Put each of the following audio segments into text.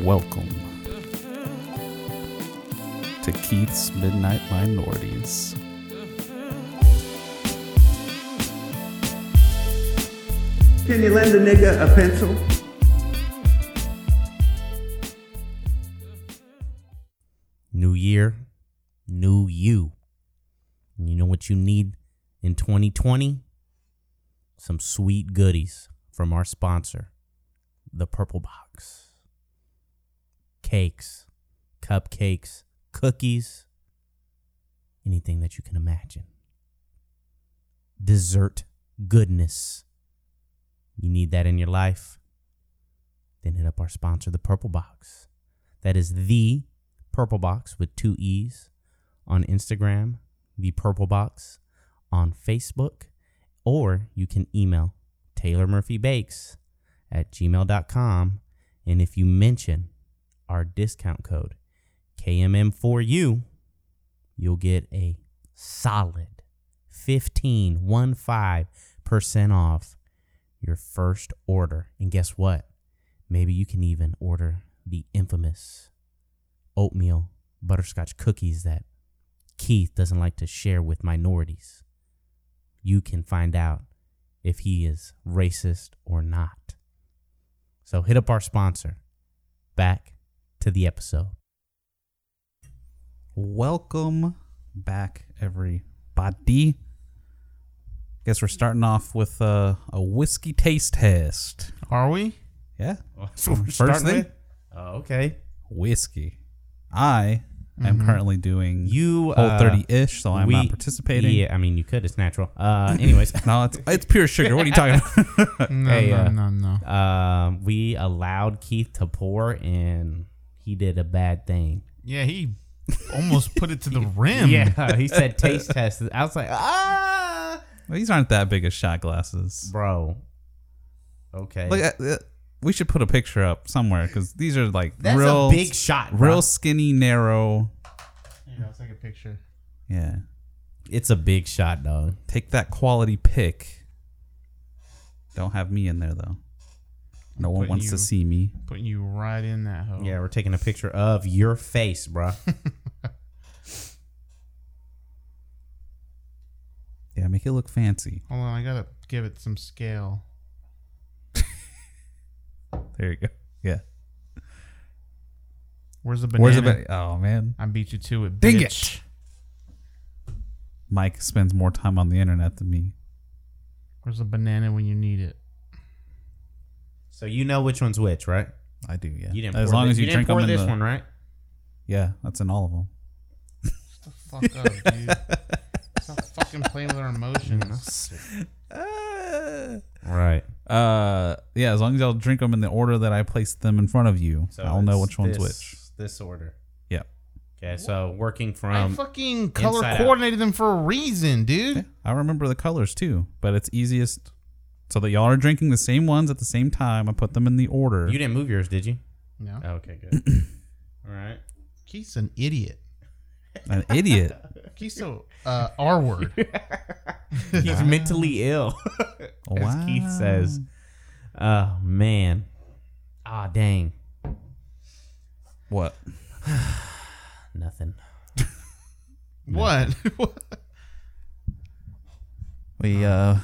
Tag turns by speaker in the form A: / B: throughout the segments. A: Welcome to Keith's Midnight Minorities.
B: Can you lend a nigga a pencil?
C: New year, new you. And you know what you need in 2020? Some sweet goodies from our sponsor, the Purple Box. Cakes, cupcakes, cookies, anything that you can imagine. Dessert goodness. You need that in your life? Then hit up our sponsor, the Purple Box. That is the Purple Box with two E's on Instagram, the Purple Box on Facebook, or you can email Taylor Murphy Bakes at gmail.com. And if you mention our discount code KMM4U, you'll get a solid 15, 15% off your first order. And guess what? Maybe you can even order the infamous oatmeal butterscotch cookies that Keith doesn't like to share with minorities. You can find out if he is racist or not. So hit up our sponsor. Back to the episode.
A: Welcome back, everybody. Guess we're starting off with uh, a whiskey taste test.
C: Are we?
A: Yeah.
C: So we're
A: First
C: starting
A: thing,
C: with- Oh, okay.
A: whiskey. I am currently doing
C: Mm-hmm. You
A: whole
C: uh,
A: 30 ish, so I'm
C: we-
A: not participating.
C: Yeah, I mean you could. It's natural. Uh, anyways,
A: No, it's, it's pure sugar. What are you talking about?
D: No,
C: Hey,
D: no,
C: uh,
D: no, no.
C: um, we allowed Keith to pour, and he did a bad thing.
D: Yeah, he almost put it to the rim.
C: Yeah, he said taste test. I was like, ah,
A: These aren't that big of shot glasses.
C: bro. Okay,
A: Look, at, uh, we should put a picture up somewhere because these are like
C: that's
A: real
C: a big shot. Bro.
A: real skinny, narrow.
D: You know, it's like a picture.
A: Yeah,
C: it's a big shot, dog.
A: take that quality pick. Don't have me in there though. No one
D: putting
A: wants
D: you-
A: to see me.
D: Putting you right in that hole.
C: Yeah, we're taking a picture of your face, bro.
A: Yeah, make it look fancy.
D: Hold on, I gotta give it some scale.
A: There you go. Yeah.
D: Where's the banana?
A: Where's the ba- oh man?
D: I beat you to it.
A: Dang
D: bitch.
A: it! Mike spends more time on the internet than me.
D: Where's the banana when you need it?
C: so you know which one's which, right?
A: I do. Yeah.
C: You didn't.
A: as
C: pour
A: long
C: thi-
A: as you,
C: didn't
A: drink
C: pour
A: them in
C: this
A: the,
C: one, right?
A: Yeah, that's in all of them.
D: Shut the fuck up, dude. Stop fucking playing with our emotions.
C: Right.
A: Uh, yeah. As long as y'all drink them in the order that I placed them in front of you, I'll know which one's which.
C: This order.
A: Yep.
C: Okay, so working
D: I
A: Um,
C: from
D: fucking color
C: inside out.
D: coordinated them for a reason, dude.
A: I remember the colors too, but it's easiest so that y'all are drinking the same ones at the same time. I put them in the order.
C: you didn't move yours, did you? Oh,
D: No.
C: Okay, good. All right.
D: Keith's an idiot.
A: An idiot.
D: Keith's so uh, R word.
C: He's mentally ill, as
A: wow.
C: Keith says. Oh man. Ah dang.
A: What?
C: Nothing.
D: what? What?
A: We uh,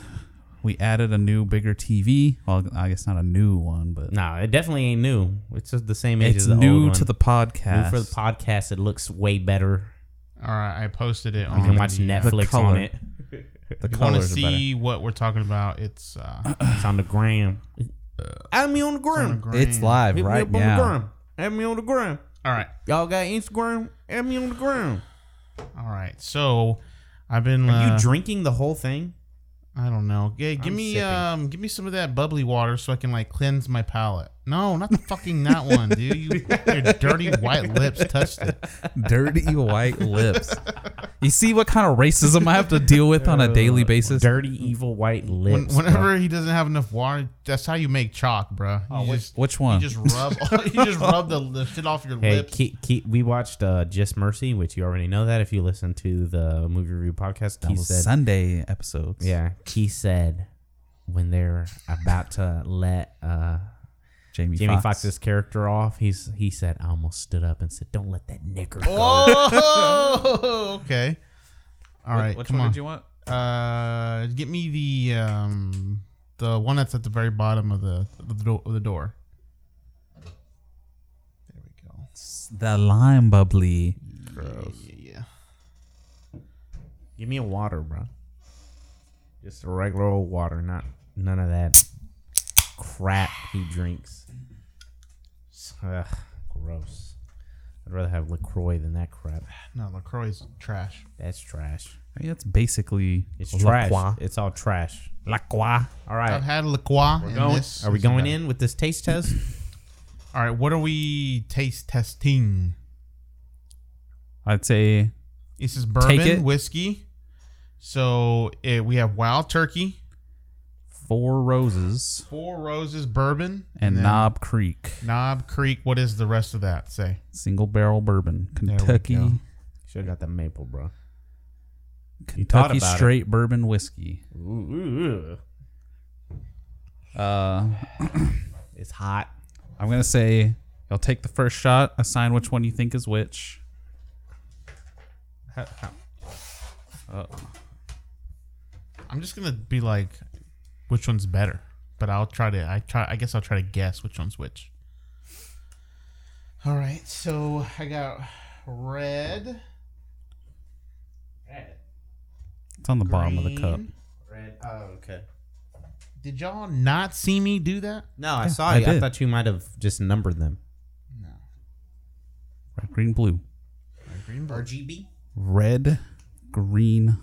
A: we added a new bigger TV. Well, I guess not a new one, but
C: No, it definitely ain't new. It's just the same age
A: it's
C: as the
A: new
C: old
A: to
C: one.
A: the podcast.
C: New for the podcast. It looks way better.
D: All right, I posted it.
C: You
D: on
C: can watch
D: the, uh,
C: Netflix on
A: Mm-hmm. color.
C: it.
A: The
D: If you want to
A: colors are better.
D: see what we're talking about, it's uh,
C: It's on the gram.
A: Uh,
C: Add me on the
D: on the
C: gram.
D: gram.
A: It's live
C: Hit me
A: right
C: up on the
A: now.
C: gram. Add me on the gram.
D: All right,
C: Y'all got Instagram? Add me on the gram.
D: all right. So I've been.
C: Are
D: uh,
C: you drinking the whole thing?
D: I don't know. Hey, give
C: I'm
D: me
C: sipping.
D: um, give me some of that bubbly water so I can like cleanse my palate. No, not the fucking that one, dude. You, your dirty white lips touched it.
A: dirty white lips. You see what kind of racism I have to deal with on a daily
C: Oh,
A: basis?
C: Uh, Dirty, evil, white
D: When,
C: lips.
D: whenever he doesn't have enough water, that's how you make chalk, bro. You just
A: Oh, Which
D: you
A: one?
D: just rub you just rub the, the shit off your
C: Hey,
D: lips.
C: Ke- Ke- we watched uh, Just Mercy, which you already know that if you listen to the movie review podcast.
A: That
C: Keith
A: was
C: said,
A: Sunday episodes.
C: "Yeah." Keith said when they're about to let uh,
A: Jamie,
C: Jamie
A: Foxx.
C: Foxx's character off. He's he said, I almost stood up and said, "Don't let that nigger go."
D: Oh, okay. All
A: Wh-
D: right,
A: Which
D: come
A: one
D: on.
A: did you want?
D: Uh, get me the um the one that's at the very bottom of the of the, do- of the door. There we go.
A: It's The lime bubbly.
D: Yeah, yeah.
C: Give me a water, bro. Just a regular old water, not none of that crap he drinks. Ugh, gross. I'd rather have Lacroix than that crap.
D: No, Lacroix is trash.
C: That's trash.
A: I mean, that's basically
C: It's
A: La
C: trash.
A: Croix.
C: It's all trash. Lacroix. All right.
D: I've had Lacroix.
C: We're
D: and
C: going-
D: this
C: are we
D: is
C: going
D: better.
C: in with this taste test?
D: All right, what are we taste testing?
A: I'd say
D: This is
A: it.
D: bourbon whiskey. So eh, we have Wild Turkey,
A: four roses
D: Four Roses bourbon,
A: and
D: then
A: Knob Creek
D: Knob Creek. What is the rest of that say?
A: single barrel bourbon,
D: we
A: Kentucky,
D: go.
C: Should have got the maple, bro. thought
A: Kentucky
C: about it.
A: straight bourbon whiskey.
C: Ooh, ooh, ooh.
A: Uh,
C: It's hot.
A: I'm gonna say y'all take the first shot, assign which one you think is which. Uh,
D: I'm just gonna be like, which one's better? But I'll try to. I try. I guess I'll try to guess which one's which. All right. So I got red,
A: It's on the bottom of the cup.
D: green.
C: Red. Oh, okay.
D: Did y'all not see me do that?
C: No, I saw
A: I
C: you. I
A: did.
C: thought you might have just numbered them.
A: Red, green, blue.
D: Green bird.
C: RGB.
A: Red, green,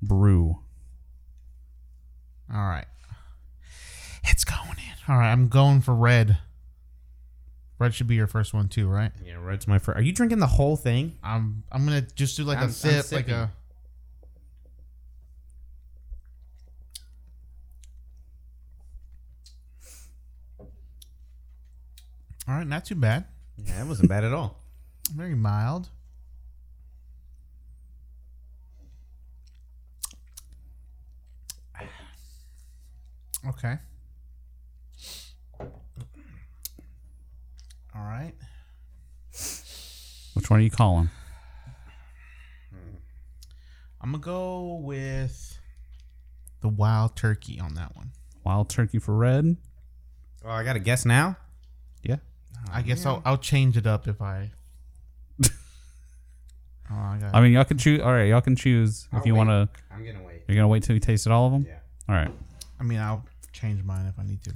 A: brew.
D: All right. It's going in. All right. I'm going for red. Red should be your first one too, right?
C: Yeah, red's my first. Are you drinking the whole thing?
D: I'm. I'm gonna just do like
C: I'm-
D: a
C: I'm
D: sip, like a. All right, not too bad.
C: Yeah, that wasn't bad at all.
D: Very mild. Okay. All right.
A: Which one are you calling?
D: I'm going to go with the wild turkey on that one.
A: Wild turkey for red.
C: Oh, I got to guess now.
A: Yeah.
D: I guess I'll, I'll change it up if I. oh, I got
A: I mean, y'all can choose. All right, y'all can choose if
C: I'll
A: you
C: wait.
A: want to.
C: I'm gonna wait.
A: You're gonna wait till you tasted all of them.
C: Yeah.
A: All right. All
D: I mean, I'll change mine if I need to.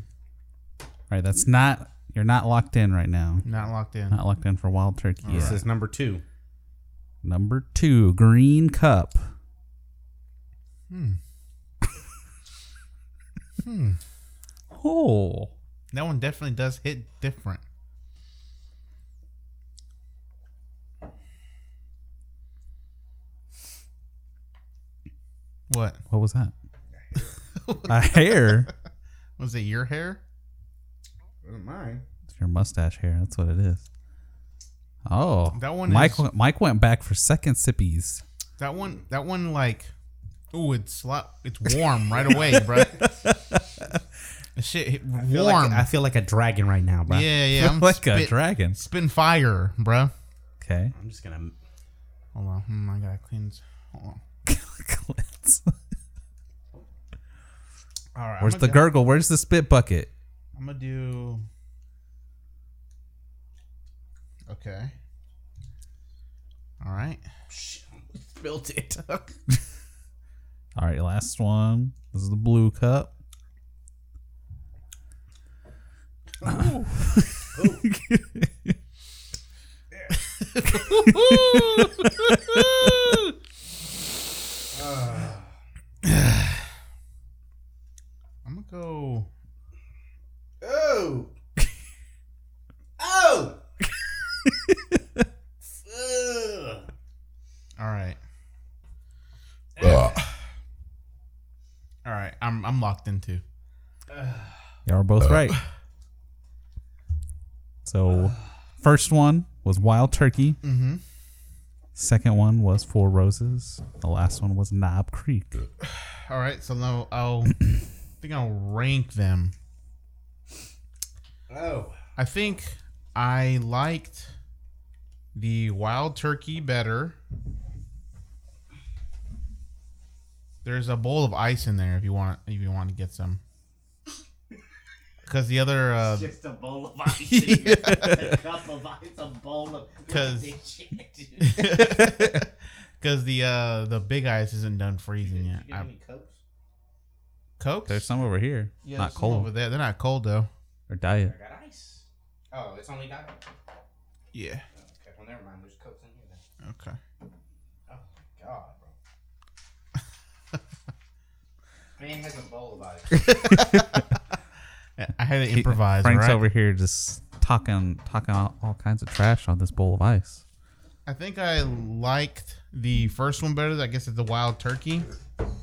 A: right. That's not. You're not locked in right now.
D: Not locked in.
A: Not locked in for wild turkey.
C: This
A: yet.
C: is number two.
A: Number two, green cup.
D: Hmm.
A: Oh.
D: That one definitely does hit different. What
A: What was that? A hair.
D: was it? Your hair?
C: Wasn't mine.
A: It's your mustache hair. That's what it is. Oh,
D: That one
A: Mike.
D: is-
A: went- Mike went back for second sippies.
D: That one. That one like, ooh, it's lo- it's warm right away, bro. Shit, hit-
C: I feel like-
D: warm.
C: I feel like a dragon right now, bro.
D: yeah, yeah. I'm
A: like a
D: spit-
A: dragon.
D: Spin fire, bro.
A: Okay.
C: I'm just gonna.
D: Hold on. Hmm, I gotta cleanse. Hold on.
A: Clint's.
D: All right.
A: Where's
D: I'm
A: the
D: gonna,
A: gurgle? Where's the spit bucket?
D: I'm gonna do. Okay. All right.
C: Built it.
A: All right, last one. This is the blue cup.
D: I'm gonna go.
C: oh. Oh.
D: All right. All right. I'm I'm locked into.
A: Y'all are
D: Uh,
A: both right. So, first one was wild turkey.
D: Mm-hmm.
A: Second one was four roses. The last one was Knob Creek.
D: All right. So now I'll I think I'll rank them.
C: Oh.
D: I think I liked the wild turkey better. There's a bowl of ice in there if you want if you want to get some. Because the other uh,
E: Just a bowl of ice. a cup of ice. A bowl of.
D: 'Cause-
E: Big shit, dude.
D: because the uh, the big ice isn't done freezing
E: You
D: yet. Uh,
E: get
D: I,
E: any Cokes?
D: Coke?
A: There's some over here.
D: Yeah,
A: not
D: there's some over
A: cold
D: there. They're not cold though.
A: or diet.
E: I got ice.
C: Oh, it's only diet.
D: Yeah.
C: Okay, well, never mind. There's cokes in here then.
D: Okay.
C: Oh my god, bro. Man has a bowl of ice.
D: I had to improvise.
A: Frank's
D: right?
A: over here just talking talking all, all kinds of trash on this bowl of ice.
D: I think I liked the first one better. I guess it's the wild turkey.
A: So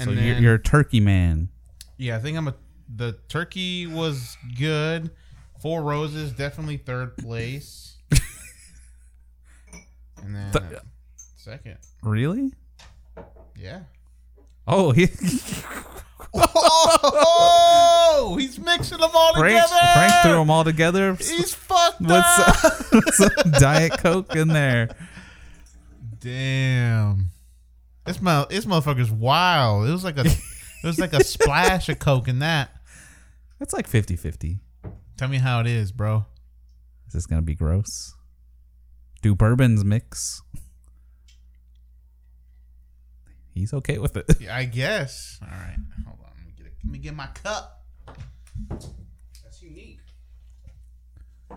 D: And
A: you're,
D: then-
A: you're a turkey man.
D: yeah, I think I'm a. The turkey was good. Four roses definitely third place. and then
A: Th-
D: uh, second,
A: Really?
D: yeah.
A: Oh, he,
D: Oh, he's mixing them all
A: Frank, Frank threw them all together.
D: He's fucked
A: What's some Diet Coke in there?
D: Damn. This mo- this motherfucker's wild. It was like a it was like a splash of coke in that.
A: That's like 50 50.
D: Tell me how it is, bro.
A: Is this going to be gross? Do bourbons mix? He's okay with it.
D: Yeah, I guess. All right. Hold on. Let me get, a, let me get my cup.
C: That's unique.
A: Why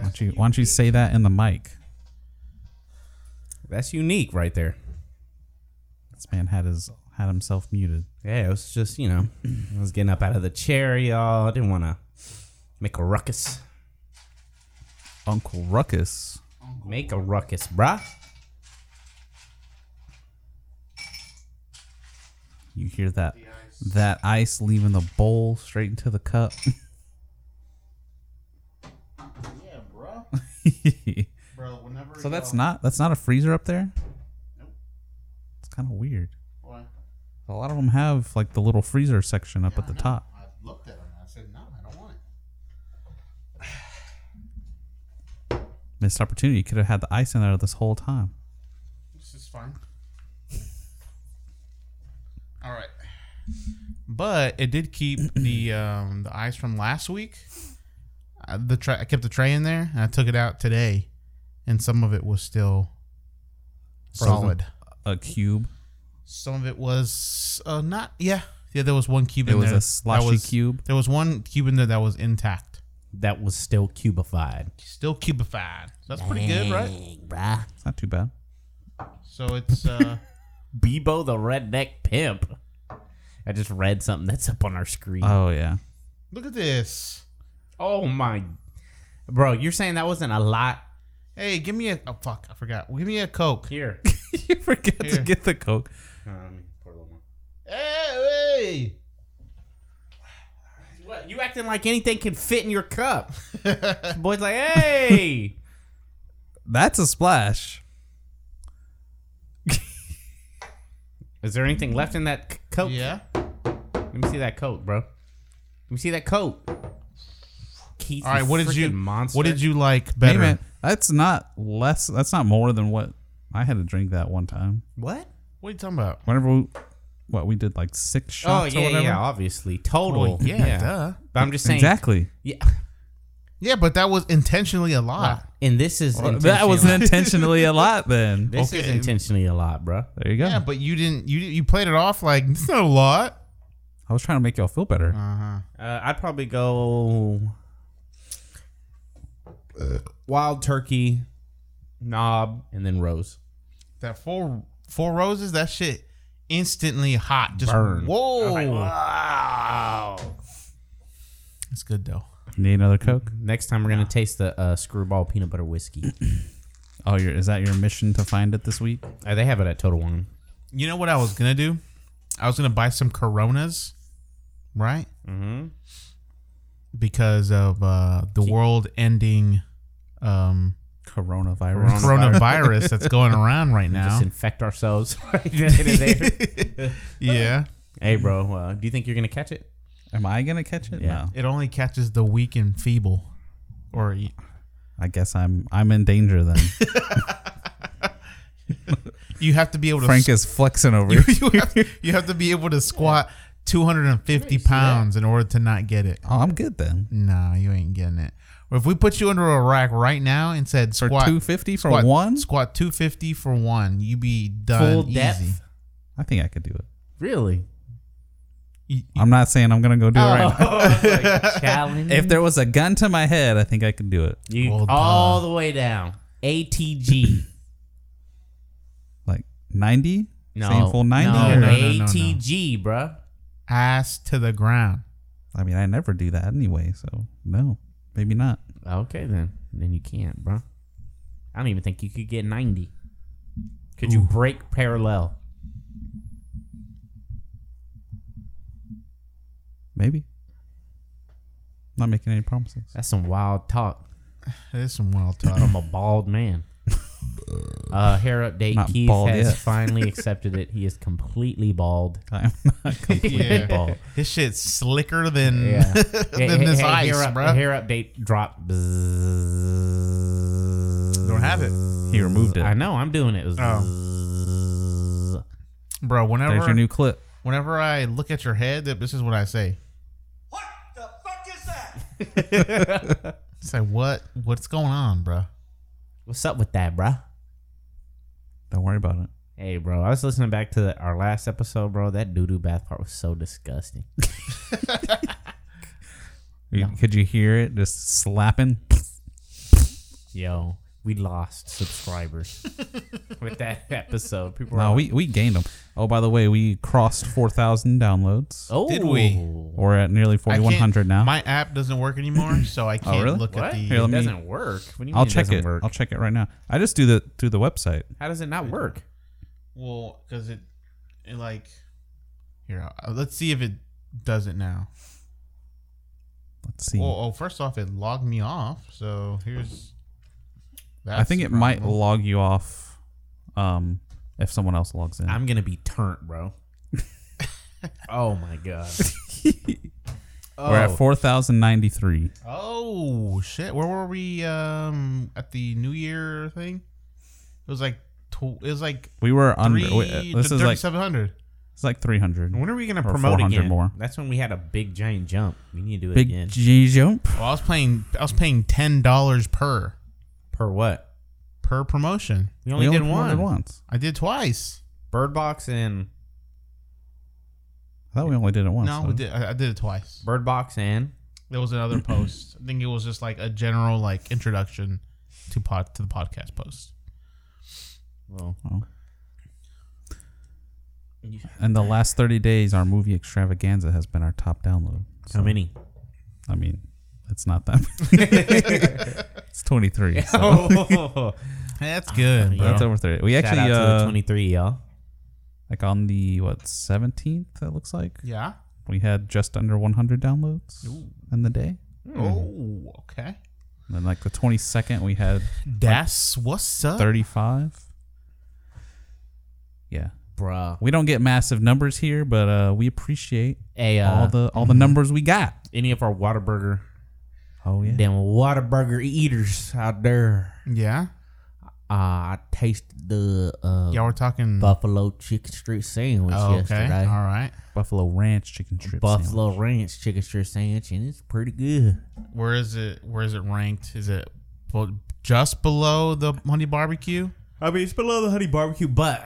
A: don't, you, why don't you say that in the mic?
C: That's unique right there.
A: This man had his had himself muted.
C: Yeah, it was just, you know, I was getting up out of the chair, y'all. I didn't want to make a ruckus.
A: Uncle Ruckus.
C: Make a ruckus, bruh.
A: You hear that that ice leaving the bowl straight into the cup.
D: Yeah, bro.
A: so
D: Bro, whenever
A: that's not that's not a freezer up there. It's kind of weird. A lot of them have like the little freezer section up at the top.
D: I looked at him and I said, "No, I don't want it."
A: Missed opportunity. You could have had the ice in there this whole time.
D: This is fine. All right. But it did keep the um, the ice from last week. I, the tra- I kept the tray in there and I took it out today, and some of it was still
A: Frozen.
D: solid.
A: A cube.
D: Some of it was uh, not. Yeah, yeah. There was one cube
A: It
D: in
A: was
D: there.
A: a
D: that
A: sloshy
D: was-
A: cube.
D: There was one cube in there that was intact,
C: That was still cubified.
D: still cubified. So that's pretty good, right?
C: Dang, bruh.
A: It's not too bad.
D: So it's uh,
C: Bebo the redneck pimp. I just read something that's up on our screen.
A: Oh yeah.
D: look at this.
C: oh my. Bro, you're saying that wasn't a lot?
D: Hey, give me a oh fuck, I forgot. Give me a coke.
C: Here.
A: you forget to
D: Here.
A: get the coke.
C: um, pour a little more.
D: Hey, hey.
C: What, you acting like anything can fit in your cup. The boy's like, hey.
A: That's a splash.
C: Is there anything left in that c- coat?
D: yeah.
C: Let me see that coat, bro. Let me see that coat. Keith,
D: All right, what did you
C: freaking Monster.
D: what did you like
A: Hey
D: better?
A: man, that's not less. That's not more than what I had to drink that one time.
C: What?
D: What are you talking about?
A: Whenever we, what we did like six
C: Oh
A: shots or
C: yeah,
A: whatever.
C: yeah, obviously total.
D: Well, yeah, duh.
C: But I'm just saying.
A: Exactly.
C: Yeah.
D: Yeah, but that was intentionally a lot.
C: And this is
A: That was
C: intentionally-
A: intentionally a lot then.
C: This is
D: Okay.
C: intentionally a lot, bro.
A: There you go.
D: Yeah, but you didn't you you played it off like it's not a lot.
A: I was trying to make y'all feel better.
D: Uh-huh.
C: Uh, I'd probably go uh, wild turkey, knob, and then rose.
D: That four four roses, that shit instantly hot. Just
A: Burn.
D: whoa. wow. It's good though.
A: Need another Coke?
C: Next time we're gonna taste the uh, screwball peanut butter whiskey.
A: Oh, your is that your mission to find it this week?
C: Uh, they have it at Total Wine.
D: You know what I was gonna do? I was gonna buy some Coronas, right?
C: Mm-hmm.
D: Because of uh, the world-ending um,
A: Coronavirus.
D: coronavirus that's going around right now.
C: Just infect ourselves. right then and there.
D: yeah,
C: hey, bro, uh, do you think you're gonna catch it?
A: Am I gonna catch it?
C: Yeah.
A: No.
D: It only catches the weak and feeble, or y-
A: I guess I'm I'm in danger then.
D: you have to be able to.
A: Frank
D: squ-
A: is flexing over. here.
D: you, have, you have to be able to squat 250 pounds in order to not get it.
A: Oh, I'm good then.
D: Nah, you ain't getting it. Or if we put you under a rack right now and said
A: For
D: squat
A: two fifty for
D: squat-
A: one,
D: squat 250 for one, you be done
C: Full depth.
D: Uh, easy.
A: I think I could do it.
C: Really?
D: You-
A: I'm not saying I'm gonna go do it
C: Oh.
A: right now.
C: Challenge.
A: If there was a gun to my head, I think I could do it.
C: you,
D: Well,
C: all the way down. ATG.
A: Like ninety,
C: No.
A: same full ninety.
C: No,
A: or-
D: no, no, no, no.
C: ATG, bruh.
D: ass to the ground.
A: I mean, I never do that anyway, so no, maybe not.
C: Okay, then. Then you can't, bruh. I don't even think you could get 90. Could you break parallel?
A: Maybe. Not making any promises.
C: That's some wild talk
D: That is some wild talk.
C: from a bald man. Uh, hair update.
A: Not
C: Keith
A: bald
C: has
A: yet.
C: finally accepted it. He is completely bald.
A: I'm not completely
D: Yeah.
A: bald.
D: This shit's slicker than
C: Yeah.
D: than this ice,
C: hair, up-
D: bro.
C: hair update drop.
D: Don't have it,
A: He removed it.
C: I know. I'm doing
A: Oh.
C: it.
D: bro.
A: There's your
D: Whenever
A: new clip.
D: whenever I look at your head, that- this is what I say.
E: What the fuck is that?
D: Say what? What's going on, bro?
C: What's up with that, bruh?
A: Don't worry about it.
C: Hey, bro. I was listening back to the, our last episode, bro. That doo doo bath part was so disgusting.
A: You- Could you hear it just slapping?
C: Yo, we lost subscribers with that episode. People
A: No,
C: are
A: we, we gained them. Oh, by the way, we crossed 4,000 downloads.
C: oh,
D: Did we?
A: We're at nearly
D: I can't-
A: 4,100 now. Oh,
D: My app doesn't work anymore, so I can't
A: really?
D: look
C: What?
D: at the.
A: Here, let
C: it
A: me-
C: doesn't work. What do you
A: I'll
C: mean
A: check
C: doesn't
A: it.
C: work?
A: I'll check it right now. I just do the through the website.
C: How does it not work?
D: Well, because it, it like, here. uh, Let's see if it does it now.
A: Let's see.
D: Well, oh, first off, it logged me off. So here's. That's
A: I think
D: the
A: it might
D: problem.
A: log you off um, if someone else logs in.
C: I'm gonna be turnt, bro. oh my god. oh,
A: We're at 4,093.
D: Oh shit! Where were we? Um, at the New Year thing. It was like. Tw- it was like
A: We were under.
D: three
A: we- uh,
D: to
A: this is like
D: thirty-seven hundred.
A: it's like 300.
C: When are we gonna
A: Or
C: promote
A: 400
C: again?
A: more.
C: That's when we had a big giant jump. We need to do it again.
A: Big G jump.
D: Well, I was playing. I was paying ten dollars per
C: per what?
D: per promotion.
C: We only, did one.
A: promoted once.
D: I did twice.
C: Bird Box and
A: I thought we only did it once.
D: no,
A: though.
D: we did. I, I did it twice.
C: Bird Box and
D: There was another post. I think it was just like a general like introduction to pod to the podcast post.
C: well,
A: In the last 30 days, our movie extravaganza has been our top download.
C: how many?
A: I mean, it's not that. it's 23. so
C: Oh,
D: That's good, bro.
A: That's uh, over 30. We
C: Shout out
A: actually,
C: to the
A: uh,
C: 23, y'all.
A: like on the what 17th, it looks like
D: yeah.
A: we had just under 100 downloads in the day.
D: Oh, okay.
A: And then like the 22nd, we had
D: That's what's up.
A: 35. Yeah,
C: Bruh.
A: we don't get massive numbers here, but uh, we appreciate
C: Hey, uh,
A: all the all the numbers we got.
C: any of our Whataburger,
A: Oh yeah,
C: damn Whataburger eaters out there.
D: Yeah.
C: Uh, I tasted the uh,
D: Yeah, we're talking.
C: buffalo chicken strip sandwich
D: Oh, okay.
C: yesterday.
D: All right.
A: Buffalo Ranch chicken strips.
C: Buffalo ranch chicken strip sandwich, and it's pretty good.
D: Where is it? Where is it ranked? Is it well, just below the honey barbecue?
C: I mean, it's below the honey barbecue, but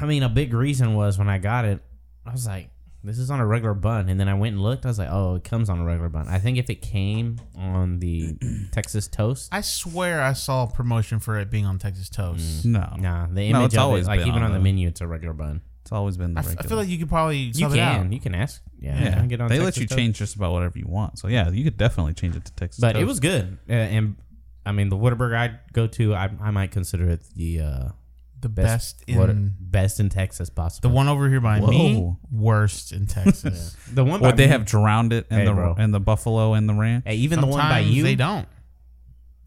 C: I mean, a big reason was when I got it, I was like, this is on a regular bun. And then I went and looked, I was like, oh, it comes on a regular bun. I think if it came on the Texas toast,
D: I swear I saw a promotion for it being on Texas
C: Mm,
D: Toast.
A: No,
C: nah, the image
A: No, it's
C: of
A: always
C: it, like
A: been
C: even
A: on
C: on the
A: the-
C: menu, it's a regular bun.
A: it's always been the
D: I f-
A: regular.
D: I feel like you could probably
C: You
D: sub it out.
C: can, you can ask. Yeah, I can get on
A: they let
C: Texas
A: you
C: toast.
A: change just about whatever you want. So yeah, you could definitely change it to Texas.
C: But it
A: Toast.
C: was good, uh, and I mean, the Whataburger I go to, I, I might consider it the uh,
D: The best,
C: best
D: in
C: Whata- best in Texas
D: the
C: possible.
D: one over here by me.
A: Whoa.
D: Worst in Texas.
C: The, the one by
A: Would they
C: me-
A: have drowned it in
C: Hey,
A: the
C: bro.
A: in the buffalo and the ranch?
C: Hey, even the one by
D: Sometimes
C: you.
D: They don't.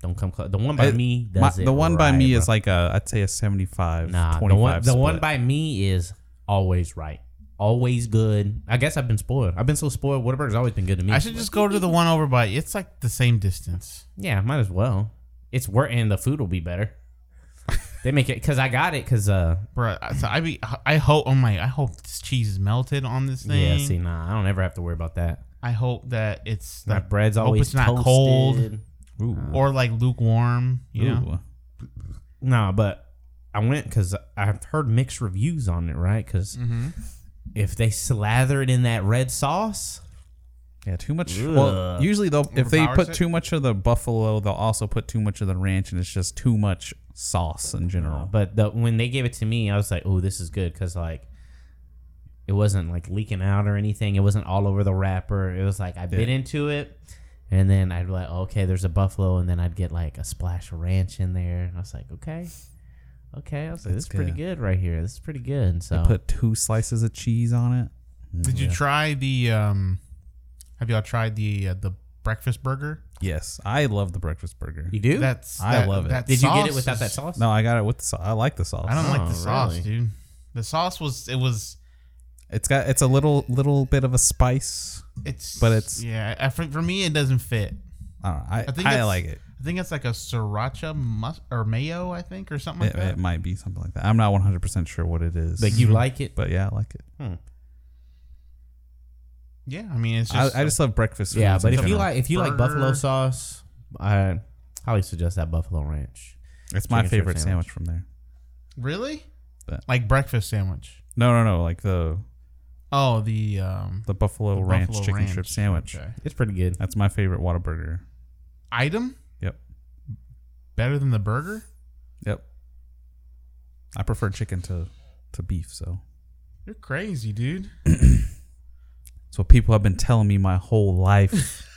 C: Don't come close. The one by
A: It-
C: me
A: My-
C: does it.
A: the one by
C: right,
A: me
C: bro.
A: is like a I'd say a 75
C: nah. The
A: 25
C: one, the one
A: split.
C: by me is always right. always good. I guess I've been spoiled. I've been so spoiled. Whataburger's always been good to me.
D: I should just go to the one over by. It's like the same distance.
C: Yeah, might as well. It's worth, and the food will be better. they make it because I got it because uh
D: Bruh, I- so I be I hope oh my I hope this cheese is melted on this thing.
C: yeah see nah I don't ever have to worry about that.
D: I hope that it's
C: My
D: like,
C: bread's
D: hope
C: always
D: it's not cold
C: toasted. Ooh.
D: or like lukewarm. You know,
A: Ooh.
C: Nah, but I went because I've heard mixed reviews on it, right? Because
D: Mm-hmm.
C: if they slather it in that red sauce,
A: Yeah, too much.
C: Ugh.
A: Well, usually they'll if they
D: Overpowers
A: put
D: it?
A: too much of the buffalo, they'll also put too much of the ranch, and it's just too much sauce in general.
C: but the, when they gave it to me, I was like, "Oh, this is good," because like it wasn't like leaking out or anything. It wasn't all over the wrapper. It was like I bit into it, and then I'd be like, "Okay, there's a buffalo," and then I'd get like a splash of ranch in there. And I was like, "Okay, okay," I was like, "This is pretty good right here. This is pretty good." And so
A: Put two slices of cheese on it.
D: did you try the um? Have y'all tried the uh, the breakfast burger?
A: Yes, I love the breakfast burger.
C: you do?
D: That's
A: I
D: that-
A: love it.
D: that
C: Did you get
D: sauce
C: it without that
D: is-
C: sauce?
A: No, I got it with the sauce. I like the sauce.
D: I don't like
C: Oh,
D: the sauce,
C: really?
D: dude. The sauce was it was
A: It's got it's a little little bit of a spice.
D: it's
A: But it's-
D: yeah I- for, for me it doesn't fit.
A: I don't know. I,
D: I think
A: I
D: it's-
A: like it.
D: I think it's like a sriracha mus- or mayo, I think, or something like
A: It,
D: that.
A: it might be something like that. I'm not 100 percent sure what it is.
C: Like you like it?
A: but yeah, I like it.
D: Yeah, I mean, it's just
A: I, I just love breakfast.
C: yeah,
A: foods
C: but
A: in
C: if you
A: general.
C: like if you like
D: Burger.
C: buffalo sauce, I highly suggest that buffalo ranch.
A: it's my
C: chicken strip
A: favorite sandwich. from there.
D: really
A: But-
D: like breakfast sandwich.
A: No, no, no. Like the
D: Oh, the um
A: the buffalo
D: the
A: ranch
D: buffalo
A: chicken
D: ranch.
A: strip sandwich.
D: Okay.
C: It's pretty good.
A: That's my favorite Whataburger.
D: item
A: Yep.
D: better than the burger.
A: Yep. I prefer chicken to, to beef, so
D: You're crazy, dude.
A: that's what people have been telling me my whole life.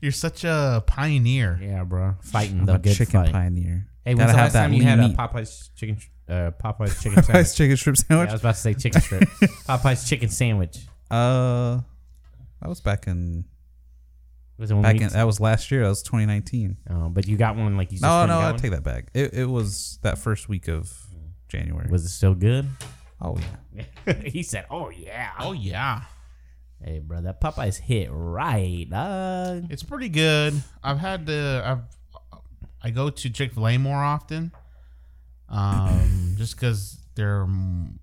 D: You're such a pioneer.
C: Yeah, bro. Fighting
A: I'm
C: the
A: a
C: good
A: chicken
C: fight.
A: pioneer.
C: Hey,
A: Gotta
C: when's the last time you had
A: lean
C: a
A: meat.
C: Popeye's chicken, uh, Popeye's chicken sandwich?
A: Popeye's chicken strip
C: Yeah,
A: sandwich?
C: I was about to say chicken strip. Popeye's chicken sandwich.
A: uh, that was back in
C: Was it when
A: back
C: we-
A: in that was last year. That was 2019.
C: Oh, but you got one like you. Just
A: No,
C: went
A: no,
C: and got
A: I
C: one?
A: take that back. It, it was that first week of January.
C: Was it still good?
A: oh yeah.
C: he said, "Oh yeah."
D: Oh yeah,
C: Hey, bro, that Popeye's hit right, dog.
D: it's pretty good. I've had the I've I go to Chick Fil A more often, um, just because they're m-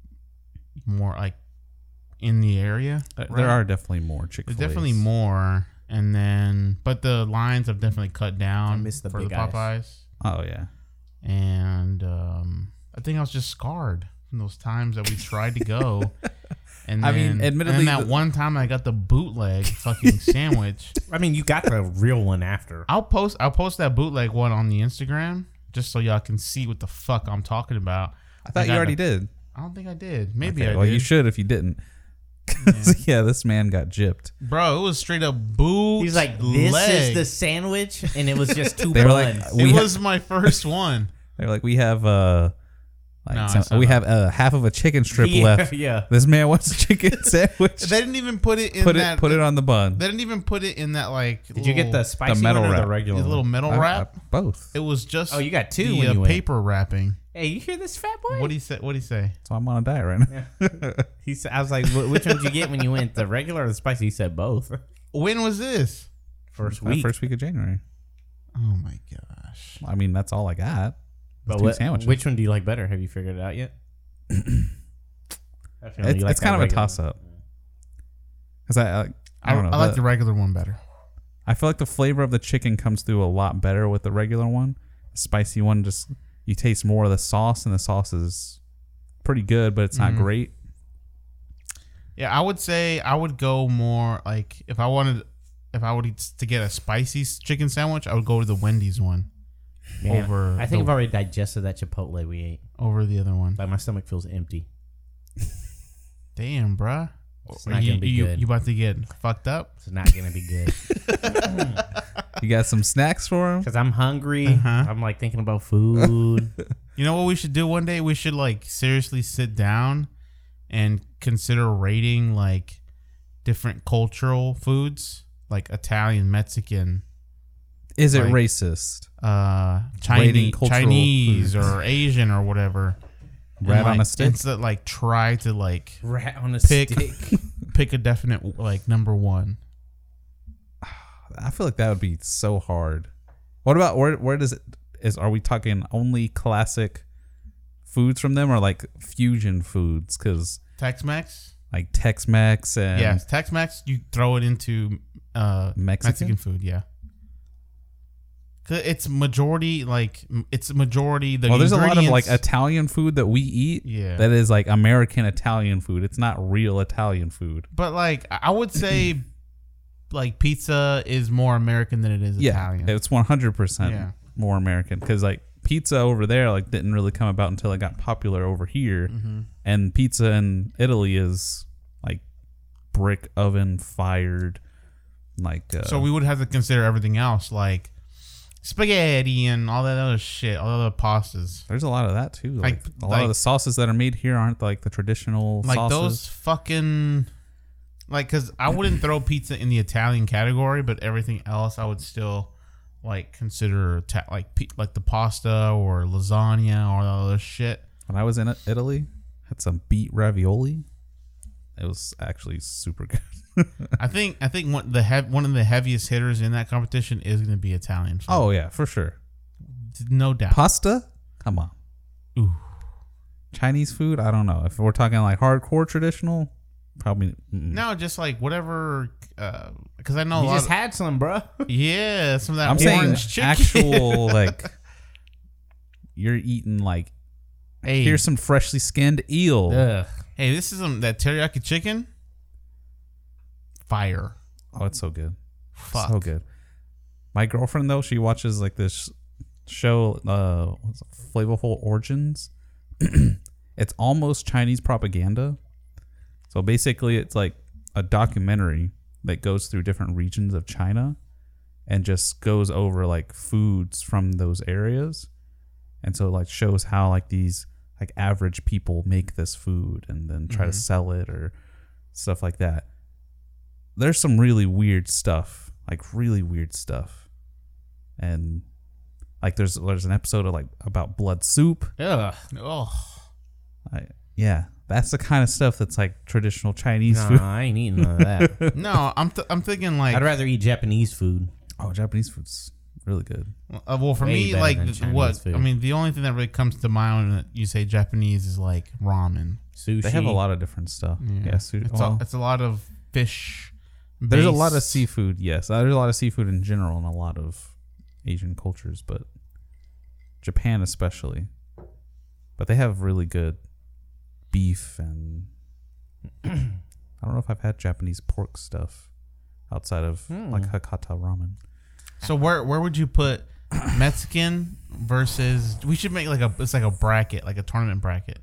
D: more like in the area.
A: Uh, There-
D: Uh, right?
A: There are definitely more chicken.
D: There's definitely more, and then but the lines have definitely cut down.
C: I miss the
D: for
C: big
D: the
C: eyes.
D: Popeyes,
A: Oh yeah.
D: and um, I think I was just scarred from those times that we tried to go. And
A: I
D: then,
A: mean,
D: and then
A: admittedly,
D: that
A: the-
D: one time I got the bootleg fucking sandwich.
C: I mean, you got the real one after.
D: I'll post I'll post that bootleg one on the Instagram just so y'all can see what the fuck I'm talking about.
A: I thought you
D: got
A: already
D: a-
A: did.
D: I don't think I did. Maybe
A: Okay,
D: I
A: well,
D: did.
A: you should if you didn't. 'Cause, yeah, this man got gypped.
D: Bro, it was straight up boot.
C: He's like, "This is the sandwich," and it was just two
A: They were
C: buns.
A: like,
D: It
A: we ha-
D: was my first one.
A: They're like, we have uh, like
D: No,
A: some-
D: it's not
A: we have
D: that.
A: uh, half of a chicken strip
C: yeah,
A: left.
C: yeah.
A: This man wants a chicken sandwich.
D: They didn't even put it in
A: put it
D: that
A: put it on the bun.
D: They didn't even put it in that like
C: Did you get the spicy
A: metal
C: one or
A: wrap.
C: the regular one?
D: little metal
A: I- I-
D: wrap?
A: both.
D: it was just
C: Oh, you got two
D: the,
C: when you went.
D: paper wrapping.
C: Hey, you hear this fat boy?
D: What do you say? What do you say?
A: so I'm on a diet right now.
C: He said, I was like, "Wh- which one did you get when you went, the regular or the spicy? He said both.
D: When was this?
C: First
A: That
C: week.
A: First week of January.
D: Oh my gosh.
A: I mean, that's all I got.
C: but
A: two
C: what-
A: sandwiches.
C: which one do you like better? Have you figured it out yet? I feel like
A: It's,
C: you like
A: it's
C: that
A: kind of a
C: regular
A: toss up. Cause I, I
D: I,
A: I don't know.
D: I like
A: the-
D: the regular one better.
A: I feel like the flavor of the chicken comes through a lot better with the regular one. The spicy one just you taste more of the sauce, and the sauce is pretty good, but it's not great.
D: Yeah, I would say I would go more like if I wanted, if I would eat- to get a spicy s- chicken sandwich, I would go to the Wendy's one
C: one. Man,
D: over.
C: I think I've
D: the,
C: already digested that Chipotle we ate.
D: over the other one.
C: Like my stomach feels empty.
D: Damn, bruh.
C: It's
D: Are
C: not
D: you,
C: gonna be
D: you,
C: good.
D: You about to get fucked up?
C: It's not gonna be good
A: You got some snacks for him?
C: because I'm hungry.
D: Uh-huh.
C: I'm like thinking about food.
D: You know what we should do one day? We should like seriously sit down and consider rating like different cultural foods, like Italian, Mexican,
A: Is it
D: Like-
A: racist?
D: uh,
A: Rating
D: Chinese,
A: cultural
D: Chinese
A: foods.
D: or Asian or whatever.
A: Rat on
D: like,
A: a stick.
D: Instead, like try to like
C: Rat on a
D: Pick.
C: stick.
D: pick a definite like number one.
A: I feel like that would be so hard. What about where? Where does it? Is are we talking only classic foods from them, or like fusion foods? Because
D: Tex Mex.
A: like Tex-Mex and
D: Yes, Tex Mex. You throw it into uh,
A: Mexican?
D: Mexican? food. Yeah. 'Cause It's majority like m- it's majority the.
A: well, there's a lot of like
D: ingredients-
A: Italian food that we eat.
D: Yeah.
A: that is like American Italian food. It's not real Italian food.
D: but like I I would say, like pizza is more American than it is Italian.
A: Yeah, um, it's 100
D: Yeah.
A: percent more American because like pizza over there like didn't really come about until it got popular over here,
D: Mm-hmm.
A: and pizza in Italy is like brick oven fired, like uh,
D: So we would have to consider everything else like spaghetti and all that other shit, all the other pastas.
A: There's a lot of that too. Like,
D: Like-
A: a lot of
D: like-
A: the sauces that are made here aren't like the traditional
D: Like
A: sauces.
D: those fucking like cuz I wouldn't throw pizza in the Italian category, but everything else I would still like consider ta- like pi- like the pasta or lasagna or all that other shit.
A: When I was in Italy, had some beet ravioli. It was actually super good.
D: I think I think one the hev- one of the heaviest hitters in that competition is going to be Italian. food.
A: oh yeah, for sure.
D: no doubt.
A: Pasta? Come on.
D: Ooh.
A: Chinese food? I don't know. If we're talking like hardcore traditional, probably mm.
D: no, just like whatever uh 'cause cuz I know
C: you
D: a lot
C: just
D: of-
C: had some, bro.
D: yeah, some of that
A: I'm saying
D: orange chicken.
A: actual like you're eating like
D: Hey,
A: here's some freshly skinned eel.
C: Ugh.
D: hey, this is um, that teriyaki chicken. Fire.
A: Oh, it's so good.
D: Fuck.
A: So good. My girlfriend though, she watches like this show, uh, what's it, Flavorful Origins. it's almost Chinese propaganda. So basically, it's like a documentary that goes through different regions of China, and just goes over like foods from those areas, and so like shows how like these like average people make this food and then try to sell it or stuff like that there's some really weird stuff, like really weird stuff, and like there's there's an episode of like about blood soup.
C: Ugh.
D: Oh,
A: I, yeah, that's the kind of stuff that's like traditional Chinese
C: Nah,
A: food.
C: I ain't eating none of that.
D: no, I'm th- I'm thinking like
C: I'd rather eat Japanese food.
A: Oh, Japanese food's really good.
D: uh, well for
C: Way
D: me
C: better
D: like
C: than
D: th-
C: Chinese
D: what
C: food.
D: I mean the only thing that really comes to mind when you say Japanese is like ramen.
C: Sushi.
A: They have a lot of different stuff. Yeah, sushi.
D: It's
A: well,
D: a, it's a lot of fish.
A: there's a lot of
D: based-
A: seafood. Yes, Uh, there's a lot of seafood in general in a lot of Asian cultures, but Japan especially. But they have really good beef and I don't know if I've had Japanese pork stuff outside of like Hakata ramen.
D: So where where would you put Mexican versus? We should make like a it's like a bracket, like a tournament bracket.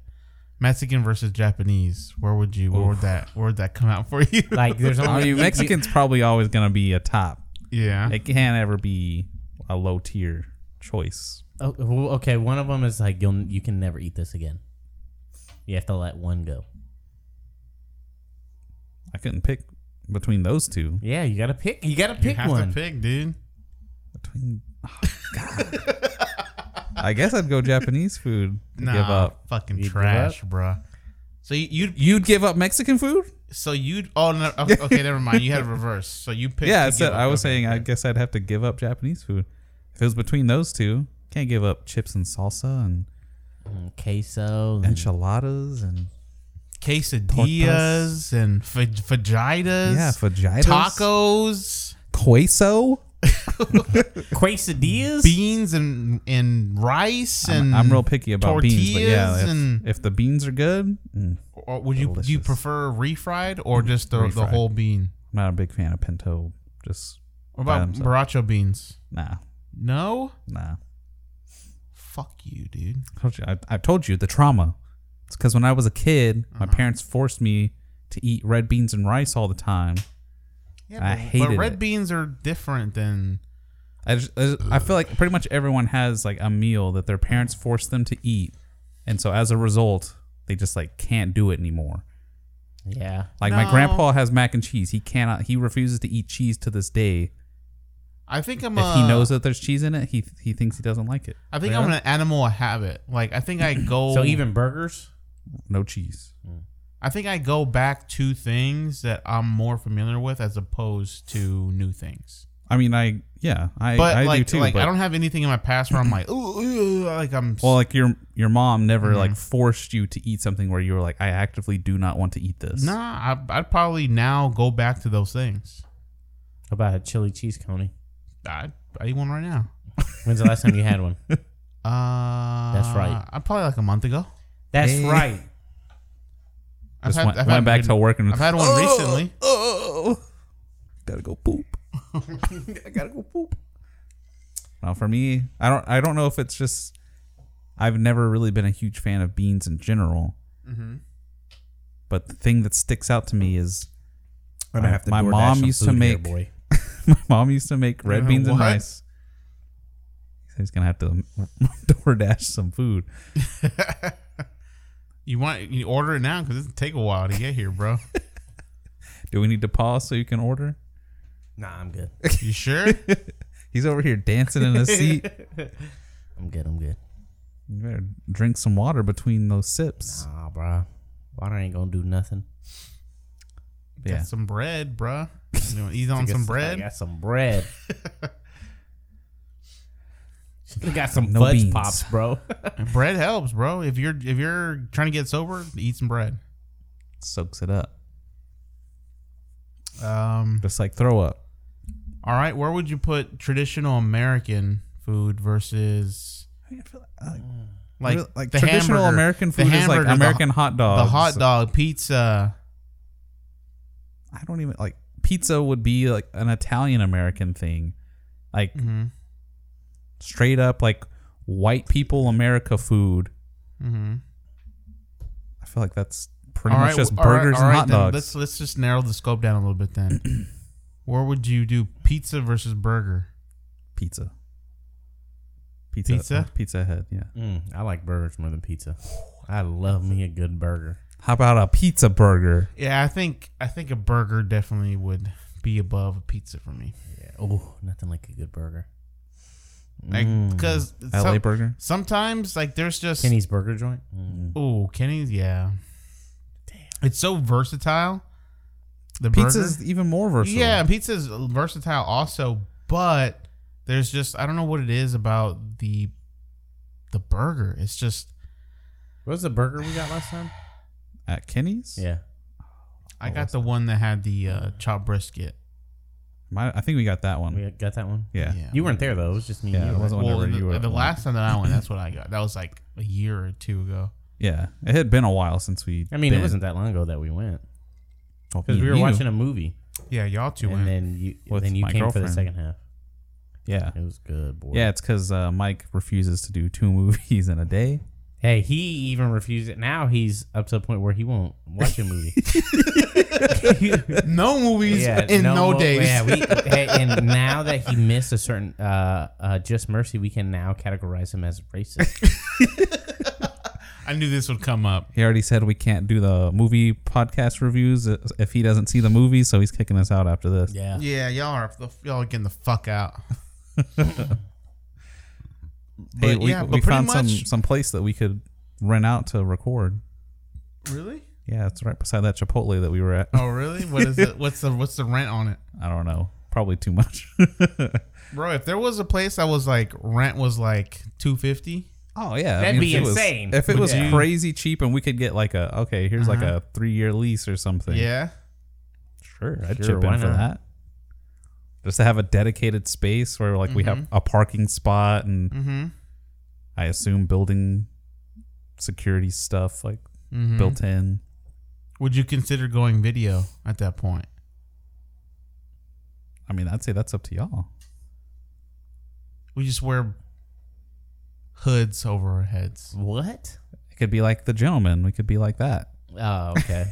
D: Mexican versus Japanese. Where would you? Where would that? Where would that come out for you?
C: Like there's
D: Oh,
A: I
C: only
A: mean,
C: you-
A: Mexican's probably always gonna be a top.
D: yeah.
A: It can't ever be a low tier choice.
C: Oh, well, okay, one of them is like you'll you can never eat this again. You have to let one go.
A: I couldn't pick between those two.
C: Yeah, you gotta pick. You gotta pick
D: you have
C: one.
D: to pick, dude.
A: Between, oh, God. I guess I'd go Japanese food. to
D: Nah,
A: Give up.
D: fucking
C: You give
D: trash, bruh. So you, you'd
A: You'd give up Mexican food?
D: so you'd oh no okay, okay, never mind you had a reverse so you picked
A: yeah,
D: to
A: I said
D: give up.
A: I was
D: Okay,
A: saying I
D: okay.
A: guess I'd have to give up Japanese food. If it was between those two, can't give up chips and salsa and
C: Mm, Queso. and-
A: enchiladas and
D: quesadillas and fa- fajitas
A: yeah, fajitas,
D: tacos
A: queso.
C: quesadillas.
D: beans and and rice and
A: I'm real picky about beans, but yeah,
D: Mm. tortillas
A: if,
D: and-
A: if the beans are good, mm, I'm
D: or would you do you
A: delicious. Mm-hmm.
D: prefer refried or just the, the
A: Refried.
D: whole bean
A: not a big fan of pinto. Just
D: what
A: By
D: about
A: themselves.
D: baracho beans
A: nah,
D: no
A: nah.
D: fuck you dude
A: told you, I, I told you the trauma. It's because when I was a kid, my
D: Uh-huh.
A: parents forced me to eat red beans and rice all the time.
D: yeah,
A: I
D: but
A: hated
D: red
A: it.
D: beans are different than
A: I, just, I, just- I feel like pretty much everyone has like a meal that their parents force them to eat, and so as a result, they just like can't do it anymore.
C: yeah.
A: Like my
D: No.
A: grandpa has mac and cheese. He cannot. He refuses to eat cheese to this day.
D: I think I'm.
A: if
D: a,
A: he knows that there's cheese in it, he he thinks he doesn't like it.
D: I think I'm an animal of habit. Like I think I go.
C: So even burgers,
A: No cheese.
D: I think I go back to things that I'm more familiar with as opposed to new things.
A: I mean, I yeah, I
D: But
A: I
D: like,
A: do too.
D: like
A: but,
D: I don't have anything in my past where I'm like, ooh, ooh like I'm.
A: well, like your your mom never like forced you to eat something where you were like, I actively do not want to eat this.
D: nah, I, I'd probably now go back to those things.
C: how about a chili cheese coney?
D: I I eat one right now.
C: When's the last time you had one?
D: Uh,
C: right.
D: I'm probably like a month ago.
C: That's
A: Eh.
C: right.
A: just
D: I've had-
A: went,
D: I've
A: went
D: had
A: back
D: good-
A: to work and
D: I've had one recently.
A: oh, gotta go poop. I gotta go poop. Well, for me, I don't. I don't know if it's just I've never really been a huge fan of beans in general.
D: Mm-hmm.
A: But the thing that sticks out to me is
C: I'm
A: gonna have to My DoorDash mom some used to food here, make- boy. my mom used to make red
D: Uh,
A: beans and
D: what?
A: rice. He's gonna have to DoorDash some food.
D: You want you order it now because it take a while to get here, bro.
A: Do we need to pause so you can order?
C: Nah, I'm good.
D: You sure?
A: He's over here dancing in his seat.
C: I'm good. I'm good.
A: You better drink some water between those sips.
C: Nah, bro. Water ain't gonna do nothing.
A: Yeah.
D: Get some bread, bro. You wanna eat on
C: Guess
D: some
C: I
D: bread.
C: got some bread. I got some
A: No
C: fudge
A: beans.
C: pops, bro.
D: Bread helps, bro. If you're if you're trying to get sober, eat some bread.
A: Soaks it up.
D: Um.
A: Just like throw up.
D: All right. Where would you put traditional American food versus like
A: Real- like
D: the
A: traditional
D: hamburger-
A: American
D: the
A: food is like
D: hamburger, the
A: American hot dogs.
D: the hot dog pizza?
A: I don't even like pizza would be like an Italian American thing. Like
D: Mhm.
A: straight up like white people America food.
D: Mm-hmm.
A: I feel like that's pretty much just burgers and hot dogs.
D: Let's let's just narrow the scope down a little bit then. Where would you do pizza versus burger?
A: pizza. Pizza. uh,
D: Pizza?
A: Pizza head, yeah.
C: Mm, I like burgers more than pizza. I love me a good burger.
A: How about a pizza burger?
D: Yeah, I think I think a burger definitely would be above a pizza for me.
C: Yeah. Oh, nothing like a good burger. Mm.
D: Like
A: Mm.
D: because
A: LA burger?
D: sometimes like there's just
C: Kenny's Burger Joint. Mm.
D: oh Kenny's yeah, it's so versatile. The
A: Pizza's
D: burger.
A: even more versatile.
D: yeah, pizza's versatile also, but there's just I don't know what it is about the the burger. It's just
C: What was the burger we got last time?
A: At Kenny's?
C: Yeah.
D: I got the one that had the uh, chopped brisket.
A: My, I think we got that one.
C: We got that one?
A: yeah.
D: Yeah.
C: You weren't there, though. It was just me
A: Yeah,
C: and
A: it
C: you.
A: wasn't-
C: right?
D: Well,
A: whenever
D: the,
A: you were at
D: the
A: one.
D: last time that I went, that's what I got. That was like a year or two ago.
A: Yeah, it had been a while since we.
C: I mean,
A: been.
C: it wasn't that long ago that we went.
D: Oh,
A: Well,
C: Because
A: me
C: we were
A: and you.
C: watching a movie.
D: Yeah, y'all two
C: And
D: went.
C: then you,
A: With
C: then you
A: my
C: came for
A: girlfriend.
C: the second half.
A: Yeah,
C: It was good, boy.
A: yeah, it's because uh, Mike refuses to do two movies in a day.
C: Hey, he even refused it. Now he's up to a point where he won't watch a movie.
D: no movies in no,
C: mo-
D: days.
C: Yeah, we, hey, and now that he missed a certain uh, uh, Just Mercy, we can now categorize him as racist.
D: I knew this would come up.
A: He already said we can't do the movie podcast reviews if he doesn't see the movie, so he's kicking us out after this.
C: yeah.
D: Yeah, y'all are y'all are getting the fuck out.
A: hey,
D: But
A: we,
D: yeah, but
A: we
D: pretty
A: found some
D: much-
A: some place that we could rent out to record.
D: Really?
A: Yeah, it's right beside that Chipotle that we were at.
D: Oh, really? What is it? What's the what's the rent on it,
A: I don't know, probably too much.
D: bro? If there was a place that was like rent was like two fifty,
A: oh yeah,
C: That'd be
A: if it was-
C: insane.
A: if it was
D: Yeah.
A: crazy cheap and we could get like a okay, here's like a three year lease or something.
D: Uh-huh. yeah,
A: Sure, I'd
C: Sure,
A: chip
C: why
A: in for
C: not?
A: that. Just to have a dedicated space where like we have a parking spot and
D: mm-hmm,
A: I assume building security stuff like built in.
D: mm-hmm. would you consider going video at that point?
A: I mean, I'd say that's up to y'all.
D: We just wear hoods over our heads.
C: What?
A: It could be like the gentleman. We could be like that.
C: Oh, okay.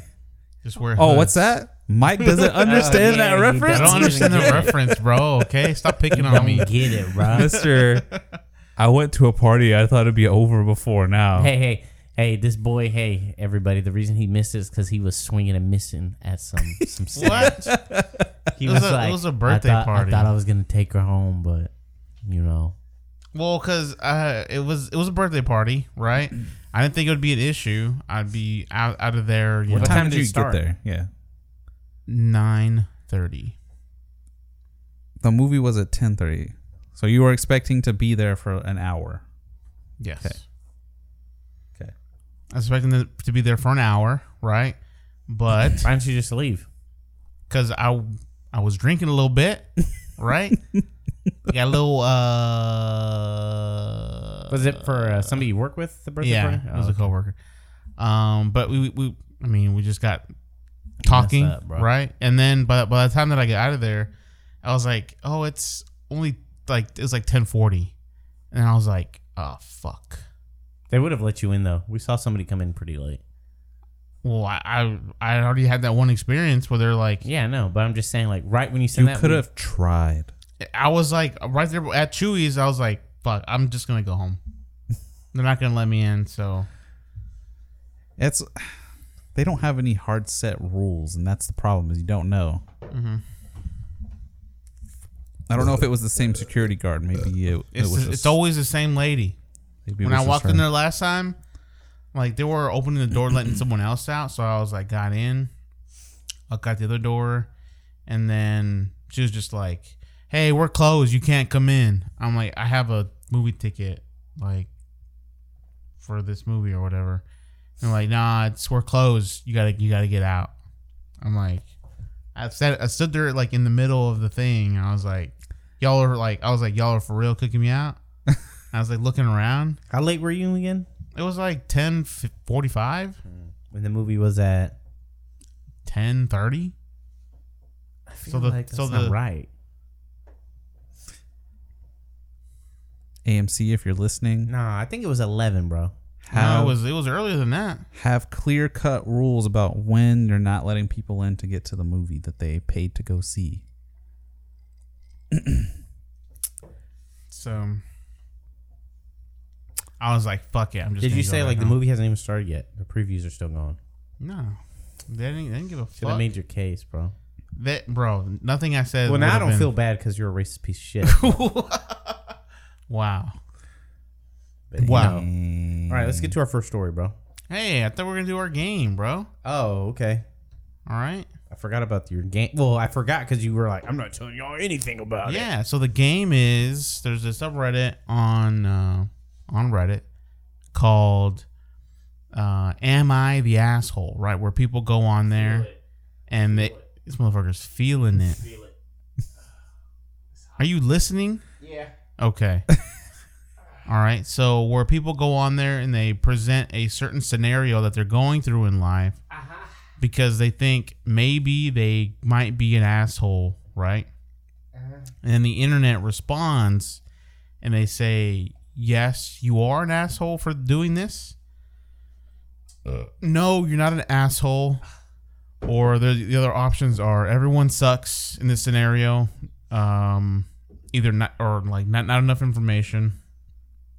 D: Just wear.
A: Oh,
D: hoods.
A: what's that? Mike doesn't understand
C: yeah,
A: that
C: he
A: reference.
D: I don't understand the reference, bro. Okay, stop picking on me.
C: Get it, bro.
A: Mister, I went to a party. I thought it'd be over before now.
C: hey, hey, hey, this boy, hey, everybody. The reason he missed it is because he was swinging and missing at some some.
D: What?
C: He
D: It was a- it was a birthday
C: I thought,
D: party.
C: I thought I was gonna take her home, but you know,
D: Well, because uh, it was it was a birthday party, right? I didn't think it would be an issue. I'd be out, out of there. You
A: What
D: know,
A: time,
F: time
A: did
F: did it
A: you
F: start?
A: get there? Yeah.
D: nine thirty.
A: The movie was at 10:30. So you were expecting to be there for an hour.
D: Yes.
A: Okay. Okay.
D: I was expecting to- to be there for an hour, right? But
C: why don't you just leave?
D: because I I was drinking a little bit, right? Got a little. uh
F: Was it for uh, somebody you work with? The birthday
D: Yeah,
F: party?
D: it was
F: Oh,
D: a coworker. Um, but we, we I mean, we just got talking,
C: up, bro.
D: right? And then by by the time that I got out of there, I was like, oh, it's only like it was like ten forty, and I was like, oh fuck.
C: They would have let you in though. We saw somebody come in pretty late.
D: Well, I I, I already had that one experience where they're like,
C: Yeah, I know, but I'm just saying, like right when you said
A: You
C: that,
A: could
C: we-
A: have tried.
D: I was like right there at Chewy's, I was like, fuck, I'm just gonna go home. they're not gonna let me in, so
A: It's they don't have any hard set rules, and that's the problem is you don't know.
D: Mm-hmm.
A: I don't know if it was the same security guard. Maybe it, it
D: it's
A: was.
D: it's
A: just-
D: always the same lady.
A: maybe it
D: when
A: was
D: I
A: just
D: walked in
A: her.
D: there last time, like they were opening the door, letting someone else out. So I was like, got in, I got the other door, and then she was just like, "Hey, we're closed. You can't come in." I'm like, I have a movie ticket, like for this movie or whatever. And like, nah, it's we're closed. You gotta you gotta get out. I'm like, I said I stood there like in the middle of the thing. And I was like, y'all are like, I was like, y'all are for real kicking me out. I was like looking around.
C: how late were you again?
D: It was like 10 45,
C: When the movie was at,
D: 10 30.
C: I feel
D: the-
C: like that's
D: so
C: not
D: the-
C: right.
A: AMC. If you're listening,
C: Nah, I think it was eleven, bro.
A: have
D: No, it was it was earlier than that.
A: have clear cut rules about when you're not letting people in to get to the movie that they paid to go see.
D: So I was like, fuck it. I'm just
C: Did
D: gonna
C: you
D: go
C: say
D: right
C: like the
D: now.
C: movie hasn't even started yet? The previews are still going.
D: No. They didn't, they didn't give a
C: Should
D: fuck.
C: have made your case, bro.
D: that, bro, nothing I said.
C: Well, now I
D: would've
C: don't
D: been-
C: feel bad because you're a racist piece of shit.
D: Wow.
C: but, you
D: Wow.
C: know. All right, let's get to our first story, bro.
D: Hey, I thought we were going to do our game, bro.
C: Oh, okay.
D: All right.
C: I forgot about your game. Well, I forgot because you were like, I'm not telling y'all anything about it.
D: Yeah. So the game is there's a subreddit on uh, on Reddit called uh, "Am I the Asshole?" Right, where people go on there and they, this motherfucker's feeling it. Are you listening?
E: Yeah.
D: Okay. All right. So where people go on there and they present a certain scenario that they're going through in life because they think maybe they might be an asshole, right? And then the internet responds and they say, "Yes, you are an asshole for doing this." no, you're not an asshole. Or the, the other options are everyone sucks in this scenario. Um, either not or like not, not enough information.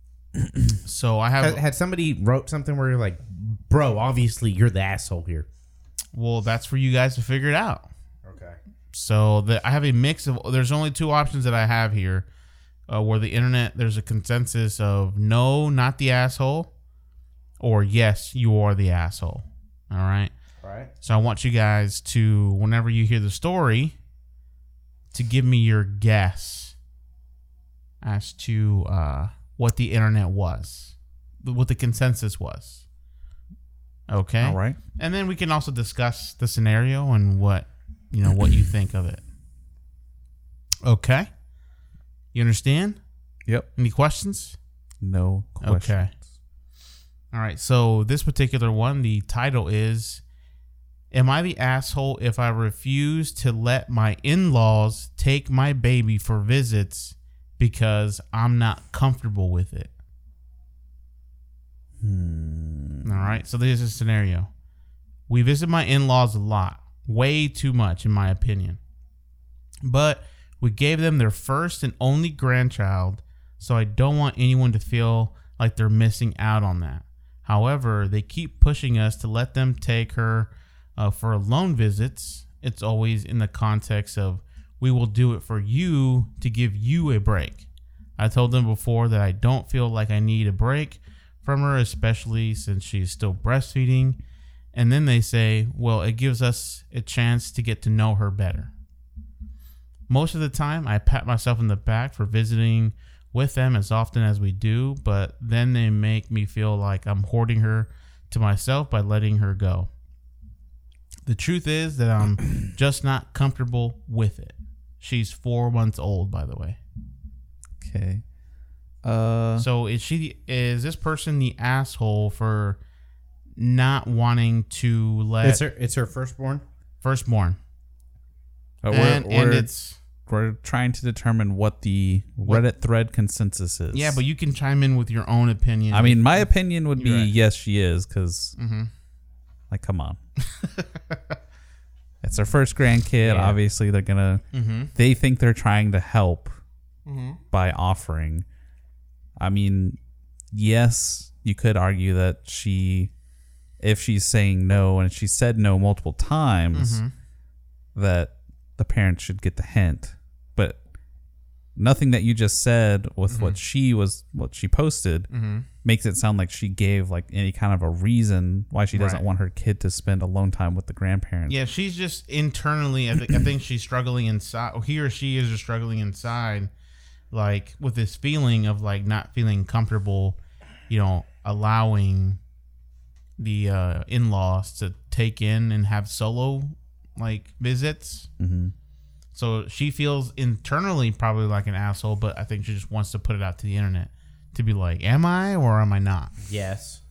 D: so I
C: Had,
D: have
C: had somebody wrote something where you're like, bro, obviously you're the asshole here.
D: well, that's for you guys to figure it out.
C: Okay.
D: So the, I have a mix of. There's only two options that I have here, uh, where the internet there's a consensus of no, not the asshole, or yes, you are the asshole. All right.
C: All right.
D: So I want you guys to, whenever you hear the story, to give me your guess as to uh, what the internet was, what the consensus was. Okay.
A: All right.
D: And then we can also discuss the scenario and what you know what you think of it. Okay. You understand?
A: Yep.
D: Any questions?
A: No question.
D: Okay. All right. So this particular one, the title is Am I the asshole if I refuse to let my in laws take my baby for visits because I'm not comfortable with it? All right. So there's a scenario. We visit my in laws a lot, way too much, in my opinion. But we gave them their first and only grandchild, so I don't want anyone to feel like they're missing out on that. However, they keep pushing us to let them take her uh, for loan visits. It's always in the context of we will do it for you to give you a break. I told them before that I don't feel like I need a break from her, especially since she's still breastfeeding. And then they say, well, it gives us a chance to get to know her better. Most of the time, I pat myself in the back for visiting with them as often as we do, but then they make me feel like I'm hoarding her to myself by letting her go. The truth is that I'm just not comfortable with it. She's four months old, by the way.
A: Okay. Uh,
D: So is she? Is this person the asshole for not wanting to let
F: It's her. It's her firstborn.
D: firstborn?
A: uh, we're,
D: and,
A: we're,
D: and it's
A: we're trying to determine what the Reddit thread consensus is.
D: yeah, but you can chime in with your own opinion.
A: I mean, my opinion would be
D: You're right. Mm-hmm.
A: yes, she is, because like, come on, it's their first grandkid. Obviously, they're gonna.
D: Mm-hmm.
A: They think they're trying to help by offering. I mean, yes, you could argue that she, if she's saying no and she said no multiple times, that the parents should get the hint, but. Nothing that you just said with what she was, what she posted, makes it sound like she gave like any kind of a reason why she doesn't
D: Right.
A: want her kid to spend alone time with the grandparents.
D: yeah, she's just internally. I think I think she's struggling inside, or he or she is just struggling inside, like with this feeling of like not feeling comfortable, you know, allowing the uh, in laws to take in and have solo like visits.
A: Mhm.
D: So she feels internally probably like an asshole, but I think she just wants to put it out to the internet to be like, am I or am I not?
F: Yes.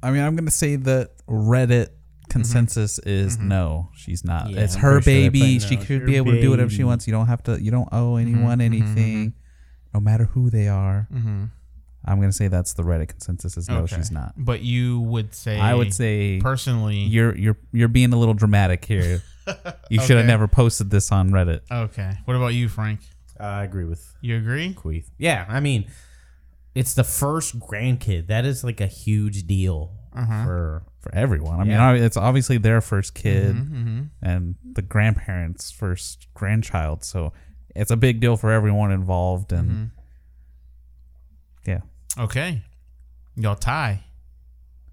A: I mean, I'm gonna say that Reddit consensus is no, she's not.
F: Mm-hmm. Yeah,
A: it's
F: I'm
A: her
F: pretty sure they're
A: baby.
F: playing,
A: she
F: no, it's
A: could
F: your
A: be able to do whatever she
F: baby. Mm-hmm,
A: wants. You don't have to. You don't owe anyone anything, no matter who they are.
F: Mm-hmm.
A: I'm gonna say that's the Reddit consensus is no,
D: Okay.
A: she's not.
D: But you would say,
A: I would say
D: personally,
A: you're you're you're being a little dramatic here. you should have
D: Okay.
A: never posted this on Reddit.
D: okay. What about you, Frank?
F: I agree with
D: You agree?
F: Queeth.
C: Yeah, I mean, it's the first grandkid. That is like a huge deal for
A: for everyone. I mean,
C: Yeah.
A: mean, it's obviously their first kid and the grandparents' first grandchild, so it's a big deal for everyone involved. And yeah,
D: Okay. Y'all tie.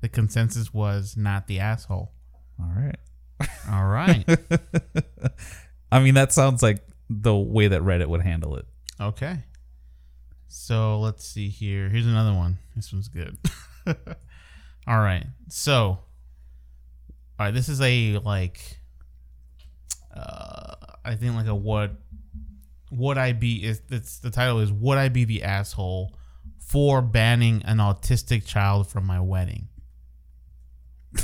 D: The consensus was not the asshole.
A: all right.
D: All right.
A: I mean, that sounds like the way that Reddit would handle it.
D: Okay. So let's see here. Here's another one. This one's good. all right. So, all right. This is a like, uh, I think like a what would I be? Is it's the title is would I be the asshole for banning an autistic child from my wedding?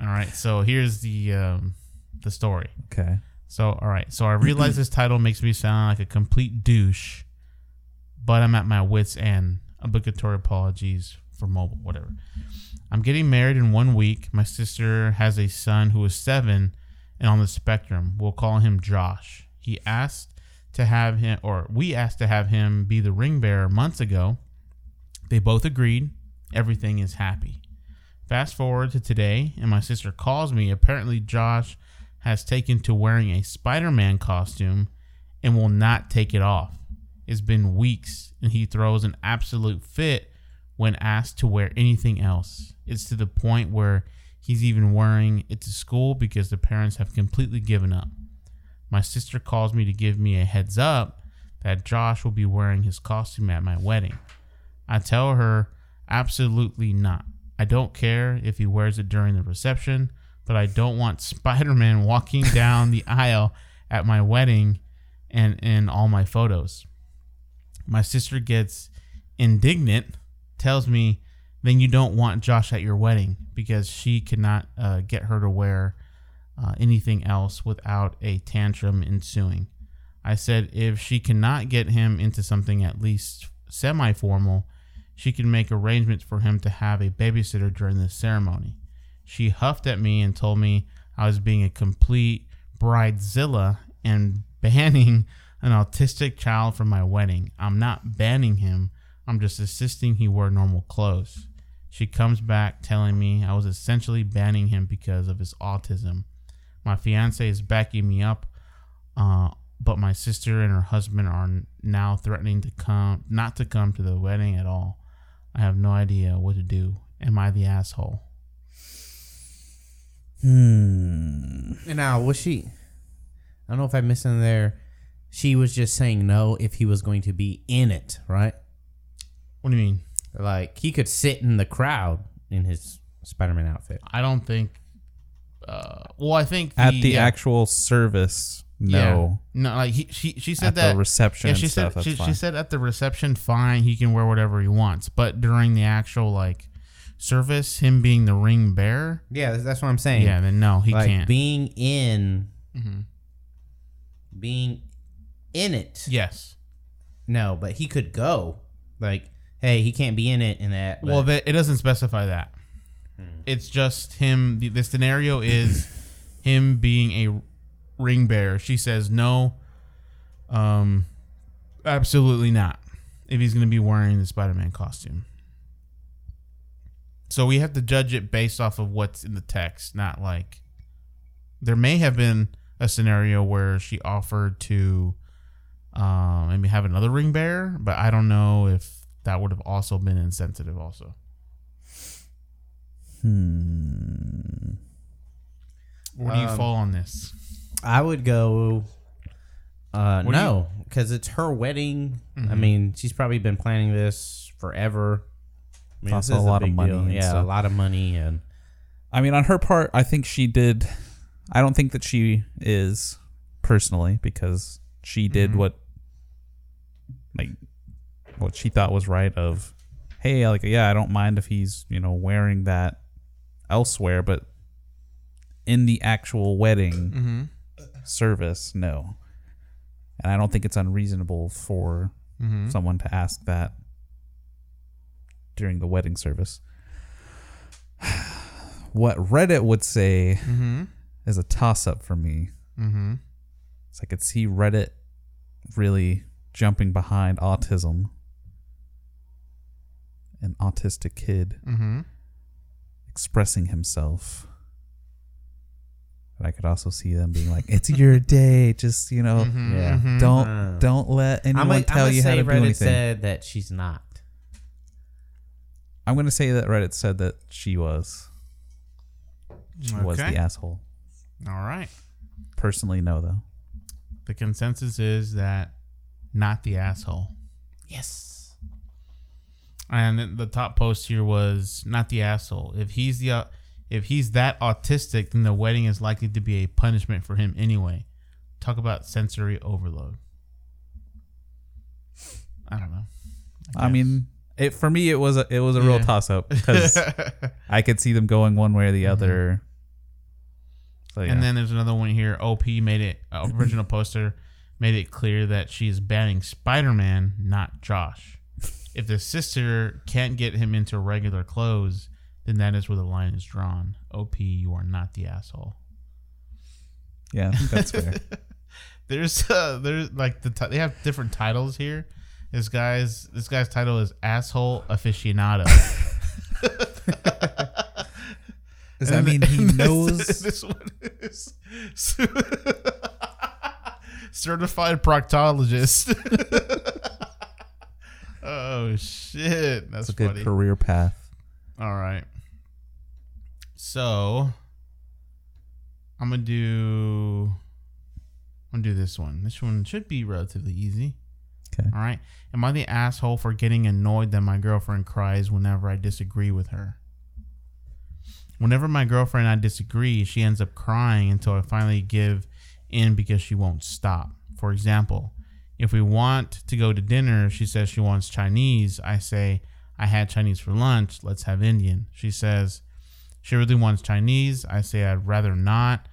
D: all right. So here's the um, the story.
A: Okay.
D: So, all right. So I realize this title makes me sound like a complete douche, but I'm at my wits' end. Obligatory apologies for mobile, whatever. I'm getting married in one week. My sister has a son who is seven and on the spectrum. We'll call him Josh. He asked to have him, or we asked to have him be the ring bearer months ago. They both agreed. Everything is happy. Fast forward to today, and my sister calls me. Apparently, Josh has taken to wearing a Spider Man costume and will not take it off. It's been weeks, and he throws an absolute fit when asked to wear anything else. It's to the point where he's even wearing it to school because the parents have completely given up. My sister calls me to give me a heads up that Josh will be wearing his costume at my wedding. I tell her, absolutely not. I don't care if he wears it during the reception, but I don't want Spider Man walking down the aisle at my wedding and in all my photos. My sister gets indignant, tells me, then you don't want Josh at your wedding because she cannot uh, get her to wear uh, anything else without a tantrum ensuing. I said if she cannot get him into something at least semi formal, she can make arrangements for him to have a babysitter during the ceremony. She huffed at me and told me I was being a complete bridezilla and banning an autistic child from my wedding. I'm not banning him, I'm just insisting he wear normal clothes. She comes back telling me I was essentially banning him because of his autism. My fiance is backing me up Uh, but my sister and her husband are now threatening to come, not to come to the wedding at all. I have no idea what to do. Am I the asshole?
C: And now, was she? I don't know if I missed in there. She was just saying no if he was going to be in it, right?
D: What do you mean?
C: Like he could sit in the crowd in his Spider-Man outfit.
D: I don't think. Uh, well, I think
A: At the
D: yeah,
A: actual service,
D: yeah.
A: no.
D: no. Like he, she, she said
A: At
D: that
A: the reception
D: Yeah,
A: and
D: she
A: stuff,
D: said
A: that's
D: she, she
A: fine.
D: said at the reception, fine, he can wear whatever he wants. But during the actual like service, him being the ring bearer,
C: Yeah, Mm-hmm. that's- that's what I'm saying.
D: yeah, then no, he
C: like
D: can't.
C: being in, being in it.
D: yes.
C: No, but he could go. Like, hey, he can't be in it in that.
D: Well,
C: but-
D: that, it doesn't specify that. It's just him. The, the scenario is him being a ring bearer. She says no. Um, absolutely not. If he's going to be wearing the Spider-Man costume. So we have to judge it based off of what's in the text, not like there may have been a scenario where she offered to um, maybe have another ring bearer, but I don't know if that would have also been insensitive. Also,
A: Hmm.
D: where do you
A: Um,
D: fall on this?
C: I would go. Uh,
D: What do you- Mm-hmm.
C: no, because it's her wedding. I mean, she's probably been planning this forever. I mean,
A: It's
C: this
A: also
C: is
A: a lot of
C: big
A: money
C: deal.
A: and
C: Yeah,
A: stuff.
C: a lot of money, and
A: I mean, on her part, I think she did. I don't think that she is personally because she did what, like, what she thought was right. Of, hey, like, yeah, I don't mind if he's you know wearing that elsewhere, but in the actual wedding service, no. And I don't think it's unreasonable for
D: Mm-hmm.
C: Mm-hmm.
A: someone to ask that during the wedding service what Reddit would say is a toss up for me.
D: Mm-hmm.
A: So I could see Reddit really jumping behind autism, an autistic kid
D: Mm-hmm.
A: expressing himself. But I could also see them being like, "It's your day, just you know,
D: Mm-hmm.
C: yeah.
A: don't
C: Mm.
A: don't let anyone
C: I'm gonna,
A: tell
C: I'm gonna
A: you how
C: say
A: to do
C: Reddit
A: anything."
C: said that she's not.
A: I'm gonna say that Reddit said that she was she was
D: Okay.
A: the asshole.
D: All right.
A: Personally, no though.
D: The consensus is that not the asshole.
C: Yes.
D: And then the top post here was not the asshole. If he's the au- if he's that autistic, then the wedding is likely to be a punishment for him anyway. Talk about sensory overload. I don't know.
A: I mean, it for me it was a it was a real
D: Yeah.
A: toss up because I could see them going one way or the other. So, yeah.
D: Mm-hmm. And then there's another one here. OP made it uh, original poster made it clear that she is banning Spider-Man, not Josh. If the sister can't get him into regular clothes, then that is where the line is drawn. OP, you are not the asshole.
A: yeah, I think that's fair.
D: There's uh, there's like the ti- they have different titles here. This guy's this guy's title is asshole aficionado.
A: I mean, he
D: And this-
A: knows.
D: this one is certified proctologist. oh shit,
A: It's
D: that's
A: a good
D: funny.
A: career path.
D: All right, so I'm gonna do. I'm gonna do this one. This one should be relatively easy.
A: Okay.
D: All right. Am I the asshole for getting annoyed that my girlfriend cries whenever I disagree with her? Whenever my girlfriend and I disagree, she ends up crying until I finally give in because she won't stop. For example, if we want to go to dinner, she says she wants Chinese. I say, I had Chinese for lunch. Let's have Indian. She says she really wants Chinese. I say, I'd rather not.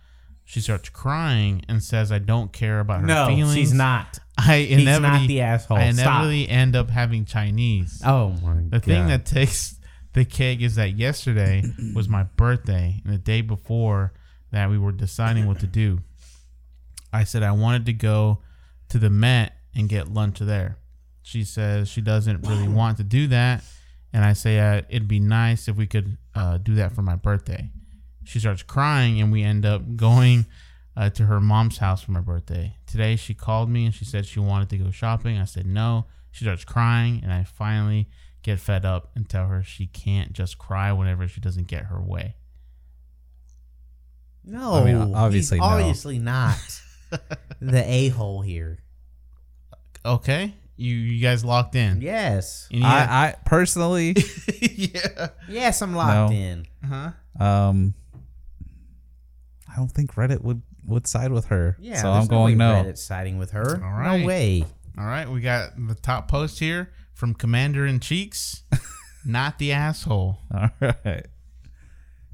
D: She starts crying and says, I don't care about her
C: No,
D: feelings.
C: she's not.
D: I
C: He's
D: inevitably,
C: not the asshole.
D: I
C: Stop.
D: inevitably end up having Chinese.
C: Oh my god.
D: the thing that takes the cake is that yesterday was my birthday, and the day before that, we were deciding what to do. I said I wanted to go to the Met and get lunch there. She says she doesn't really want to do that, and I say uh, it'd be nice if we could uh, do that for my birthday. She starts crying, and we end up going uh, uh, to her mom's house for my birthday. Today she called me and she said she wanted to go shopping. I said no. She starts crying, and I finally get fed up and tell her she can't just cry whenever she doesn't get her way.
C: No,
A: I mean, obviously
C: he's
A: no.
C: obviously not the a hole here.
D: Okay, you you guys locked in.
C: Yes,
D: And yeah.
A: I, I personally,
D: yeah. Uh-huh.
C: yes, I'm locked
A: No.
C: in.
D: Huh.
A: um, I don't think Reddit would would side with her.
C: Yeah,
A: so
C: there's
A: I'm going
C: no.
A: no.
C: way Reddit siding with her.
D: All right.
C: No way.
D: All right, we got the top post here from Commander in Cheeks, not the asshole.
A: All right.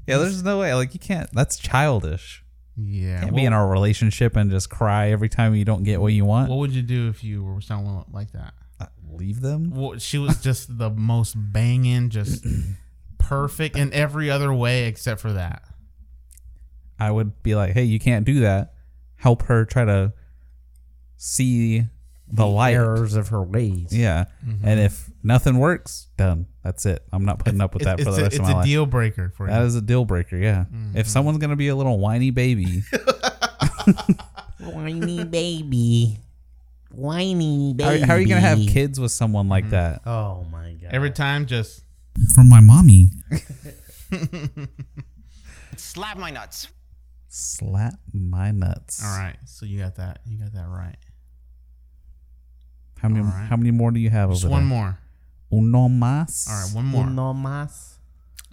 A: Yeah, there's no way. Like you can't. That's childish.
D: Yeah.
A: Can't
D: what,
A: be in a relationship and just cry every time you don't get what you want.
D: what would you do if you were someone like that?
A: Uh, Leave them.
D: Well, she was just the most banging, just perfect in every other way except for that.
A: I would be like, hey, you can't do that. Help her try to see the, light.
C: Errors of her ways.
A: Yeah.
D: Mm-hmm.
A: And if nothing works, done. That's it. I'm not putting up with that
D: It's,
A: for
D: it's
A: the
D: a,
A: rest
D: it's
A: of my
D: a Mm-hmm.
A: life.
D: deal breaker for
A: That
D: you.
A: is a deal breaker. Yeah. If someone's gonna be a little whiny baby,
C: Whiny baby. Whiny
A: how,
C: baby.
A: how are you gonna have kids with someone
D: Mm-hmm.
A: like that?
C: Oh my god.
D: Every time, just
A: From my mommy.
E: Slap my nuts.
A: Slap my nuts.
D: all right. So you got that. You got that right.
A: How many?
D: All right.
A: How many more do you have
D: Just
A: over
D: one
A: there?
D: more.
A: Uno más.
D: All right, one more.
C: No mas.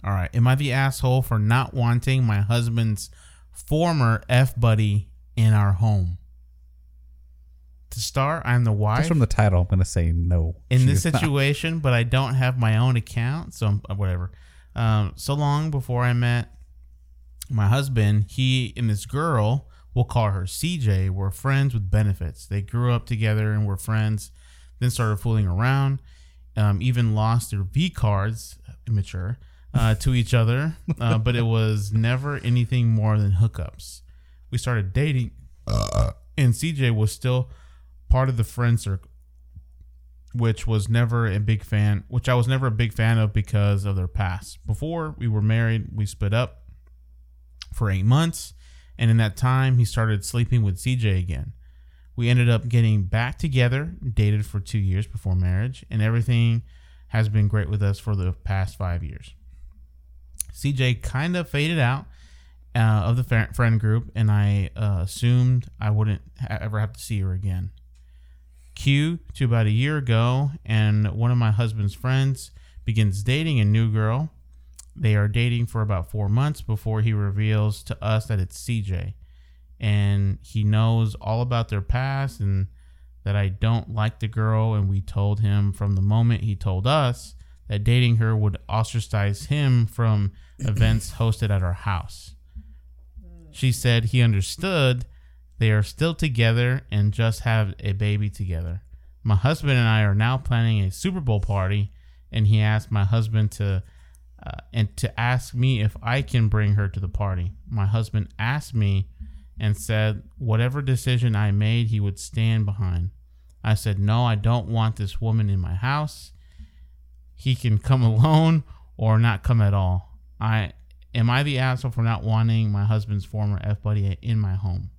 D: All right. Am I the asshole for not wanting my husband's former F buddy in our home? To start, I'm the
A: Just
D: wife
A: from the title, I'm gonna say no.
D: in this
A: She's not-
D: situation, but I don't have my own account, so I'm, uh, whatever. Um, so long before I met my husband, he and this girl, we'll call her CJ, were friends with benefits. They grew up together and were friends, then started fooling around, um, even lost their V cards, immature, uh, to each other, uh, but it was never anything more than hookups. We started dating, and CJ was still part of the friend circle which was never a big fan, which I was never a big fan of because of their past. Before we were married, we split up for eight months, and in that time, he started sleeping with CJ again. We ended up getting back together, dated for two years before marriage, and everything has been great with us for the past five years. CJ kind of faded out uh, of the fa- friend group, and I uh, assumed I wouldn't ha- ever have to see her again. Q to about a year ago, and one of my husband's friends begins dating a new girl. They are dating for about four months before he reveals to us that it's CJ. And he knows all about their past and that I don't like the girl. And we told him from the moment he told us that dating her would ostracize him from events hosted at our house. She said he understood. They are still together and just have a baby together. My husband and I are now planning a Super Bowl party, and he asked my husband to uh, and to ask me if I can bring her to the party. My husband asked me and said whatever decision I made, he would stand behind. I said no, I don't want this woman in my house. He can come alone or not come at all. I am I the asshole for not wanting my husband's former f buddy in my home?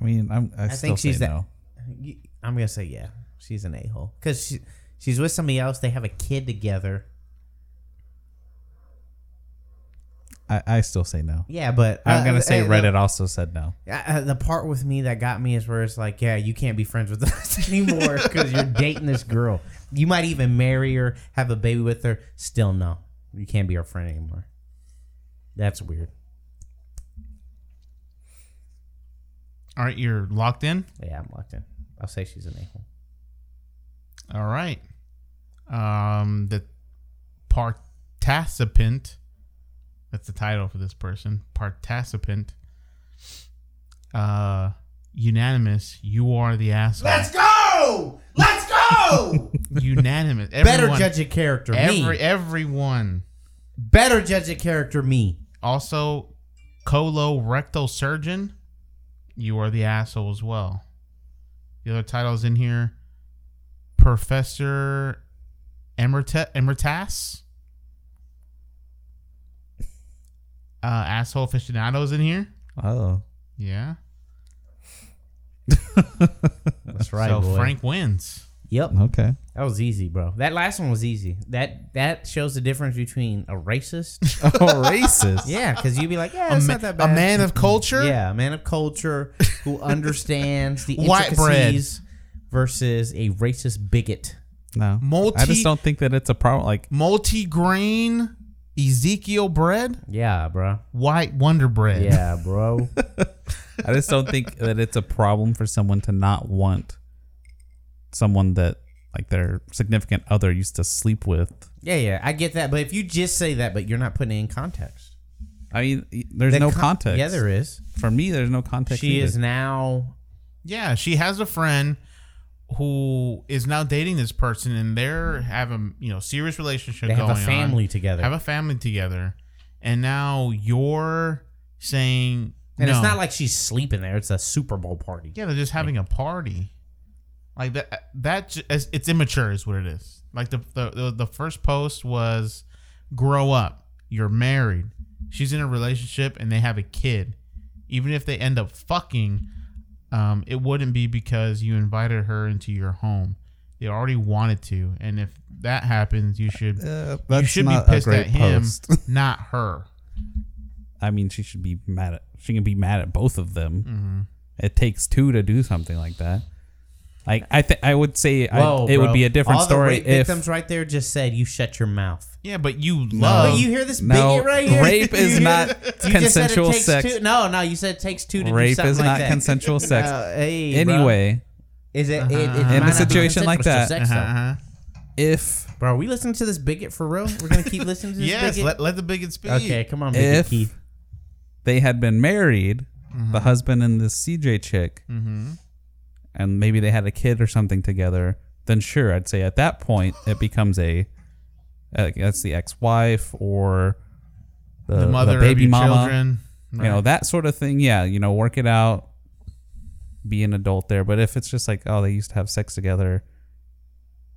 A: I mean, I'm, I,
C: I
A: still
C: think she's
A: say
C: that-
A: no.
C: You- I'm gonna say yeah. She's an a hole because she, she's with somebody else. They have a kid together.
A: I, I still say no.
C: Yeah, but
A: I'm gonna say
C: Reddit.
A: Reddit also said no.
C: Uh, the part with me that got me is where it's like, yeah, you can't be friends with us anymore because you're dating this girl. You might even marry her, have a baby with her. Still, no, you can't be our friend anymore. That's weird.
D: All right, you're locked in.
C: Yeah, I'm locked in. I'll say she's an a-hole.
D: All right. Um, the participant. That's the title for this person. Participant. Uh, unanimous. You are the asshole.
C: go! Let's go!
D: unanimous.
C: Better
D: Everyone-
C: judge of character,
D: Every e-,
C: me.
D: everyone.
C: Better judge of character, me.
D: Also, colorectal surgeon. You are the asshole as well. The other titles in here. Professor Emerita- Emeritas. uh, asshole aficionados in here.
A: Oh,
D: Yeah.
C: That's right,
D: so
C: boy.
D: Frank wins.
C: Yep.
A: Okay.
C: That was easy, bro. That last one was easy. That that shows the difference between a racist.
A: Oh, racist.
C: yeah, because you'd be like, yeah,
D: a,
C: it's
D: ma-
C: not that
D: a
C: bad.
D: man of culture.
C: Yeah, a man of culture who understands the
D: White bread.
C: intricacies versus a racist bigot.
A: No.
D: Multi-
A: I just don't think that it's a problem. Like,
D: multi-grain Ezekiel bread,
C: Yeah, bro.
D: white Wonder bread.
C: Yeah, bro.
A: I just don't think that it's a problem for someone to not want someone that like their significant other used to sleep with.
C: yeah, yeah. I get that, but if you just say that, but you're not putting it in context.
A: I mean, y- there's
C: The
A: no
C: con-
A: context.
C: Yeah, there is.
A: For me, there's no context.
C: She
A: either.
C: is now.
D: Yeah, she has a friend who is now dating this person, and they're having you know serious
C: Hmm.
D: relationship.
C: They have a
D: going on.
C: family together,
D: Have a family together, and now you're saying
C: and
D: no.
C: it's not like she's sleeping there. It's a Super Bowl party.
D: yeah, they're just having a party. Like that, that ju- it's it's immature, is what it is. Like the the the, the first post was, grow up. You're married. She's in a relationship and they have a kid. Even if they end up fucking, um, it wouldn't be because you invited her into your home. They already wanted to, and if that happens, you should
A: Uh,
D: you
A: that's
D: should be
A: not a
D: pissed
A: great
D: at him,
A: post.
D: not her.
A: I mean, she should be mad at. She can be mad at both of them.
C: Mm-hmm.
A: It takes two to do something like that. Like I think I would say I,
C: Whoa,
A: it would
C: bro.
A: be a different
C: All
A: story
C: the rape
A: if
C: victims right there just said, "You shut your mouth."
D: Yeah, but you love.
C: But you hear this bigot
A: no
C: right here?
A: rape
C: You
A: is
C: hear
A: not
C: You just said it
A: consensual
C: takes
A: sex.
C: Two. No, no, you said it takes two to do
A: Rape
C: something
A: is
C: like
A: not
C: that.
A: consensual sex.
C: No, hey, bro.
A: anyway,
C: is it, it, it
D: In
A: a
C: might not be
A: situation like
C: consensual
A: that.
C: sex, though.
D: Uh-huh.
A: if
C: bro, are we listening to this bigot for real? We're gonna keep listening to this
D: Yes,
C: bigot.
D: let, let the bigot speak.
C: okay, come on, bigot
A: if
C: Keith.
A: they had been married,
D: Mm-hmm.
A: the husband and this CJ chick, and maybe they had a kid or something together, then sure, I'd say at that point it becomes a uh, that's the ex-wife or the,
D: the mother
A: baby
D: of your
A: mama,
D: children.
A: you know
D: Right.
A: that sort of thing. Yeah, you know, work it out, be an adult there. But if it's just like oh, they used to have sex together.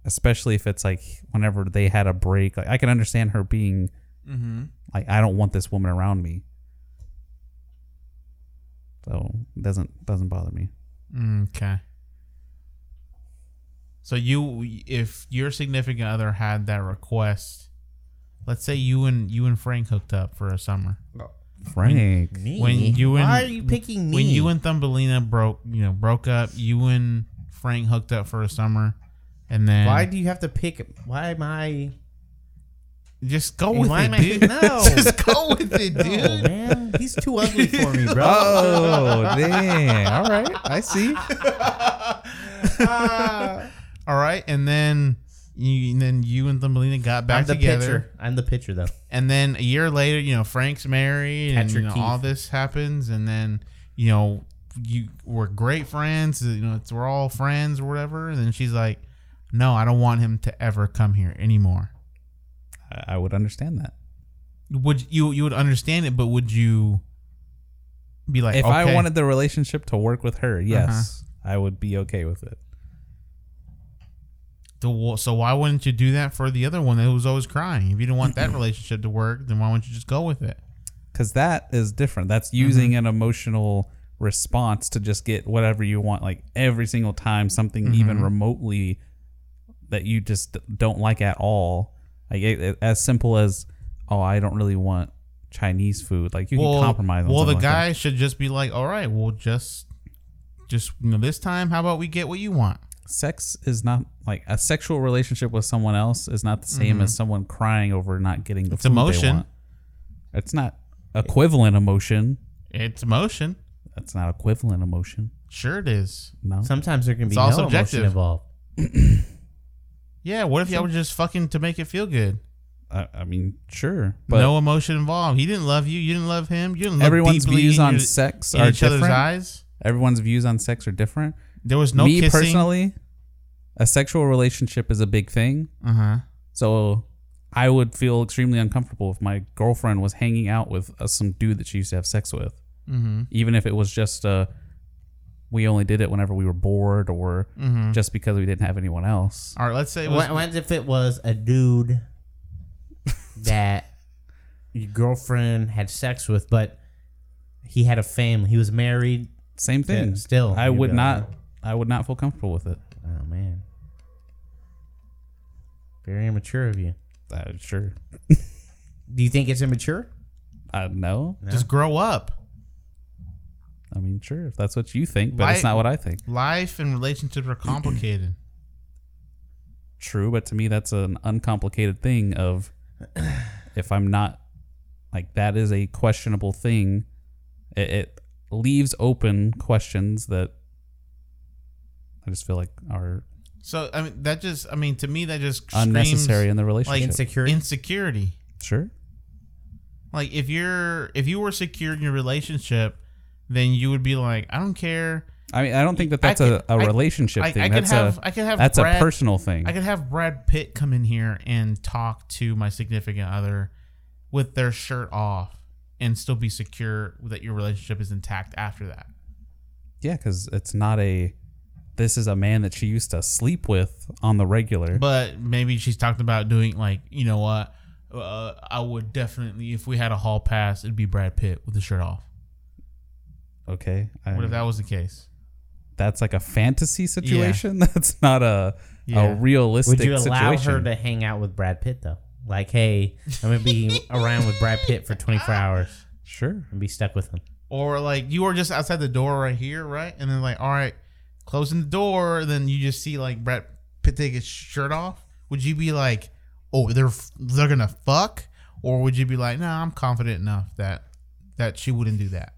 A: Especially if it's like whenever they had a break, like I can understand her being
C: Mm-hmm.
A: like I don't want this woman around me. So it doesn't doesn't bother me.
D: Okay. So you, if your significant other had that request, let's say you and you and Frank hooked up for a summer.
A: Frank.
C: Me?
D: When you and
C: why are you picking me?
D: When you and Thumbelina broke, you know, broke up. You and Frank hooked up for a summer, and then
C: why do you have to pick? Why am I?
D: just go
C: Hey,
D: with
C: why
D: it,
C: am I-
D: dude.
C: No.
D: just go with it, dude.
C: No, Oh, man, he's too ugly for me, bro.
A: Oh dang. All right. I see.
D: All right, and then you, and then you and Thumbelina got back
C: I'm the
D: together.
C: pitcher. I'm the pitcher, though.
D: and then a year later, you know, Frank's married, and
C: Catcher
D: you know,
C: Keith.
D: all this happens, and then you know, you we're great friends, you know, it's, we're all friends or whatever. And then she's like, "No, I don't want him to ever come here anymore."
A: I, I would understand that.
D: Would you you would understand it, but would you be like,
A: If I
D: "Okay."
A: wanted the relationship to work with her, yes,
C: Uh-huh.
A: I would be okay with it.
D: The wa- so why wouldn't you do that for the other one that was always crying? If you didn't want that relationship to work, then why wouldn't you just go with it?
A: Cause that is different. That's
D: Mm-hmm.
A: using an emotional response to just get whatever you want, like every single time something
D: Mm-hmm.
A: even remotely that you just don't like at all. Like it, it- as simple as, oh, I don't really want Chinese food. Like you can compromise. On
D: well, the
A: something like that.
D: guy should just be like, "All right, well, just, just you know, this time, how about we get what you want?"
A: sex is not like a sexual relationship with someone else is not the same as someone crying over not getting the
D: Mm-hmm. It's
A: food They
D: emotion.
A: want. It's not equivalent emotion.
D: It's emotion.
A: That's not equivalent emotion.
D: Sure, it is.
A: No.
C: Sometimes there can be
D: all
C: no
D: subjective.
C: emotion involved.
D: Yeah. What if y'all were just fucking to make it feel good?
A: I, I mean, sure, but
D: no emotion involved. He didn't love you. You didn't love him. You didn't. Look
A: everyone's
D: deeply
A: views
D: in
A: on
D: your-
A: sex
D: in
A: are
D: each other's
A: different.
D: eyes.
A: Everyone's views on sex are different.
D: There was no
A: Me
D: kissing.
A: personally, a sexual relationship is a big thing.
D: uh huh.
A: So I would feel extremely uncomfortable if my girlfriend was hanging out with uh, some dude that she used to have sex with, mm-hmm. even if it was just uh, we only did it whenever we were bored or
D: Mm-hmm.
A: just because we didn't have anyone else.
D: All right. Let's say it was.
C: What, what if it was a dude that your girlfriend had sex with, but he had a family. He was married.
A: Same thing.
C: still,
A: I
C: you
A: would
C: got
A: not I would not feel comfortable with it.
C: Oh man. Very immature of you.
A: Uh, sure.
C: Do you think it's immature?
A: I no.
D: Just grow up.
A: I mean, sure, if that's what you think, but it's
D: Why-
A: not what I think.
D: Life and relationships are complicated.
A: True, but to me, that's an uncomplicated thing. Of if I'm not like that is a questionable thing. It, it leaves open questions that I just feel like are
D: so I mean, that just I mean to me that just screams
A: unnecessary in the relationship.
D: like
C: Insecurity?
D: Insecurity.
A: sure.
D: Like if you're if you were secure in your relationship, then you would be like, I don't care.
A: I mean, I don't think that
D: I
A: that's a
D: could-
A: a
D: I-
A: relationship
D: I- I
A: thing.
D: could
A: that's
D: have-
A: a
D: I could have
A: that's
D: Brad-
A: a personal thing.
D: I could have Brad Pitt come in here and talk to my significant other with their shirt off and still be secure that your relationship is intact after that.
A: yeah, because it's not a. This is a man that she used to sleep with on the regular.
D: But maybe she's talked about doing like, you know what? Uh, I would definitely, if we had a hall pass, it'd be Brad Pitt with the shirt off.
A: okay, I-
D: What if that was the case?
A: that's like a fantasy situation. That's not a
D: Yeah.
A: a realistic
C: Would you allow
A: situation.
C: her to hang out with Brad Pitt though? Like, hey, I'm gonna be around with Brad Pitt for 24 hours
A: sure.
C: and be stuck with him.
D: Or like you are just outside the door right here, right? And then like, all right, closing the door. Then you just see like Brad Pitt take his shirt off. Would you be like, oh, they're they're gonna fuck? Or would you be like, nah, I'm confident enough that that she wouldn't do that.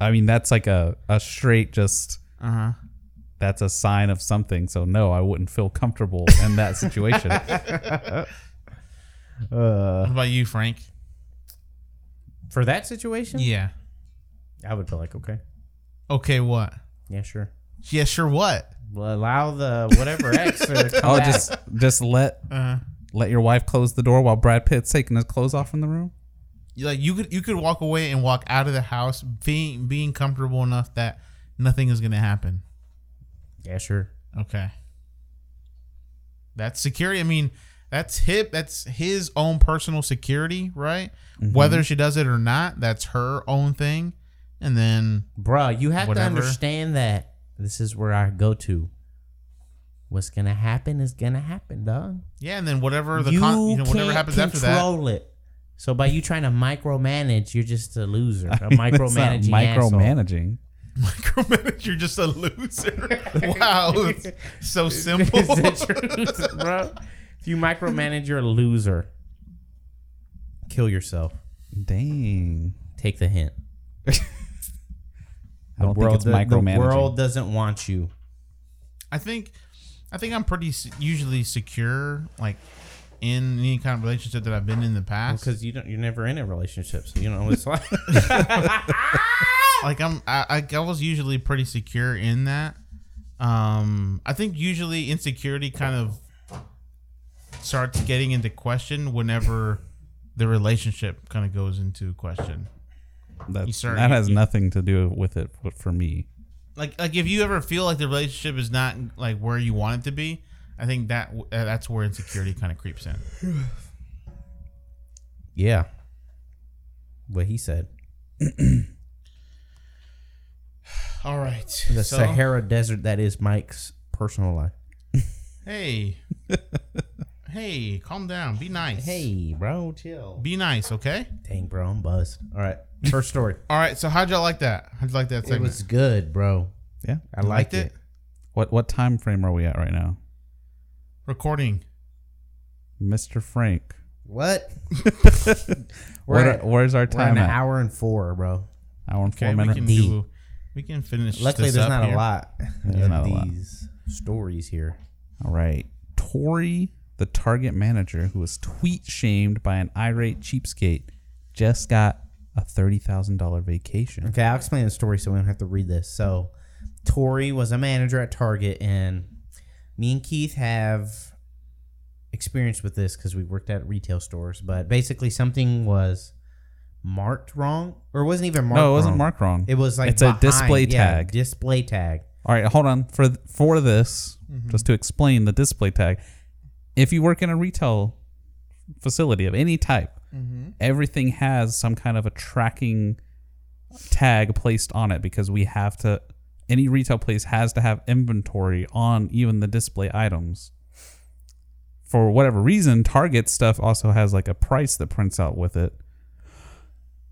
A: I mean, that's like a a straight just.
D: Uh huh.
A: That's a sign of something. So no, I wouldn't feel comfortable in that situation.
D: What about you, Frank?
C: For that situation,
D: Yeah.
C: I would feel like okay,
D: Okay, what?
C: yeah, sure.
D: Yeah, sure. What?
C: Well, allow the whatever ex to come
A: oh,
C: back.
A: just just let
D: Uh,
A: let your wife close the door while Brad Pitt's taking his clothes off from the room.
D: you- like you could you could walk away and walk out of the house being being comfortable enough that nothing is gonna happen.
C: yeah, sure.
D: Okay. That's security. I mean, that's hip. That's his own personal security, right?
C: Mm-hmm.
D: Whether she does it or not, that's her own thing. And then,
C: Bruh, you have
D: Whatever.
C: to understand that this is where I go to. What's gonna happen is gonna happen, dog.
D: yeah, and then whatever the con- you know whatever happens after that.
C: control it. So by you trying to micromanage, you're just a loser, a micromanaging asshole.
A: Micromanaging.
D: Micromanage, you're just a loser. wow, it's so simple.
C: Is the truth, bro? If you micromanage, you're a loser. Kill yourself.
A: Dang.
C: Take the hint.
A: I don't think it's
C: the, the
A: micromanaging.
C: world doesn't want you.
D: I think, I think I'm pretty se- usually secure, like in any kind of relationship that I've been in in the past.
C: Because you don't. You're never in a relationship, so you don't know what it's like.
D: like I'm I, I I was usually pretty secure in that. Um I think usually insecurity kind of starts getting into question whenever the relationship kind of goes into question.
A: That's,
D: You
A: that
D: certainly-
A: has nothing to do with it f- for me.
D: Like like if you ever feel like the relationship is not like where you want it to be, I think that w- uh, that's where insecurity kind of creeps in.
C: yeah. What he said.
D: All right.
C: The
D: so-
C: Sahara Desert that is Mike's personal life.
D: Hey. hey, calm down. Be nice.
C: Hey, bro, chill.
D: Be nice, okay?
C: Dang, bro, I'm buzzed. All right, first story.
D: All right, so how'd y'all like that? How'd you like that
C: it
D: segment?
C: was good, bro.
A: Yeah.
C: I liked, it.
A: What what time frame are we at right now,
D: Recording.
A: Mister Frank?
C: What?
A: What
C: we're
A: are- where's our
C: we're at
A: time
C: an
A: at?
C: hour and four, bro.
A: Hour and four
D: Okay, we
A: minutes.
D: can
C: D.
D: do. We can finish.
C: Luckily,
D: this
C: there's
D: up
C: not
D: here.
C: a lot
A: There's
C: of
A: not a lot.
C: these stories here.
A: All right. Tori, the Target manager who was tweet shamed by an irate cheapskate, just got a thirty thousand dollar vacation.
C: Okay, I'll explain the story so we don't have to read this. So, Tori was a manager at Target, and me and Keith have experience with this because we worked at retail stores. But basically, something was marked wrong, or it wasn't even marked.
A: No, it wasn't
C: wrong.
A: marked wrong.
C: It was like
A: It's a display
C: yeah,
A: tag.
C: display tag.
A: All right, hold on for for this,
C: Mm-hmm.
A: just to explain the display tag. If you work in a retail facility of any type,
C: Mm-hmm.
A: everything has some kind of a tracking tag placed on it because we have to any retail place has to have inventory on even the display items. For whatever reason, Target stuff also has like a price that prints out with it.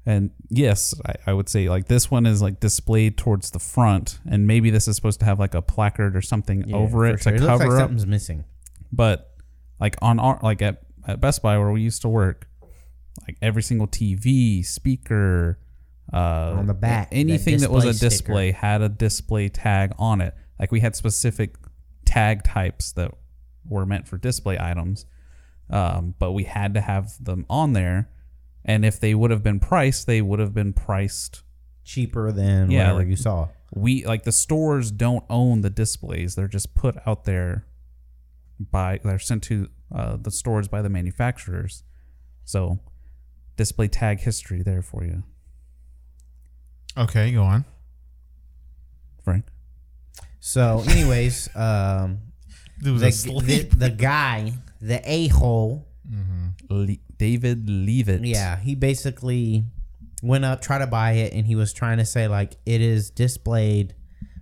A: And yes, I, I would say like this one is like displayed towards the front, and maybe this is supposed to have like a placard or something over it
C: for sure.
A: to
C: it looks
A: cover
C: like
A: up
C: something's missing.
A: but like on our like at, at Best Buy where we used to work, like every single TV, speaker, uh, on
C: the back, that
A: anything that was a
C: display
A: display had a display tag on it. Like we had specific tag types that were meant for display items, um, but we had to have them on there. And if they would have been priced, they would have been priced
C: Cheaper than
A: Yeah,
C: whatever
A: like-
C: you saw.
A: we like the stores don't own the displays they're just put out there by they're sent to uh, the stores by the manufacturers so display tag history there for you
D: Okay, go on.
A: frank
C: So, anyways, um,
D: Dude was
C: the, the,
D: asleep.
C: the guy, the a hole,
A: Le- david leavitt
C: yeah, he basically went up, tried to buy it, and he was trying to say, like, it is displayed,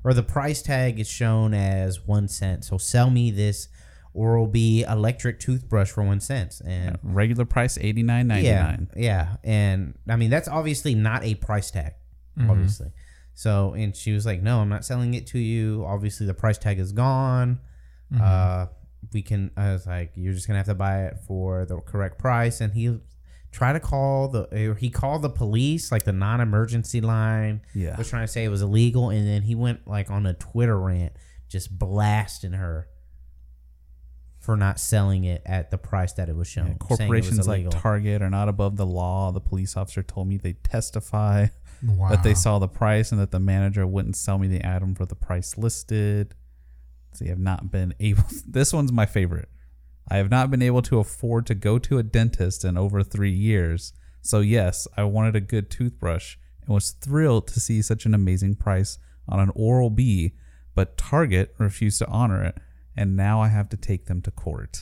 C: or the price tag is shown as one cent. So, sell me this Oral B electric toothbrush for one cent. And
A: regular price 89.99
C: yeah, yeah. And I mean, that's obviously not a price tag,
A: Mm-hmm.
C: obviously. So, and she was like, no, I'm not selling it to you. Obviously, the price tag is gone.
A: Mm-hmm.
C: Uh, we can, I was like, you're just going to have to buy it for the correct price. And he tried to call the, or he called the police, like the non emergency line.
A: Yeah.
C: Was trying to say it was illegal. And then he went like on a Twitter rant, just blasting her. For not selling it at the price that it was shown. saying it was
A: corporations like
C: illegal.
A: target are not above the law the police officer told me they testify
D: wow.
A: that they saw the price and that the manager wouldn't sell me the item for the price listed. So you have not been able. This one's my favorite. I have not been able to afford to go to a dentist in over three years. So yes, I wanted a good toothbrush and was thrilled to see such an amazing price on an Oral B, but Target refused to honor it, and now I have to take them to court.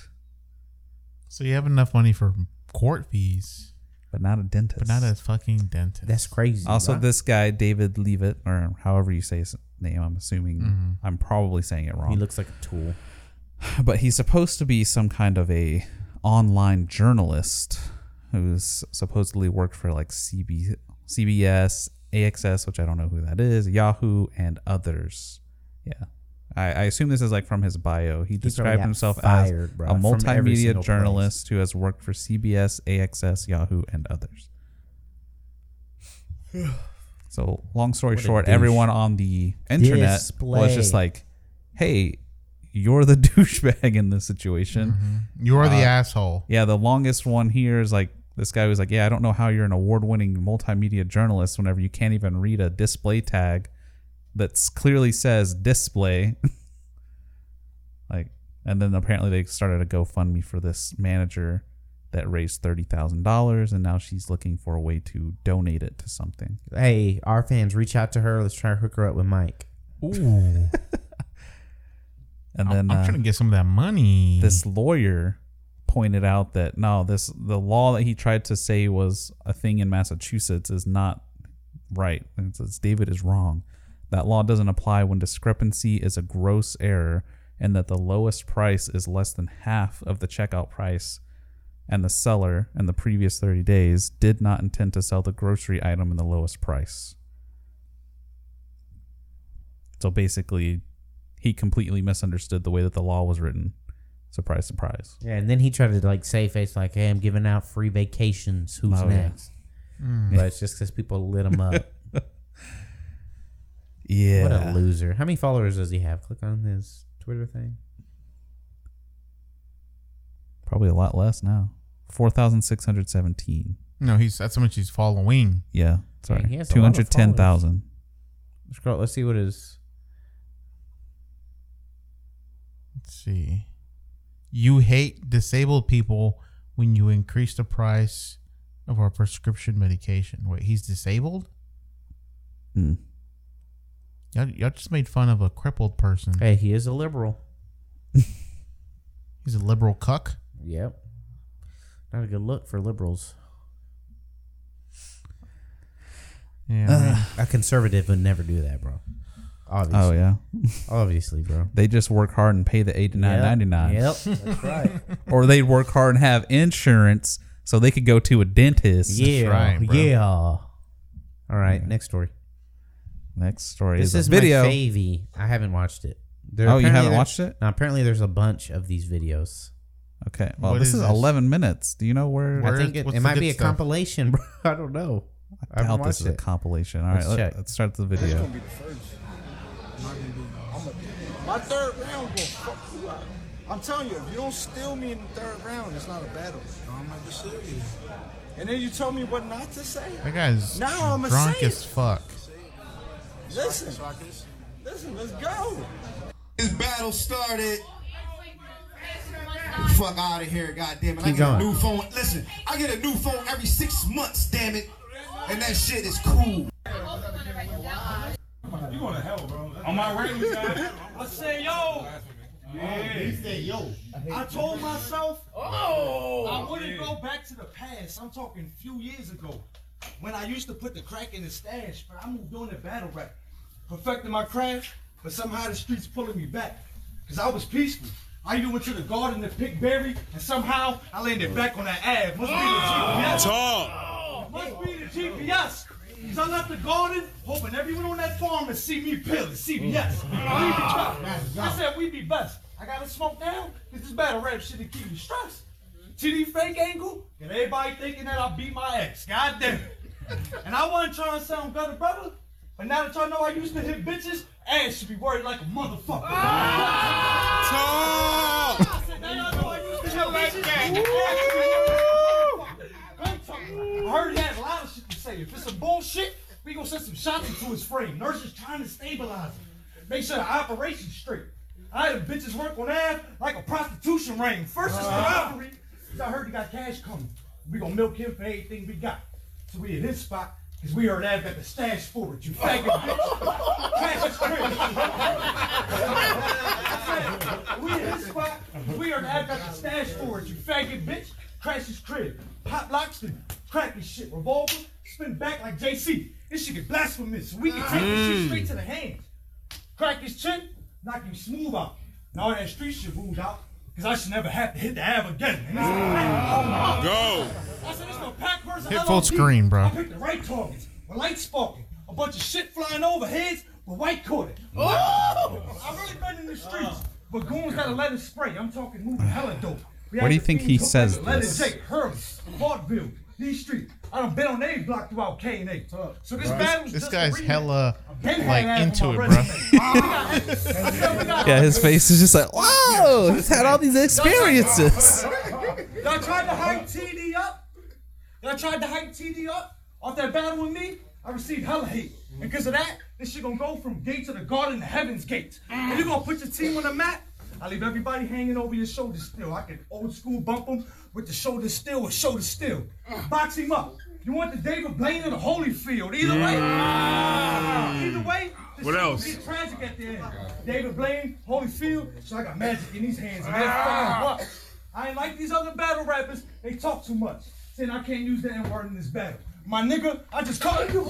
D: So you have enough money for court fees,
A: But not a dentist.
D: but not a fucking dentist.
C: That's crazy.
A: Also,
C: right?
A: this guy David Leavitt, or however you say his name, I'm assuming I'm probably saying it wrong.
C: he looks like a tool.
A: but he's supposed to be some kind of a online journalist who's supposedly worked for like CB, CBS, AXS, which I don't know who that is, Yahoo, and others. Yeah. I, I assume this is like from his bio. He described
C: got
A: himself as
C: fired,
A: a
C: bro, from every single
A: multimedia
C: place.
A: journalist who has worked for CBS, AXS, Yahoo, and others. So, long story short, everyone on the internet was just
C: Display.
A: like, hey, you're the douchebag in this situation.
D: Mm-hmm. you are the asshole.
A: Yeah, the longest one here is like this guy was like, Yeah, I don't know how you're an award winning multimedia journalist whenever you can't even read a display tag that clearly says display. like, and then apparently they started a GoFundMe for this manager that raised $30,000, and now she's looking for a way to donate it to something.
C: Hey, our fans, reach out to her. Let's try to hook her up with Mike.
D: Ooh.
A: And
D: I'm,
A: then
D: I'm
A: uh,
D: trying to get some of that money.
A: this lawyer pointed out that no this the law that he tried to say was a thing in massachusetts is not right and says david is wrong that law doesn't apply when discrepancy is a gross error and that the lowest price is less than half of the checkout price and the seller in the previous 30 days did not intend to sell the grocery item in the lowest price so basically he completely misunderstood the way that the law was written surprise surprise
C: Yeah, and then he tried to like say face like, "Hey, I'm giving out free vacations. Who's
A: Oh, yeah.
C: next?" But it's just because people lit him up.
A: yeah
C: What a loser! How many followers does he have? Click on his Twitter thing.
A: probably a lot less now 4617
D: no, he's that's how much he's following.
A: yeah
C: Dang,
A: sorry
C: he has a lot of
A: 210000
C: Scroll. Let's see what his.
D: Let's see. You hate disabled people when you increase the price of our prescription medication. Wait, he's disabled?
A: Hmm.
D: Y'all, y'all just made fun of a crippled person.
C: Hey, he is a liberal.
D: He's a liberal cuck.
C: Yep. Not a good look for liberals.
D: Yeah.
C: A conservative would never do that, bro. Obviously.
A: Oh yeah,
C: Obviously, bro.
A: they just work hard and pay the eighty nine ninety nine,
C: Yep. That's right.
A: or they work hard and have insurance so they could go to a dentist.
C: yeah.
D: right, bro.
C: yeah. All right. Next story.
A: Next story
C: This
A: is,
C: is
A: a video.
C: my favy. I haven't watched it. There-
A: Oh, you
C: apparently
A: haven't
C: there-
A: watched it?
C: No, apparently, there's a bunch of these videos.
A: Okay. Well,
D: What
A: this
D: is
A: is,
D: this?
A: eleven minutes. Do you know where?
D: Where
C: I think
D: is-
C: it,
D: what's
C: it
D: the
C: might
D: good
C: be a
D: stuff?
C: compilation, bro. I don't know.
A: I
C: haven't
A: doubt this
C: watched
A: is a
C: it.
A: compilation. All right,
C: Let's
A: let,
C: check.
A: let's start the video.
G: My third round gonna fuck you up. I'm telling you, if you don't steal me in the third round, it's not a battle. I'm not serious. And then you told me what not to say?
D: That guy's
G: Now I'ma
D: drunk
G: say
D: as
G: it.
D: fuck.
G: Listen. Listen, let's go.
H: This battle started. Fuck out of here, goddamn it! I get
C: Keep going.
H: a new phone. Listen, I get a new phone every six months, damn it. And that shit is cool.
G: I say yo. He said yo. I told myself, oh, I wouldn't go back to the past. I'm talking few years ago, when I used to put the crack in the stash, but I moved on to battle rap, perfecting my craft. But somehow the streets pulling me back, cause I was peaceful. I even went to the garden to pick berry, and somehow I landed back on that ad. Must be the GPS. Must be the GPS. Cause I left the garden hoping everyone on that farm would see me pill and CBS. We be tough. I said we be best. I gotta smoke down because this battle rap shit to keep me stressed. TD fake angle and everybody thinking that I beat my ex. God damn it. And I wasn't trying to sound better, brother. But now that y'all know I used to hit bitches, ass should be worried like a motherfucker. I said, now y'all know I used to hit bitches, ass should be worried like a motherfucker. I heard he had a lot of shit to say. If it's some bullshit, we gonna send some shots into his frame. Nurses trying to stabilize him. Make sure the operation's straight. I had the bitches work on ass like a prostitution ring. First is the robbery. 'cause I heard you got cash coming. We gonna milk him for anything we got. So we in his spot, cause we heard Av got the stash for it, you faggot bitch. Cash is crib. we in his spot, we heard Av got the stash for it, you faggot bitch. Crash his crib. Pop locks the crack his shit. Revolver, spin back like JC. This shit get blasphemous. We can take this shit straight to the hands crack his chin, knock him smooth out. And all that street shit ruled out, because I should never have to hit the ab again. And this is a pack. I said, this is a pack versus
D: Hit full
G: LOD.
D: screen, bro.
G: I picked the right targets, with lights sparking, a bunch of shit flying over heads, but white caught it.
D: Oh!
G: I've really been in the streets, but goons gotta let it spray. I'm talking moving hella dope. We
A: Where
G: had
A: do you
G: the
A: think
G: fiends
A: he
G: hooked
A: says
G: up with Leonard
A: this?
G: Jake, Herbs, Vaudeville, D Street. I done been on A block throughout K and A. So this battle's
D: This
G: just a
D: guy's
G: rematch.
D: hella
G: Been had
D: like
G: ass
D: into
G: on
D: it,
G: my
D: bro.
G: resume. I said we got-
A: Yeah, his face is just like, whoa, he's had all these experiences.
G: Y'all tried to hype TD up. Y'all tried to hype TD up off that battle with me. I received hella hate. And because of that, this shit gonna go from gate to the garden to heaven's gate. And you gonna put your team on the map. I leave everybody hanging over your shoulders still. I can old school bump them with the shoulders still or shoulder still. Box him up. You want the David Blaine or the Holyfield? Either way. Either way. What else? Be tragic at the end. David Blaine, Holyfield. So I got magic in these hands. And that's fine. What? I ain't like these other battle rappers. They talk too much. Saying I can't use the N word in this battle. My nigga, I just called you.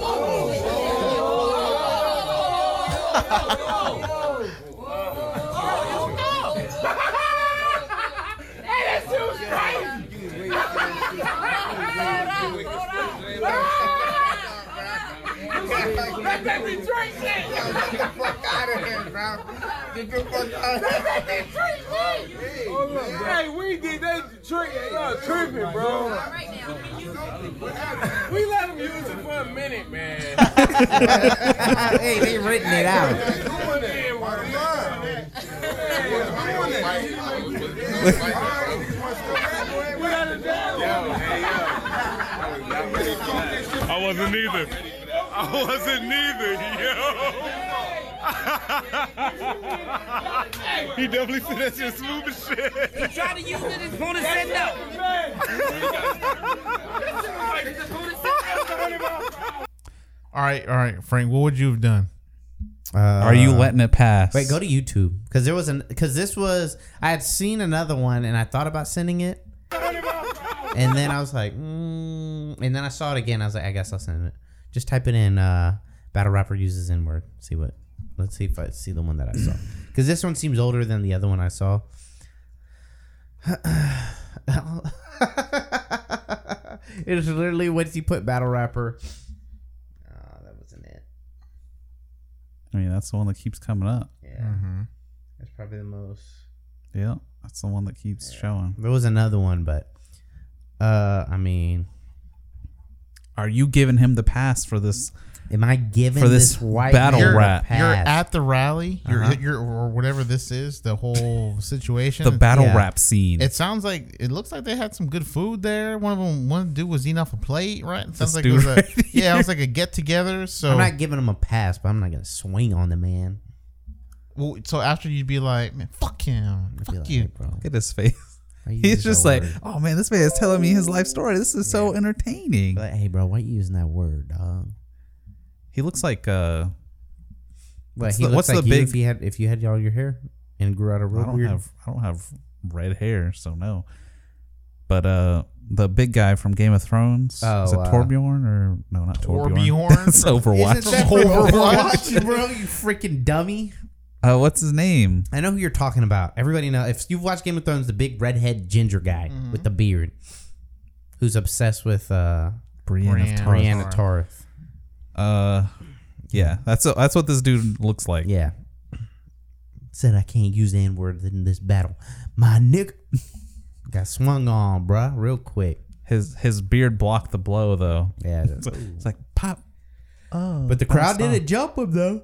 G: Hey, we did that tripping, uh, tripping, bro. We let him use it for a minute, man.
C: hey, they written it out.
I: I wasn't either. I wasn't neither, yo. he definitely said that shit smooth as shit.
D: All right, all right, Frank. What would you have done?
C: Uh,
A: Are you letting it pass?
C: Wait, go to YouTube because there was an because this was I had seen another one and I thought about sending it, and then I was like, mm, and then I saw it again. I was like, I guess I'll send it. Just type it in. Uh, battle rapper uses N word. See what Let's see if I see the one that I saw. Because this one seems older than the other one I saw. it is literally what he put battle rapper. Oh, that wasn't it.
A: I mean, that's the one that keeps coming up.
C: Yeah. That's probably the most.
A: Yeah, that's the one that keeps showing.
C: There was another one, but uh I mean,
A: Are you giving him the pass for this?
C: am I giving
A: For
C: this,
A: this
C: white
A: battle
C: man a
A: rap.
C: pass?
D: You're at the rally, you're,
A: Uh-huh.
D: you're or whatever this is, the whole situation.
A: The battle
C: yeah.
A: rap scene.
D: It sounds like it looks like they had some good food there. One of them, one dude was eating off a plate, right? It sounds like it
A: dude
D: was a,
A: right here.
D: yeah, it was like a get together. So
C: I'm not giving him a pass, but I'm not gonna swing on the man.
D: well, so after you'd be like, man, fuck him,
C: I'd
D: fuck
C: be like,
D: you.
C: "Hey, bro.
A: Look at his face.
C: why you
A: He's
C: using
A: just
C: that
A: like,
C: word?"
A: oh man, this man is telling me his life story. This is so entertaining.
C: Like, hey, bro, why you using that word, dog?
A: He looks like uh,
C: But
A: What's
C: he
A: the- what's
C: looks
A: the
C: like you
A: big-
C: if he had if you had all your hair and grew out a
A: I
C: real
A: don't
C: weird.
A: have I don't have red hair, so no. But uh, the big guy from Game of Thrones is
C: Oh,
A: it
C: uh,
A: Torbjorn or no, not Torbjorn.
D: Torbjorn?
A: That's Overwatch.
C: Isn't that from
D: Overwatch?
C: Overwatch, bro? You freaking dummy!
A: Uh, what's his name?
C: I know who you're talking about. Everybody know if you've watched Game of Thrones, the big redhead ginger guy
D: Mm-hmm.
C: with the beard, who's obsessed with uh,
A: Brienne of
D: Brienne.
A: Tarth.
C: Brianna Tarth.
A: Uh, yeah, that's that's what this dude looks like.
C: Yeah, said I can't use the N word in this battle. My nigga got swung on, bruh, real quick.
A: His his beard blocked the blow though.
C: Yeah,
A: It's, it's like pop. Oh,
C: but the crowd didn't jump him though.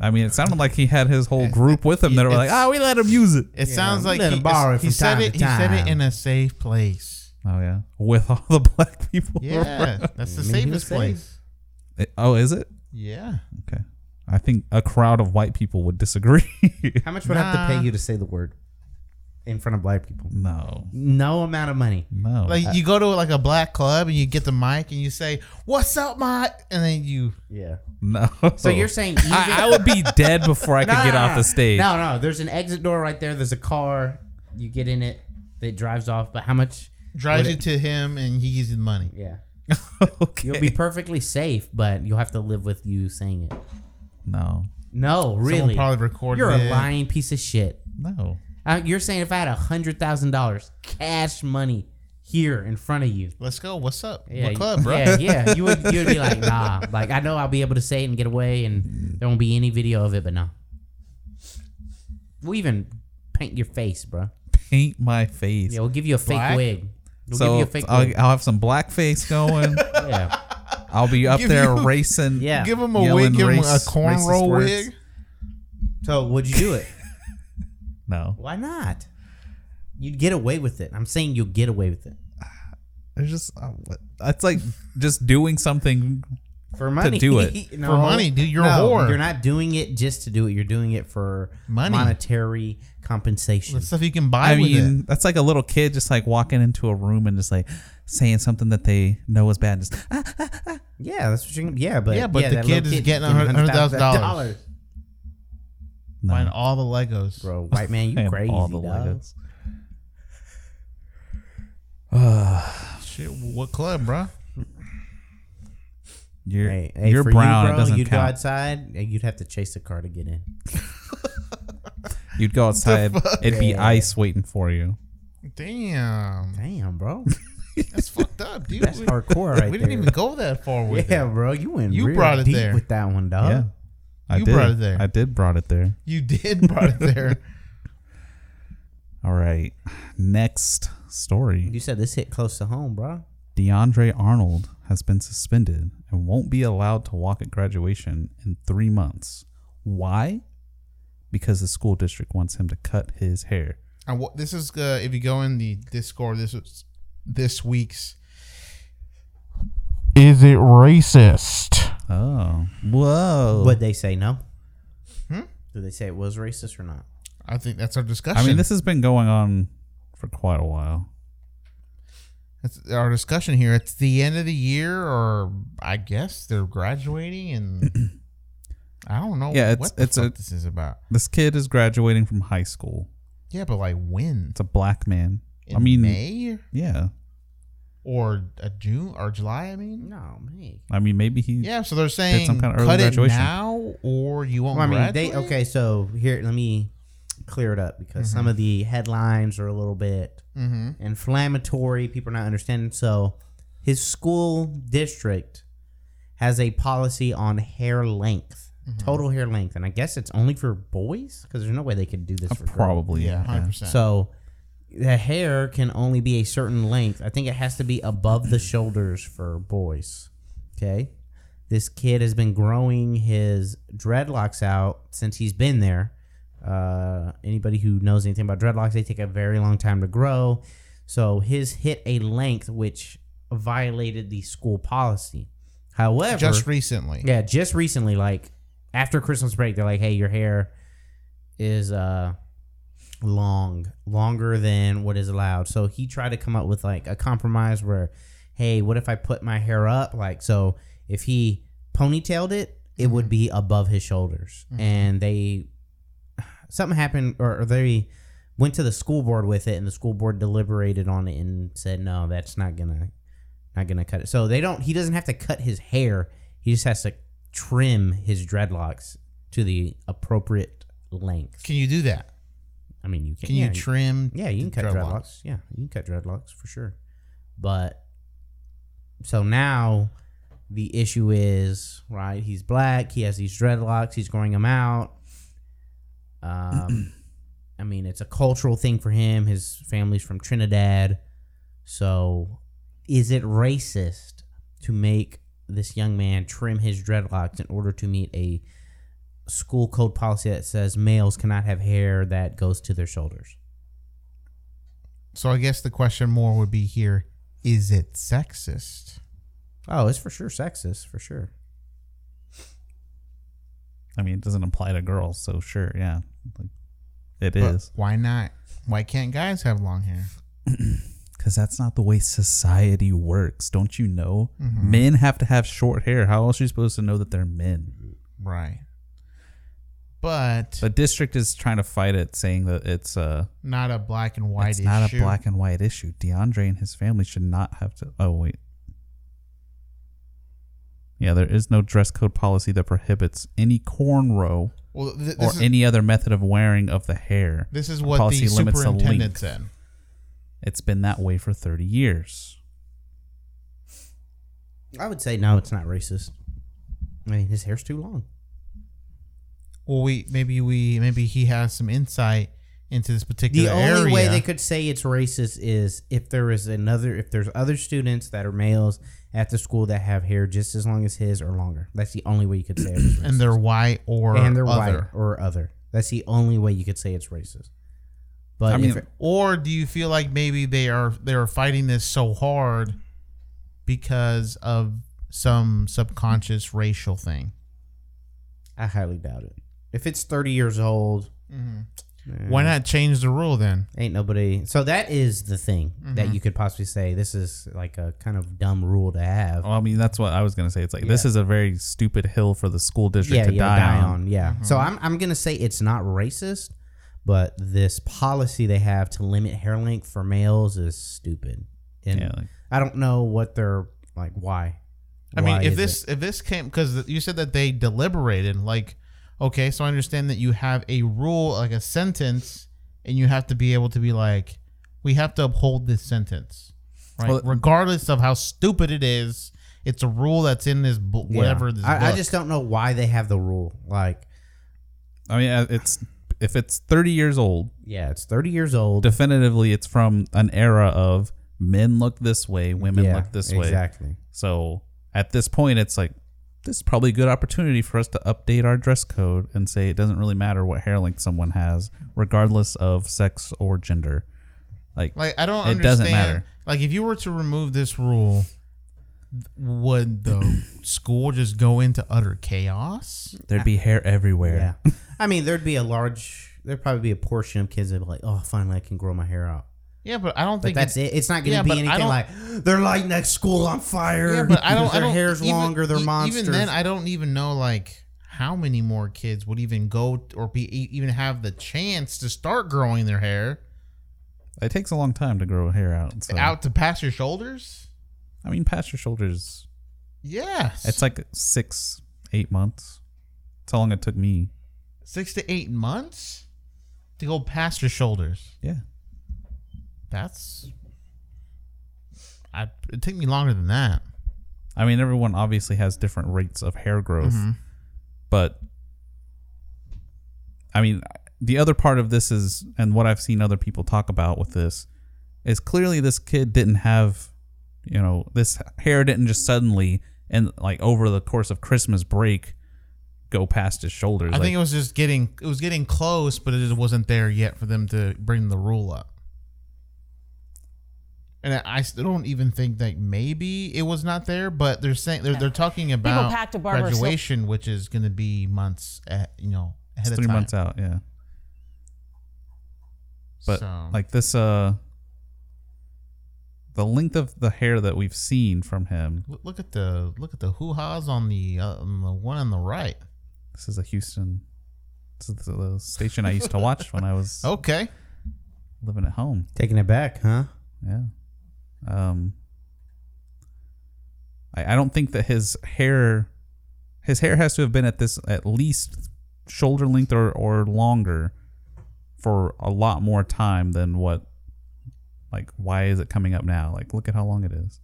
A: I mean, it sounded like he had his whole group with him. They were like,
D: It's-
A: "Ah, we let him use it."
D: It sounds like
C: let
D: he,
C: him borrow it
D: he
C: from
D: said
C: time
D: it.
C: to
D: He said it
C: time.
D: in a safe place.
A: Oh yeah, with all the black people.
D: Yeah, that's the
C: I mean, he was
D: safest
C: safe.
D: place.
A: It- oh, is it?
D: Yeah,
A: Okay. I think a crowd of white people would disagree.
C: How much would I have to pay you to say the word in front of black people?
A: no,
C: No amount of money.
A: no.
D: like you go to like a black club and you get the mic and you say, "What's up, Mike?" and then you
C: Yeah. Oh.
A: No.
C: So you're saying even
A: I, I would be dead before I could get off the stage.
C: No, no. There's an exit door right there. There's a car. You get in it. It drives off. But how much?
D: drive
C: Would
D: you to him and he gives you the money.
C: Yeah.
A: okay.
C: You'll be perfectly safe, but you'll have to live with you saying it.
A: no.
C: No, really.
D: Someone probably recorded.
C: You're a
D: it.
C: lying piece of shit.
A: No.
C: Uh, you're saying if I had a hundred thousand dollars cash money here in front of you,
D: Let's go. What's up?
C: yeah,
D: what club, bro?
C: yeah, yeah, you would you'd be like, nah. Like I know I'll be able to say it and get away, and there won't be any video of it, but no. We'll even paint your face, bro.
A: Paint my face.
C: Yeah, we'll give you a fake
D: Black?
C: wig. We'll
A: so
C: give you a fake
A: I'll,
C: wig.
A: I'll have some blackface going.
C: yeah.
A: I'll be up
D: Give
A: there
D: you-
A: racing.
C: Yeah.
D: Give him a
A: Yelling
D: wig. Give him a
A: race- racist
D: cornrow
A: words.
D: wig.
C: So would you do it?
A: No.
C: Why not? You'd get away with it. I'm saying you'll get away with it
A: It's just. uh, what- It's like just doing something.
C: for money.
A: do it.
C: No.
D: For money, dude, you're a
C: No,
D: whore.
C: You're not doing it just to do it. You're doing it for
D: Money.
C: monetary compensation.
D: The stuff you can buy
A: I
D: with
A: mean,
D: it.
A: that's like a little kid just like walking into a room and just like saying something that they know is bad. Just ah,
C: Yeah, that's what you. Yeah, but
D: Yeah, but the
C: that
D: kid
C: little
D: is getting
C: getting
D: $100,000.
C: $100,000.
A: no.
D: Buying all the Legos.
C: bro. White man, you
A: And
C: crazy,
A: all the
C: dog.
A: Legos.
D: Shit, what club, bro?
A: You're
C: Hey, hey,
A: you're
C: for
A: brown.
C: You,
A: it
C: bro,
A: doesn't
C: you'd go
A: count.
C: outside and you'd have to chase a car to get in.
A: You'd go outside. It'd be
C: Yeah.
A: ice waiting for you.
D: Damn,
C: Damn, bro,
D: that's fucked up, dude.
C: that's
D: we,
C: hardcore right
D: we
C: there.
D: didn't even go that far with
C: yeah,
D: it.
C: bro, you went
D: You
C: real
D: brought it
C: deep
D: there.
C: with that one, dog.
A: Yeah, I
D: You
A: did.
D: brought it there.
A: I did brought it there.
D: You did brought it there.
A: All right, next story.
C: You said this hit close to home, bro.
A: DeAndre Arnold has been suspended and won't be allowed to walk at graduation in three months. Why? Because the school district wants him to cut his hair.
D: And what, this is uh, if you go in the Discord. This is this week's. Is it racist?
A: Oh, whoa!
C: But they say no.
D: Hmm?
C: Did they say it was racist or not?
D: I think that's our discussion.
A: I mean, this has been going on for quite a while.
D: That's our discussion here. It's the end of the year, or I guess they're graduating, and I don't know.
A: Yeah, it's-
D: what the
A: it's
D: fuck
A: a-
D: this is about.
A: This kid is graduating from high school.
D: Yeah, but like when?
A: It's a black man.
D: In
A: I mean,
D: May.
A: yeah.
D: or a June or July. I mean,
C: No, man.
A: I mean, maybe he.
D: yeah. So they're saying
A: some kind of early
D: cut
A: graduation.
D: it now, or you won't.
C: Well, I mean, they
D: graduate?
C: okay. So here, let me clear it up because some of the headlines are a little bit
D: Mm-hmm.
C: inflammatory. People are not understanding. So his school district has a policy on hair length, total hair length, and I guess it's only for boys because there's no way they could do this for girls.
A: Probably.
D: Yeah, hundred percent.
C: So the hair can only be a certain length. I think it has to be above the shoulders for boys. Okay. This kid has been growing his dreadlocks out since he's been there. Uh, anybody who knows anything about dreadlocks, they take a very long time to grow. So his hit a length which violated the school policy. However,
D: Just recently,
C: yeah, just recently, like after Christmas break, they're like, "Hey, your hair is uh long, longer than what is allowed." So he tried to come up with like a compromise where, "Hey, what if I put my hair up? Like, so if he ponytailed it, it would be above his shoulders." And they something happened, or, or they went to the school board with it, and the school board deliberated on it and said, "No, that's not gonna." Not gonna cut it. So they don't. He doesn't have to cut his hair. He just has to trim his dreadlocks to the appropriate length.
D: can you do that?
C: I mean, you can.
D: Can
C: yeah,
D: you trim?
C: Yeah, you can cut dreadlocks. Yeah, you can cut dreadlocks for sure. But so now the issue is right. He's black. He has these dreadlocks. He's growing them out. Um, I mean, it's a cultural thing for him. His family's from Trinidad. So, is it racist to make this young man trim his dreadlocks in order to meet a school code policy that says males cannot have hair that goes to their shoulders?
D: So I guess the question more would be here: Is it sexist?
C: Oh, it's for sure sexist, for sure.
A: I mean, it doesn't apply to girls, so sure. Yeah. Like, it
D: But
A: is.
D: Why not? Why can't guys have long hair?
A: Because that's not the way society works. Don't you know?
D: Mm-hmm.
A: Men have to have short hair. How else are you supposed to know that they're men?
D: Right. But
A: The district is trying to fight it, saying that it's uh,
D: not a black and white
A: it's
D: issue.
A: not a black and white issue. DeAndre and his family should not have to. Oh wait. Yeah, there is no dress code policy that prohibits any cornrow
D: Well, th-
A: or
D: this, is,
A: any other method of wearing of the hair.
D: this is
A: The
D: what the superintendent
A: length.
D: said.
A: It's been that way for 30 years.
C: I would say no, it's not racist. I mean, his hair's too long.
D: Well, we maybe we maybe he has some insight into this
C: The
D: particular
C: only way
D: area.
C: they could say it's racist is if there is another, if there's other students that are males at the school that have hair just as long as his or longer. That's the only way you could say it was racist.
D: and they're white or
C: and they're
D: other.
C: white or other. That's the only way you could say it's racist. But
A: I mean,
C: if it-
D: Or do you feel like maybe they are they are fighting this so hard because of some subconscious racial thing?
C: I highly doubt it. If it's thirty years old,
D: Why not change the rule then?
C: Ain't nobody. So that is the thing
D: Mm-hmm.
C: that you could possibly say. This is like a kind of dumb rule to have.
A: Well, I mean, that's what I was going to say. It's like, this is a very stupid hill for the school district
C: yeah,
A: to
C: yeah,
A: die, on.
C: Yeah. So I'm I'm gonna say it's not racist, but this policy they have to limit hair length for males is stupid. And
A: Yeah, like-
C: I don't know what they're like. Why?
D: I
C: Why
D: mean, if
C: is
D: this
C: it?
D: if this came because you said that they deliberated, like, okay, so I understand that you have a rule, like a sentence, and you have to be able to be like, we have to uphold this sentence, right?
A: Well,
D: Regardless of how stupid it is, it's a rule that's in this book,
C: Yeah.
D: whatever. This
C: I, I
D: book.
C: just don't know why they have the rule. Like,
A: I mean, uh, it's if it's 30 years old,
C: yeah, it's thirty years old.
A: definitively it's from an era of men look this way, women
C: yeah,
A: look this way.
C: exactly.
A: So at this point, it's like this is probably a good opportunity for us to update our dress code and say it doesn't really matter what hair length someone has, regardless of sex or gender. Like,
D: like I don't.
A: it
D: understand.
A: doesn't matter.
D: Like if you were to remove this rule, would the school just go into utter chaos?
A: there'd be hair everywhere.
C: Yeah. I mean, there'd be a large, there'd probably be a portion of kids that would be like, oh, finally I can grow my hair out.
D: Yeah, but I don't
C: But
D: think
C: that's it. It's not going to
D: yeah,
C: be
D: but I
C: anything
D: don't-
C: like, they're lighting that school on fire.
D: Yeah, but I don't.
C: Their
D: I don't,
C: hair's
D: even-
C: longer. They're
D: e-
C: monsters.
D: Even then, I don't even know like how many more kids would even go t- or be e- even have the chance to start growing their hair
A: It takes a long time to grow hair out. So.
D: out to past your shoulders.
A: I mean, past your shoulders.
D: Yes.
A: It's like six, eight months. That's how long it took me.
D: six to eight months to go past your shoulders.
A: Yeah.
D: That's. I, it took me longer than that.
A: I mean, everyone obviously has different rates of hair growth,
D: Mm-hmm.
A: but I mean, the other part of this is, and what I've seen other people talk about with this is clearly this kid didn't have, you know, this hair didn't just suddenly and like over the course of Christmas break go past his shoulders.
D: I think it was just getting it was getting close, but it just wasn't there yet for them to bring the rule up. And I- I still don't even think that maybe it was not there, but they're saying they're, they're talking about
J: packed a barber, so-
D: graduation, which is going to be months, at, you know, ahead
A: it's
D: of
A: three
D: time.
A: months out. Yeah. But
D: So-
A: like this, uh, the length of the hair that we've seen from him.
D: Look- Look at the look at the hoo ha's on the uh, on the one on the right.
A: This is a Houston. This is the- the station I used to watch when I was
D: Okay,
A: living at home.
C: Taking it back, huh?
A: Yeah. Um. I, I don't think that his hair, his hair has to have been at this at least shoulder length or or longer, for a lot more time than what. Like, why is it coming up now? Like, look at how long it is.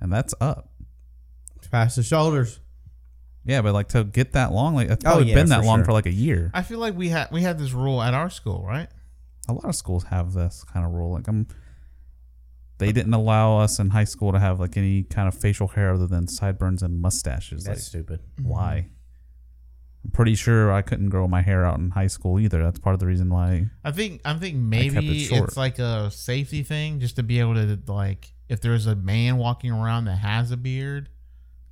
A: And that's up.
C: It's past the shoulders.
A: Yeah, but like to get that long, like it's
C: Oh,
A: probably
C: yeah,
A: been that
C: for
A: long
C: sure.
A: for like a year.
D: I feel like we had we had this rule at our school, right?
A: a lot of schools have this kind of rule. Like I'm, they didn't allow us in high school to have like any kind of facial hair other than sideburns and mustaches.
F: That's stupid.
A: like why? I'm pretty sure I couldn't grow my hair out in high school either. That's part of the reason why.
D: I think I think
A: kept it
D: maybe
A: short.
D: it's like a safety thing, just to be able to like if there's a man walking around that has a beard,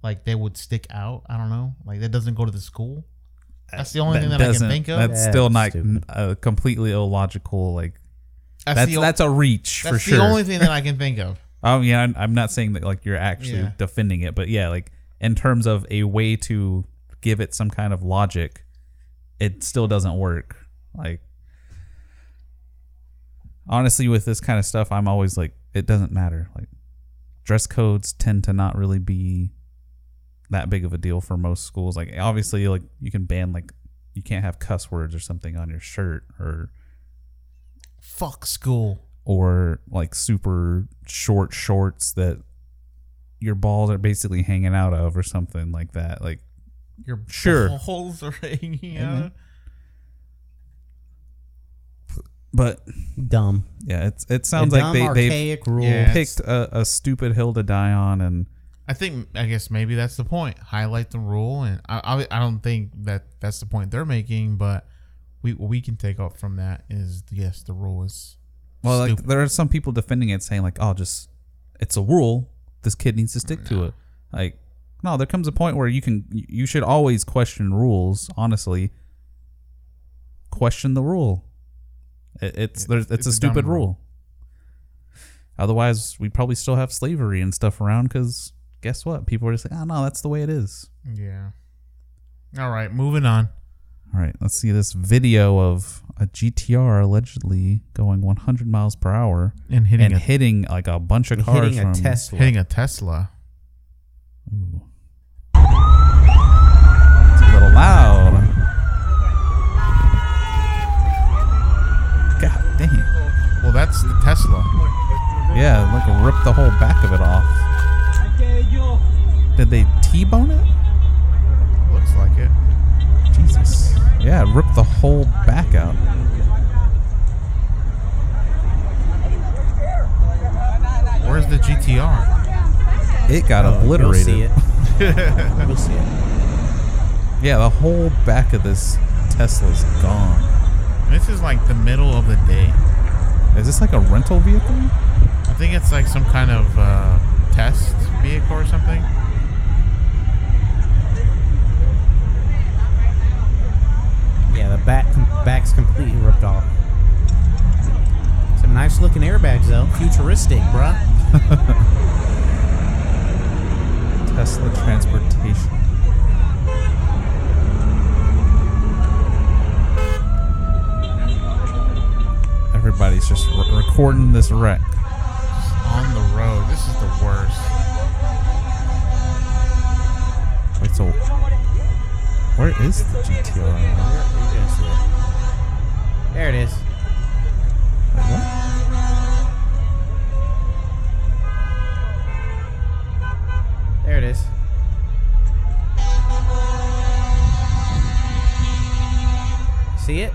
D: like they would stick out. I don't know, like that doesn't go to the school. That's the only thing that I can
A: doesn't-
D: think of.
A: That's
C: Yeah,
A: still not
C: that's stupid.
A: uh, completely illogical. Like
D: That's
A: that's
D: the, o-
A: that's a reach
D: that's
A: for sure.
D: the only thing that I can think of.
A: Oh yeah, I'm- I'm not saying that like you're actually
D: Yeah.
A: defending it, but yeah, like in terms of a way to give it some kind of logic, it still doesn't work. Like honestly, with this kind of stuff, I'm always like, it doesn't matter. Like dress codes tend to not really be that big of a deal for most schools. Like obviously, like you can ban like you can't have cuss words or something on your shirt or
D: Fuck school.
A: or like super short shorts that your balls are basically hanging out of or something like that. Like
D: Your
A: Sure. Mm-hmm.
D: balls are hanging
A: Amen.
D: out.
A: but
C: Dumb.
A: yeah, it's it sounds
C: A
A: like
C: dumb,
A: they they
C: archaic rule.
D: Yeah.
A: picked a, a stupid hill to die on and
D: I think I guess maybe that's the point. Highlight the rule, and I I, I don't think that that's the point they're making, but. We, what we can take up from that is yes, the rule is
A: well like
D: Stupid.
A: there are some people defending it saying like oh just it's a rule this kid needs to stick to it like no there comes a point where you can you should always question rules honestly question the rule it, it's there's it's,
D: it's
A: a
D: a dumb
A: stupid
D: rule.
A: rule otherwise we probably still have slavery and stuff around because guess what people are just like oh no that's the way it is
D: Yeah. All right, moving on.
A: All right, let's see this video of a GTR allegedly going 100 miles per hour
D: And hitting
A: and
D: a
A: hitting like a bunch of cars
C: Hitting a
A: from-
C: Tesla.
D: hitting a Tesla.
A: Ooh. It's a little loud. God damn.
D: Well, that's the Tesla.
A: Yeah, it, like ripped the whole back of it off. Did they T-bone it?
D: Looks like it.
A: Jesus. Yeah, it ripped the whole back out.
D: Where's the GTR?
A: It got obliterated.
C: Oh, You'll see it. You'll see it.
A: Yeah, the whole back of this Tesla's gone.
D: This is like the middle of the day.
A: Is this like a rental vehicle?
D: I think it's like some kind of uh, test vehicle or something.
C: Yeah, the back back's completely ripped off. Some nice looking airbags though. Futuristic, bruh.
A: Tesla transportation. Everybody's just re- recording this wreck.
D: On the road. Oh, this is the worst.
A: Wait, so where is the GTR? at?
C: There it is.
A: Wait, what?
C: There it is. See it?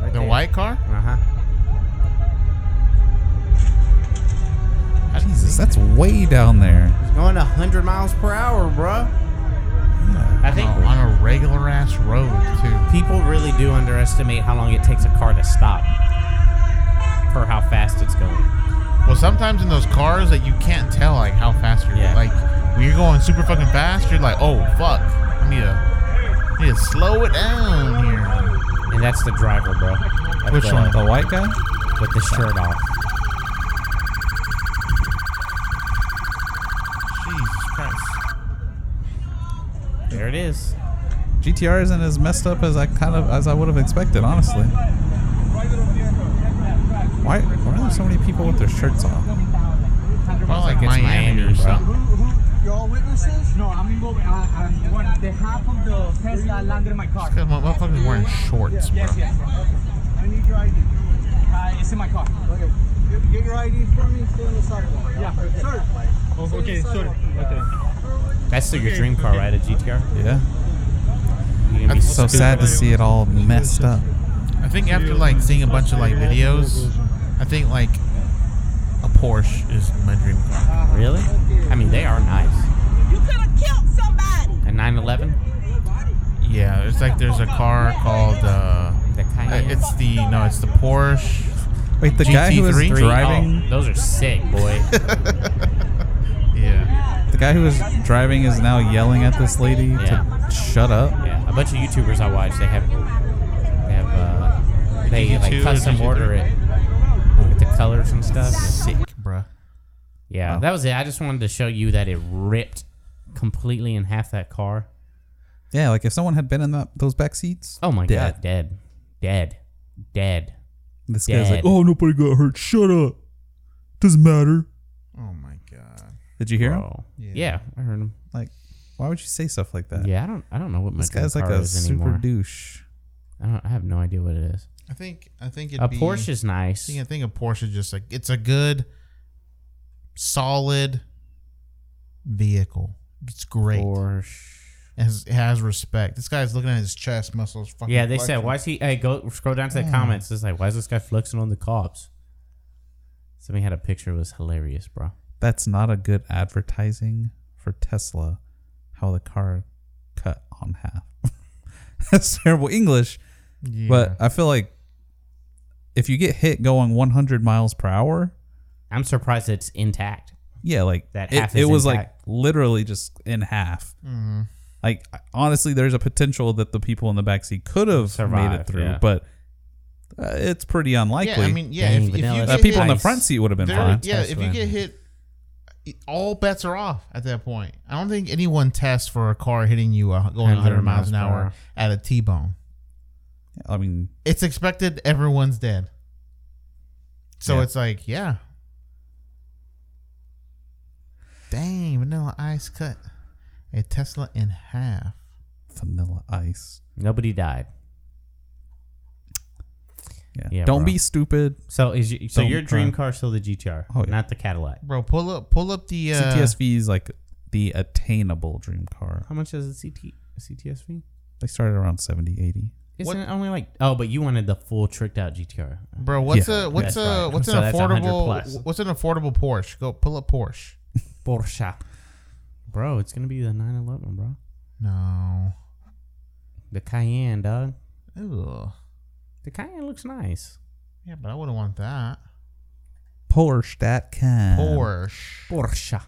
C: Right
D: The
C: there.
D: white car?
C: Uh huh.
A: Jesus, that's way down there.
C: It's going 100 miles per hour, bruh. I think
D: on a regular ass road too.
C: people really do underestimate how long it takes a car to stop for how fast it's going.
D: Well, sometimes in those cars that you can't tell like how fast you're
C: Yeah.
D: like when you're going super fucking fast, you're like, oh fuck, I need to need to slow it down here.
C: And that's the driver, bro. That's
D: Which
C: the-
D: one?
A: The white guy?
C: With the shirt off.
D: Jesus Christ.
C: There it is.
A: GTR isn't as messed up as I kind of as I would have expected, honestly. Why, why are there so many people with their shirts off?
D: Probably like
C: It's
D: Miami,
C: Miami,
D: or
C: bro.
D: something.
G: You're all witnesses? No, I'm involved. I, I, uh, one, the half of the Tesla landed in my car.
D: Because motherfuckers wearing shorts, bro.
G: Yes, yes. I need your ID. Uh, it's in my car. Okay. Get, get your ID from me. Stay on the sidewalk. Yeah. Sir. okay, sir. Okay.
C: That's still your dream car, right? A GTR?
A: Yeah.
C: You gonna be
D: That's
A: So
C: stupid.
A: sad to see it all messed up.
D: I think after like seeing a bunch of like videos, I think like a Porsche is my dream car.
C: Really? I mean, they are nice.
J: You could have killed somebody.
C: A 911?
D: Yeah, it's like there's a car called uh,
C: The Cayenne?
D: it's the no, it's the Porsche.
A: Wait, the guy who was
D: GT3?
C: Three?
A: driving,
C: Oh, those are sick, boy.
D: Yeah,
A: the guy who was driving is now yelling at this lady
C: Yeah.
A: to shut up.
C: yeah, a bunch of YouTubers I watch, they have, they have, uh, they like
D: GT2 or
C: custom
D: GT3?
C: order it with the colors and stuff.
D: sick, bruh.
C: Yeah, that was it. I just wanted to show you that it ripped completely in half that car.
A: Yeah, like if someone had been in that, those back seats.
C: Oh my
A: dead.
C: god, dead, dead, dead.
A: This guy's like,
C: Dead.
A: oh, nobody got hurt. Shut up. Doesn't matter.
D: Oh my god.
A: Did you hear him?
C: Bro. Oh. Yeah. I heard him.
A: Like, why would you say stuff like that?
C: Yeah, I don't, I don't know what my
A: This guy's
C: dream
A: like
C: car
A: a
C: is
A: super
C: anymore.
A: douche.
C: I don't, I have no idea what it is.
D: I think I think it'd
C: A
D: be,
C: Porsche is
D: I
C: nice.
D: think, I think a Porsche is just like it's a good, solid vehicle. It's great.
C: Porsche.
D: It has, it has respect. This guy's looking at his chest muscles. Fucking
C: Yeah, they said,
D: flexing.
C: why is he? Hey, go scroll down to the comments. It's like, why is this guy flexing on the cops? Somebody had a picture. It was hilarious, bro.
A: That's not a good advertising for Tesla. How the car cut on half. That's terrible English,
D: Yeah.
A: but I feel like if you get hit going 100 miles per hour,
C: I'm surprised it's intact.
A: yeah, like
C: That
A: it,
C: half
A: it
C: is
A: was
C: intact. Mm-hmm.
A: like literally just in half. Like honestly, there's a potential that the people in the backseat could have made it
C: Survived,
A: through,
C: yeah.
A: but uh, it's pretty unlikely.
D: yeah, I mean, yeah,
C: Dang,
D: if, if you
C: vanilla.
D: get
A: Uh, people in the
C: Nice.
A: front seat would have been
D: There-
A: fine.
D: yeah,
C: test
D: if you
C: win.
D: get hit, it- all bets are off at that point. I don't think anyone tests for a car hitting you uh, going 100 miles an hour at a T-bone.
A: I mean,
D: It's expected everyone's dead. So
A: Yeah.
D: it's like, yeah. Dang, vanilla ice cut a Tesla in half.
A: vanilla ice.
C: Nobody died.
A: Yeah.
C: Yeah,
A: Don't
C: bro.
A: be stupid.
C: So is you, so
A: Don't
C: your dream
A: try.
C: car is still the GTR,
A: Oh, yeah.
C: not the Cadillac?
D: Bro, pull up pull up the uh,
A: CTSV is like the attainable dream car.
C: How much is a CT CTSV?
A: They started around 70, 80.
C: Isn't
D: What-
C: it only like oh, but you wanted the full tricked out GTR.
D: Bro, what's
A: Yeah,
D: a what's
C: that's
D: a
C: right.
D: what's
C: So
D: an
C: that's 100
D: affordable
C: plus.
D: what's an affordable Porsche? Go pull up Porsche.
C: Porsche. Bro, it's gonna be the 911, bro.
D: No.
C: The Cayenne, dog.
D: Ugh.
C: The Cayenne looks nice.
D: Yeah, but I wouldn't want that.
A: Porsche.com.
D: Porsche.
C: Porsche.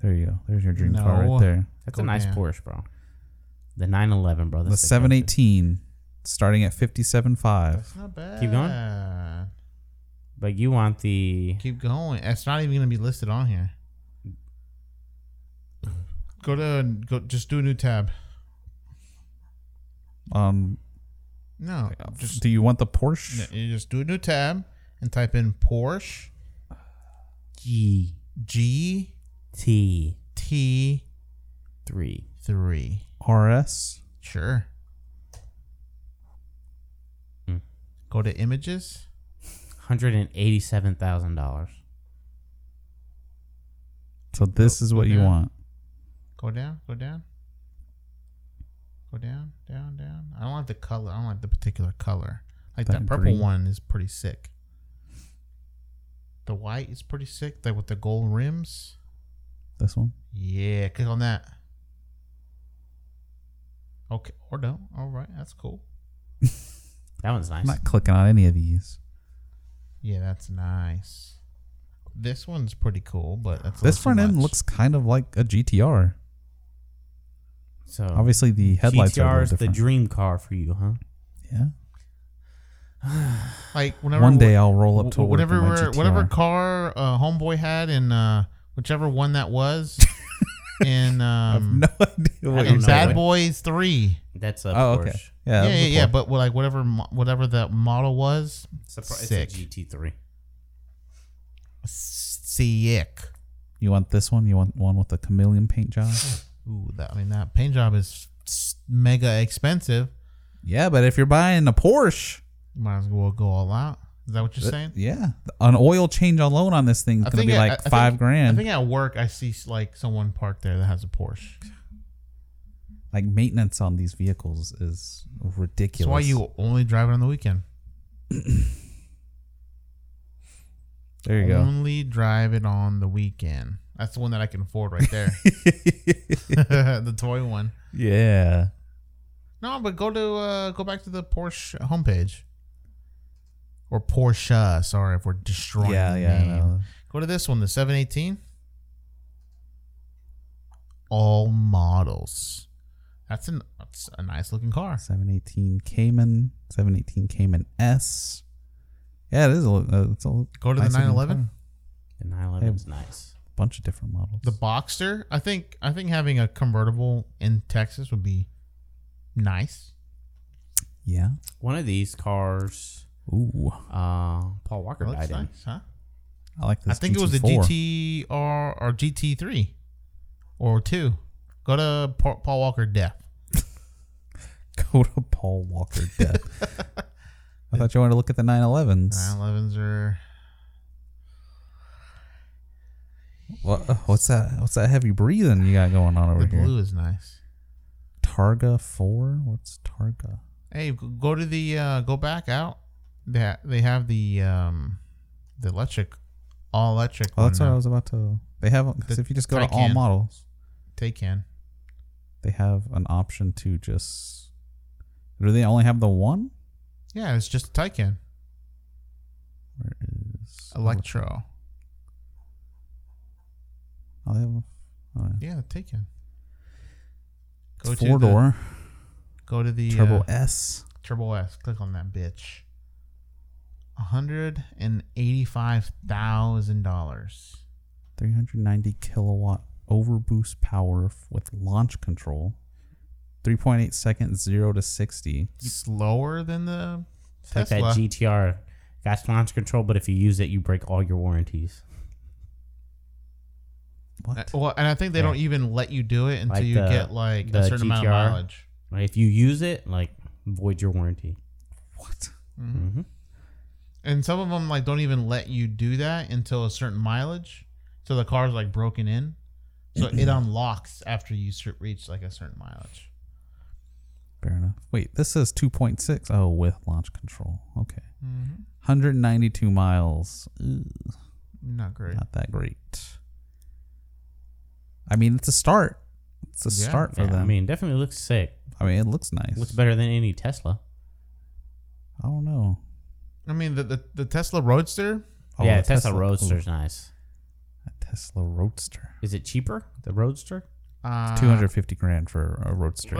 A: There you go. There's your dream car
D: No.
A: right there.
C: That's
D: Go
C: a nice
D: down.
C: Porsche, bro. The 911, bro. That's
A: The
C: sick.
A: 718 starting at 57.5.
D: That's not bad.
C: Keep
D: going.
C: But you want the
D: Keep going. It's not even gonna be listed on here. Go to go. Just do a new tab.
A: Um,
D: No, just
A: do you want the Porsche?
D: you just do a new tab and type in Porsche
C: G
D: G
C: T
D: T
C: three.
D: three.
A: RS.
D: Sure.
A: Hmm.
C: Mm.
D: Go to images.
C: Hundred and eighty-seven thousand dollars.
A: So this is what you
D: yeah.
A: want.
D: Go down. Go down. Go down. Down. Down. I don't like the color. I don't like the particular color. Like
A: That
D: that, purple
A: green.
D: one is pretty sick. The white is pretty sick. Like with the gold rims.
A: This one.
D: Yeah. Click on that. Okay. Or don't. All right. That's cool.
C: That one's nice.
A: I'm not clicking on any of these.
D: Yeah. That's nice. This one's pretty cool, but that's
A: This
D: a little too
A: front end
D: much.
A: looks kind of like a GTR.
C: so
D: Oh.
A: Obviously, the headlights
C: GTR
A: are a
C: is
A: little
C: the
A: different.
C: dream car for you, huh?
A: yeah.
D: like whenever
A: one
D: we-
A: day I'll roll up to
D: Wh-
A: work in
D: whatever
A: my
D: where-
A: GTR.
D: whatever car uh, homeboy had in uh, whichever one that was in um,
A: No idea what
C: I
A: you're
D: in
C: don't know
D: Bad
C: what-
D: Boys Three.
C: That's a
A: Oh,
C: Porsche.
A: okay. Yeah,
D: yeah,
A: that was
D: yeah, yeah,
A: before.
D: but well, like whatever mo- whatever that model was,
C: It's a, pro- it's a
D: Sick.
C: GT3.
D: sick.
A: You want this one? You want one with the chameleon paint job?
D: Ooh, that I mean that paint job is s- mega expensive.
A: yeah, but if you're buying a Porsche,
D: You might as well go all out. Is that what you're
A: th-
D: saying?
A: yeah, an oil change alone on this thing's gonna be
D: at-
A: like
D: I- I
A: five
D: think-
A: grand.
D: I think at work I see like someone parked there that has a Porsche.
A: like maintenance on these vehicles is ridiculous.
D: That's why you only drive it on the weekend.
A: There you go.
D: Only drive it on the weekend. That's the one that I can afford right there. the toy one.
A: Yeah.
D: No, but go to uh, go back to the Porsche homepage. Or Porsche, sorry if we're destroying.
A: Yeah,
D: the
A: yeah. I
D: name.
A: know.
D: Go to this one, the 718. All models. That's an that's a nice looking car.
A: 718 Cayman, 718 Cayman S. Yeah, it is a, uh, it's a
D: Go to the
A: nice looking
D: 911.
A: car.
C: The 911's nice.
A: Bunch of different models.
D: The Boxster. I think I think having a convertible in Texas would be nice.
A: yeah.
C: One of these cars,
A: Ooh,
C: uh, Paul Walker
D: That
C: died
D: looks
C: in.
D: nice, huh?
A: I like
D: I
A: this.
D: think it was the
A: GT4.
D: GTR or GT3 or 2. Go to Pa- Paul Walker Death.
A: Go to Paul Walker death. I thought you wanted to look at the 911s.
D: 911s are.
A: What, uh, what's that? What's that heavy breathing you got going on over
D: The
A: here?
D: blue is nice.
A: Targa four? What's Targa?
D: Hey, g- go to the. Uh, go back out. They, ha- they have the um, the electric, all electric.
A: Oh, that's
D: one
A: what I
D: now.
A: was about to. They have because
D: The
A: if you just go to all
D: Taycan.
A: models,
D: Taycan.
A: they have an option to just. Do they only have the one?
D: Yeah, it's just a Taycan.
A: Where is
D: Electro.
A: Oh, they have. a- Oh, yeah.
D: Yeah, Taycan. Go
A: It's
D: to
A: four door
D: the- Go to the
A: turbo
D: uh,
A: S.
D: Turbo S. Click on that bitch. hundred and eighty-five thousand dollars.
A: 390 kilowatt overboost power f- with launch control, 3.8 seconds 0 to 60.
D: Slower than the
C: It's like that
D: Tesla.
C: GTR. Got launch control, but if you use it, you break all your warranties.
D: Uh,
A: What?
D: Well, and I think they
C: Yeah.
D: don't even let you do it until
C: Like
D: you
C: the-
D: get like
C: the
D: a certain amount of
C: GTR.
D: mileage.
C: Like, if you use it, like void your warranty.
A: What?
C: Mm-hmm.
D: And some of them like don't even let you do that until a certain mileage. So the car's like broken in, so it unlocks after you cer- reach like a certain mileage.
A: Fair enough. Wait, this says 2.6. Oh, with launch control. Okay.
D: Mm-hmm.
A: 192 miles. Ooh,
D: Not great.
A: not that great. I mean, it's a start. It's a
D: Yeah.
A: start for
C: Yeah,
A: them.
C: I mean, definitely looks sick.
A: it looks nice.
C: Looks better than any Tesla.
A: I don't know.
D: I mean, the the, the Tesla Roadster.
C: yeah,
A: Oh, the
C: Tesla,
A: ooh,
C: Roadster's nice.
A: a Tesla Roadster.
C: Is it cheaper? The Roadster?
D: Uh,
A: 250 grand for a Roadster.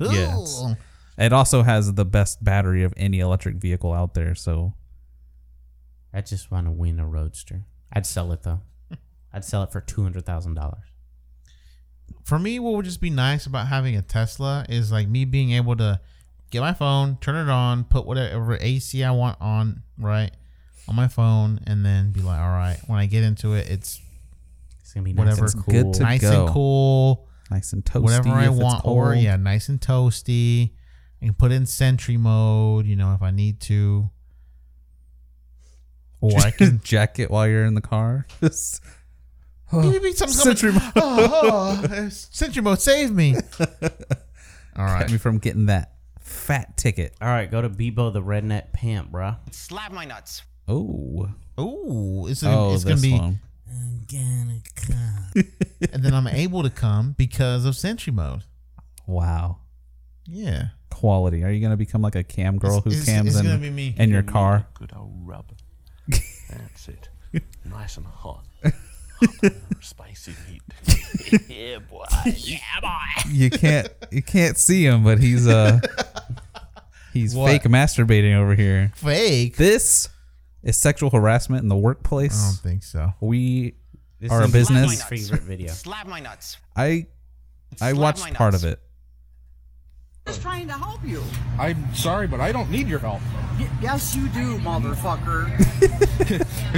A: Yes.
D: ooh.
A: It also has the best battery of any electric vehicle out there. So
C: I just want to win a Roadster. I'd sell it though. I'd sell it for two hundred thousand dollars.
D: for me, what would just be nice about having a Tesla is like me being able to get my phone, turn it on, put whatever AC I want on, right? on my phone and then be like, all right, when I get into it, it's
C: It's gonna be nice
D: whatever,
C: and cool.
A: Good to
D: nice
A: go.
D: and cool,
A: Nice and toasty.
D: whatever I
A: if it's
D: want, or
A: cold.
D: yeah, nice and toasty. I can put in Sentry mode, you know, if I need to, or I
A: Just
D: can.
A: jack it while you're in the car. Just
D: Sentry mode. Oh, oh, Sentry mode, save me! All
A: kept
D: right,
A: me from getting that fat ticket.
C: All right, go to Bebo the Redneck Pimp, bruh.
E: Slap my nuts.
A: Oh,
D: Ooh, it's,
A: oh,
D: it's gonna
A: this
D: be,
A: one.
D: and then I'm able to come because of Sentry mode.
A: Wow,
D: Yeah,
A: quality. Are you gonna become like a cam girl who
D: it's-
A: cams
D: it's
A: in,
D: gonna be me.
A: in your car?
K: Good old rub. That's it. Nice and hot. Spicy meat. yeah, boy.
A: You can't you can't see him, but he's uh he's
D: What?
A: fake masturbating over here.
D: fake.
A: This is sexual harassment in the workplace.
D: I don't
K: Oh,
D: think so.
A: we
C: This
A: are a
C: is
A: business.
C: my favorite video.
E: Slap my nuts.
A: I I
E: Slap
A: watched
E: my
A: part
E: nuts.
A: of it.
J: Just trying to help you.
I: I'm sorry, but I don't need your help.
J: Y- yes, you do, motherfucker.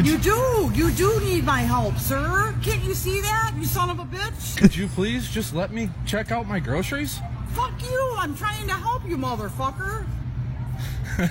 J: you do. You do need my help, sir. Can't you see that, you son of a bitch?
I: Could you please just let me check out my groceries?
J: Fuck you. I'm trying to help you, motherfucker.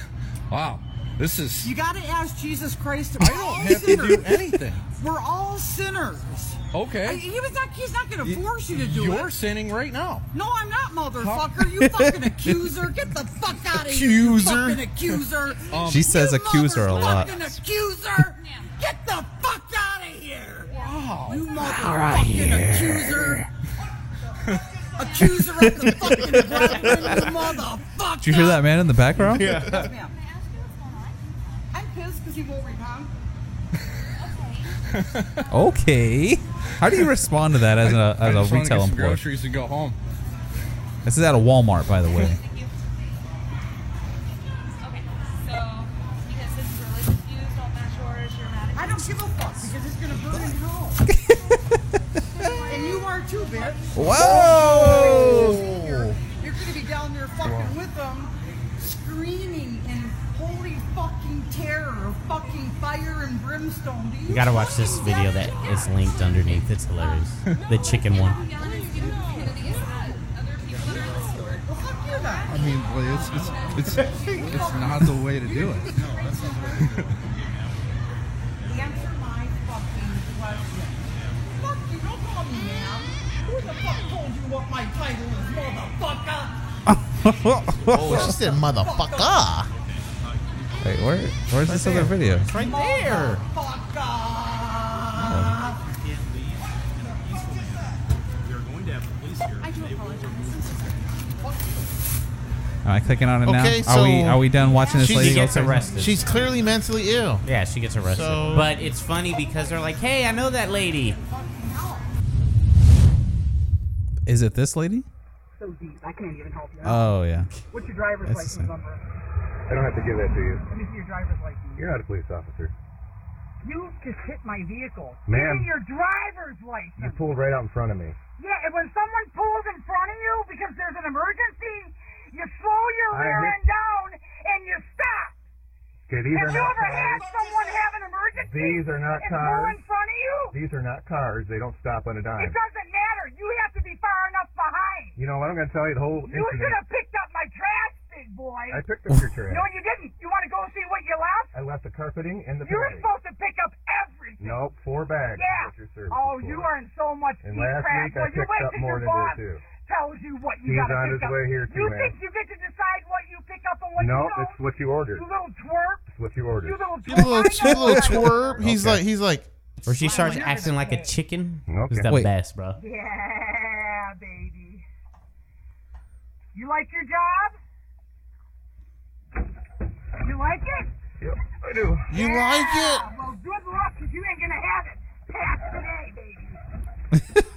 I: Wow, this is.
J: You gotta ask Jesus Christ.
I: I
J: We're all
I: don't have to do
J: sinners.
I: anything.
J: We're all sinners. I-
I: Okay.
J: he was not, he's not gonna force you to do
I: You're
J: it.
I: sinning right now.
J: No, I'm not, motherfucker. You fucking accuser. Get the fuck out of here. you
D: Accuser?
J: Fucking accuser.
I: Um,
A: She says
J: You
A: accuser a lot.
J: motherfucking accuser! Get the fuck out of here!
I: Wow.
J: You motherfucking accuser! accuser of the fucking ground, you motherfucker!
A: Did you hear that man in the background?
I: Yeah.
J: I'm pissed because he won't rebound.
A: Okay. How do you respond to that as a as
I: I
A: a
I: just wanna
A: retail
I: get some
A: employee?
I: groceries and go home.
A: This is at a Walmart, by the way.
J: I don't give a fuck because it's gonna burn in hell. and you are too, bitch.
A: Whoa!
D: Oh,
J: You're, you're gonna be down there fucking with them, screaming in holy fucking terror of fucking fire and brimstone. Do you
C: You gotta watch this video that is linked underneath. It's hilarious. The chicken one.
J: Well, fuck you then.
I: I mean, boy, it's it's it's, it's not the way to do it.
J: Answer my fucking question. Fuck you, don't call me ma'am. Who the fuck told you what my title is, motherfucker?
D: Oh, she said motherfucker.
A: Wait, where where's this other video?
D: Right there.
J: Fucker!
A: Am I clicking on it now?
D: Okay,
A: are we
D: so-
A: are we done watching this
D: She
A: lady? go
C: gets
A: crazy?
C: arrested.
D: She's clearly mentally ill.
C: Yeah, she gets arrested.
D: So-
C: but it's funny because they're like, "Hey, I know that lady."
A: Is it this lady?
J: So deep, I can't even help you.
A: Oh yeah.
J: What's your driver's
A: That's the
J: license
A: same.
J: number?
K: I don't have to give that to you.
J: Let me see your driver's license.
K: You're not a police officer.
J: You just hit my vehicle.
K: Ma'am.
J: Give me your driver's license.
K: You pulled right out in front of me.
J: Yeah, and when someone pulls in front of you because there's an emergency, you slow your
K: I
J: rear
K: admit-
J: end down and you stop.
K: Okay, these
J: Have
K: are
J: you
K: not
J: ever had
K: cars.
J: someone have an emergency?
K: These are not
J: and pull
K: cars.
J: in front of you?
K: These are not cars. They don't stop on a
J: It
K: dime.
J: doesn't matter. You have to be far enough behind.
K: You know what? I'm going to tell you the whole
J: You should
K: incident.
J: have picked up my trash, big boy.
K: I picked up your
J: No,
K: trash.
J: you didn't. You want to go see what you left?
K: I left the carpeting in the
J: You were
K: patio.
J: supposed to pick up everything.
K: Nope, four bags. is
J: Yeah.
K: what your service
J: Oh,
K: is
J: you
K: for.
J: are in so much
K: And
J: deep
K: last
J: crap.
K: week I
J: Well, you
K: picked
J: wait
K: up
J: till
K: more than
J: your
K: that,
J: boss
K: too.
J: tells you what you
K: He's
J: gotta
K: on
J: pick
K: his
J: up.
K: way here, too,
J: You
K: ma'am.
J: think you get to decide what you pick up and what
K: Nope,
J: you don't?
K: it's what you ordered.
J: You little twerp.
K: It's what you
J: You
K: ordered.
J: little
D: You
J: twerp.
D: little, you little twerp. He's
K: Okay.
D: like, he's like,
C: Where she starts acting like a chicken.
K: Okay.
C: It's the
A: Wait.
C: best, bro.
J: Yeah, baby. You like your job? You like it?
K: Yep, I do.
D: you like it?
J: Yeah, Well, good luck, 'cause you ain't gonna have it. Pass today, baby.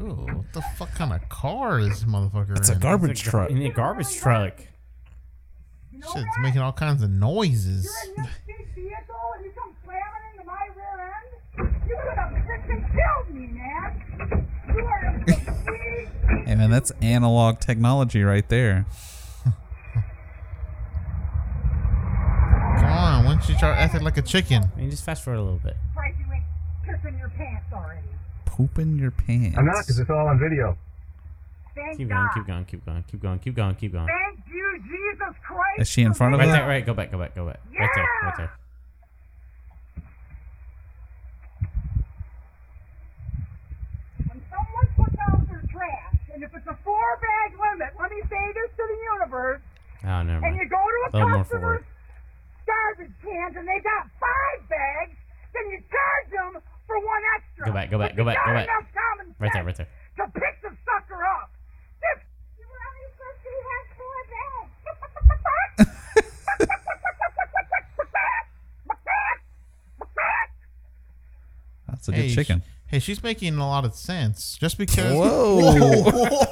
D: Ooh, what the fuck kind of car is this motherfucker
A: It's a
D: in?
A: garbage truck.
C: In a garbage truck.
J: You know
D: Shit, it's
J: that?
D: making all kinds of noises.
J: You're in this big vehicle and you come slamming into my rear end? You could have freaking killed me, man. You are a complete
A: Hey man, that's analog technology right there.
D: She tried acting like a chicken.
C: I mean, just fast forward a little bit.
J: Surprised you ain't pissing your pants already.
A: Poop in your pants.
L: I'm not because it's all on video.
J: Thank
C: Keep going,
J: God.
C: keep going, keep going, keep going, keep going, keep going.
J: Thank you, Jesus Christ.
A: Is she in front of
C: Right
A: her?
C: there, right, go back, go back, go back. Right there, right there.
J: When someone puts out their trash, and if it's a four bag limit, let me say this to the universe,
C: Oh, never
J: and
C: mind.
J: you go
C: A
J: to
C: little
J: a
C: more forward.
J: customer's garbage cans and they got five bags, then you charge them for one extra.
C: Go back, go back,
J: But
C: go
J: you
C: back,
J: got
C: go back.
J: enough common
C: Right there, right
J: sense
C: there.
J: To pick the sucker up. This. Well, you said she had four bags.
A: That's a good chicken.
D: Hey, she's making a lot of sense. Just because.
A: Whoa.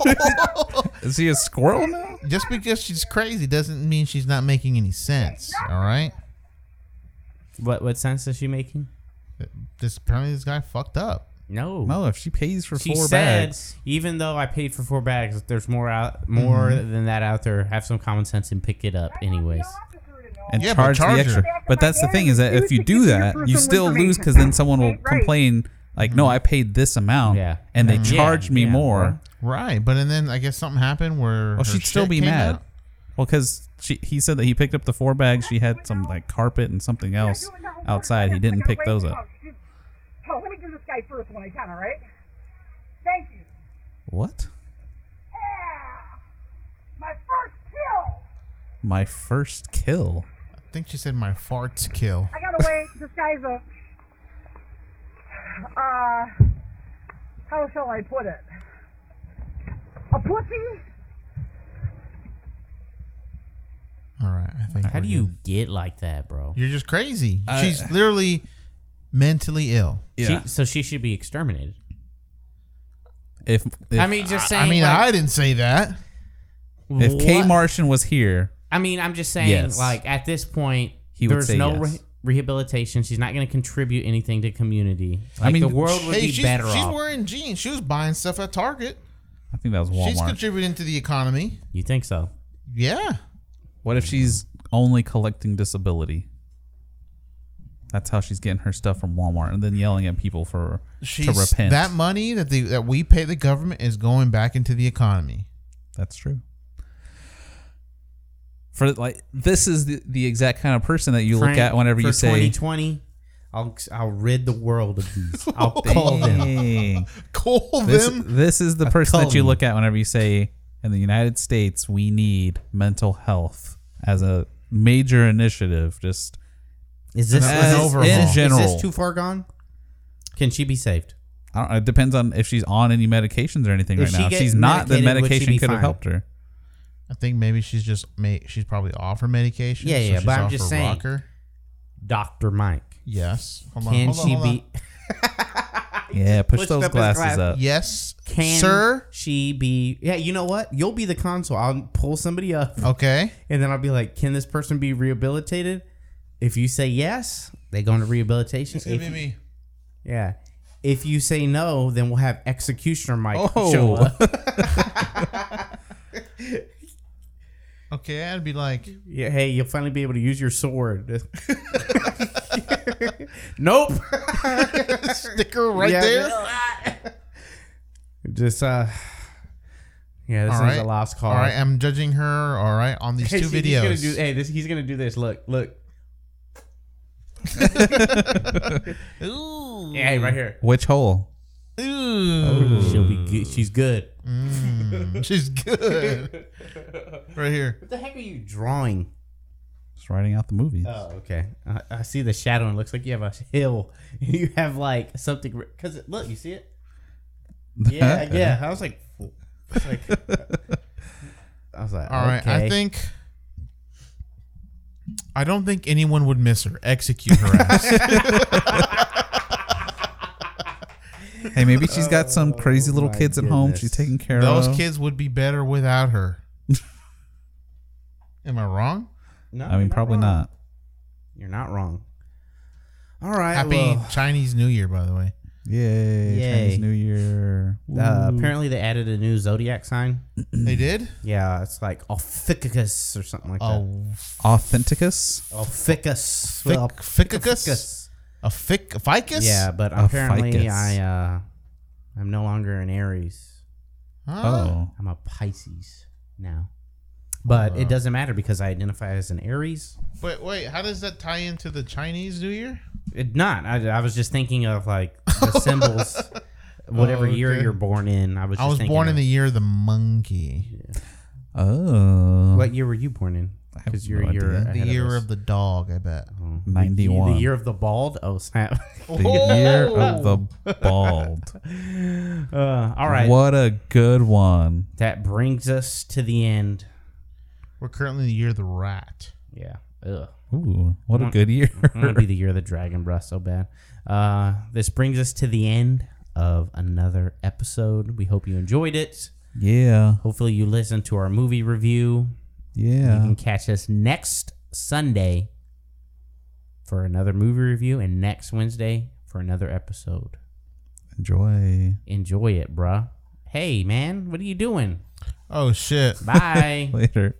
A: Is he a squirrel now?
D: Just because she's crazy doesn't mean she's not making any sense. All right.
C: What what sense is she making?
D: This apparently this guy fucked up.
C: No.
A: No, if she pays for
C: She
A: four
C: said,
A: bags.
C: even though I paid for four bags, there's more out, more
A: Mm-hmm.
C: than that out there. Have some common sense and pick it up, anyways.
A: and charge, the extra. But that's the thing is that if you do that, you still lose because then someone will complain like, "No, I paid this amount, yeah. and they
D: Mhm.
A: charged me more."
D: Right, but and then I guess something happened where.
A: Well, Oh, she'd still be mad. Well, because she he said that he picked up the four bags. She had some like carpet and something else outside. He didn't pick those up.
J: Oh, let me do this guy first when I can, all right? Thank you.
A: What?
J: Yeah. My first kill.
A: My first kill.
D: I think she said my farts kill.
J: I gotta wait. This guy's a. Uh, how shall I put it? A pussy?
D: All right, I think.
C: How do you
A: Mm-hmm.
C: get like that, bro?
D: You're just crazy.
C: I-
D: she's literally mentally ill.
C: She, so she should be exterminated.
A: If, if
C: I mean, just saying.
D: I mean,
C: like-
D: I didn't say that.
A: if K
C: What?
A: Martian was here,
C: I mean, I'm just saying,
A: Yes.
C: like at this point,
A: He would
C: there's
A: say
C: no
A: yes.
C: re- rehabilitation. She's not going to contribute anything to community.
A: I
C: Like,
A: mean,
C: the world would
D: hey,
C: be
D: she's,
C: better
D: she's
C: off.
D: wearing jeans. She was buying stuff at Target.
A: I think that was
D: She's
A: Walmart.
D: contributing to the economy.
C: You think so?
D: Yeah.
A: What if she's only collecting disability? That's how she's getting her stuff from Walmart and then yelling at people for
D: She's,
A: to repent.
D: That money that the that we pay the government is going back into the economy.
A: That's true. For like this is the, the exact kind of person that you
C: Frank,
A: look at whenever
C: for
A: you say
C: 2020, I'll I'll rid the world of these. I'll call them.
A: Dang.
D: Call
A: this,
D: them.
A: This is the
C: a
A: person that you
C: cult.
A: look at whenever you say in the United States we need mental health as a major initiative. Just
C: Is this
A: as
C: is this-
A: in
C: is this-
A: general?
C: Is this too far gone? Can she be saved?
A: I don't know. It depends on if she's on any medications or anything
C: If
A: right
C: she
A: now. If
C: gets
A: she's not, then
C: medicated, would she
A: medication
C: be
A: could have
C: fine?
A: helped her.
D: I think maybe she's just made, she's probably off her medication.
C: Yeah,
D: so
C: yeah.
D: she's
C: But I'm
D: off
C: just
D: her
C: saying,
D: rocker.
C: Doctor Mike.
D: Yes. Hold on,
C: Can
D: hold on,
C: she
D: hold on.
C: be?
A: Yeah, push
C: pushed
A: those
C: up his
A: glasses
C: glass.
A: up.
D: Yes,
C: Can
D: sir.
C: she be? Yeah, you know what? You'll be the consul. I'll pull somebody up,
D: Okay.
C: and then I'll be like, "Can this person be rehabilitated?" If you say yes, they go into rehabilitation.
D: It's gonna
C: If-
D: be me.
C: Yeah. If you say no, then we'll have executioner Mike
A: Oh.
C: show up.
D: Okay, I'd be like,
C: Yeah, hey, you'll finally be able to use your sword. nope.
D: sticker right
C: Yeah,
D: there.
C: Just uh Yeah, this
D: All
C: is
D: right.
C: a lost cause.
D: All right, I'm judging her. All right, on these
C: Hey,
D: two
C: see, he's
D: videos.
C: gonna do- hey, this he's gonna do this. Look, look.
D: Ooh.
C: Hey, right here.
A: Which hole?
D: Ooh.
C: She'll be good. She's good.
D: Mm, she's good. right here.
C: What the heck are you drawing?
A: Just writing out the movies.
C: Oh, okay. I, I see the shadow and it looks like you have a hill. You have like something because look, you see it? Yeah, yeah. I was like, I was like, I was like,
D: All right, I
C: okay.
D: think. I don't think anyone would miss her. Execute her ass.
A: Hey, maybe she's got some crazy little
C: Oh my
A: kids at home.
C: goodness.
A: She's taking care of
D: Those kids would be better without her. Am I wrong?
C: No,
A: I mean, probably not.
C: You're not wrong. All right.
D: Happy
C: well,
D: Chinese New Year, by the way.
A: Yay, Chinese New Year.
C: Uh,
A: Woo.
C: apparently, they added a new zodiac sign.
D: they did.
C: Yeah, it's like Ophicus or something like that.
A: Authenticus.
C: Ophicus.
D: Oh, Fic-
C: Well,
D: ficus? A fic, a ficus?
C: Yeah, but
A: A
C: apparently
A: ficus.
C: I uh, I'm no longer an Aries.
A: Oh.
C: I'm a Pisces now.
D: Oh,
C: But it doesn't matter because I identify as an Aries.
D: Wait, wait. How does that tie into the Chinese New Year?
C: It not. I, I was just thinking of like the symbols, whatever
D: Oh,
C: year
D: okay.
C: you're born in. I was. Just
D: I was
C: thinking
D: born
C: of-
D: in the year of the monkey.
A: Oh.
C: What year were you born in? Because you're
A: no
C: a year
A: idea.
C: ahead
D: The year
C: us.
D: of the dog, I bet.
C: Oh.
A: Ninety
C: The
A: one.
C: year of the bald. Oh snap!
A: The year of the bald.
C: Uh, all right.
A: What a good one.
C: That brings us to the end.
D: We're currently in the year of the rat.
C: Yeah. Ugh.
A: Ooh, what a
C: want-
A: good year.
C: I'm gonna be the year of the dragon, bruh, so bad. Uh, this brings us to the end of another episode. We hope you enjoyed it.
A: yeah.
C: Hopefully, you listened to our movie review. You
A: Yeah.
C: can catch us next Sunday for another movie review, and next Wednesday for another episode.
A: Enjoy.
C: Enjoy it, bruh. Hey, man, what are you doing?
D: Oh shit.
C: Bye.
A: Later.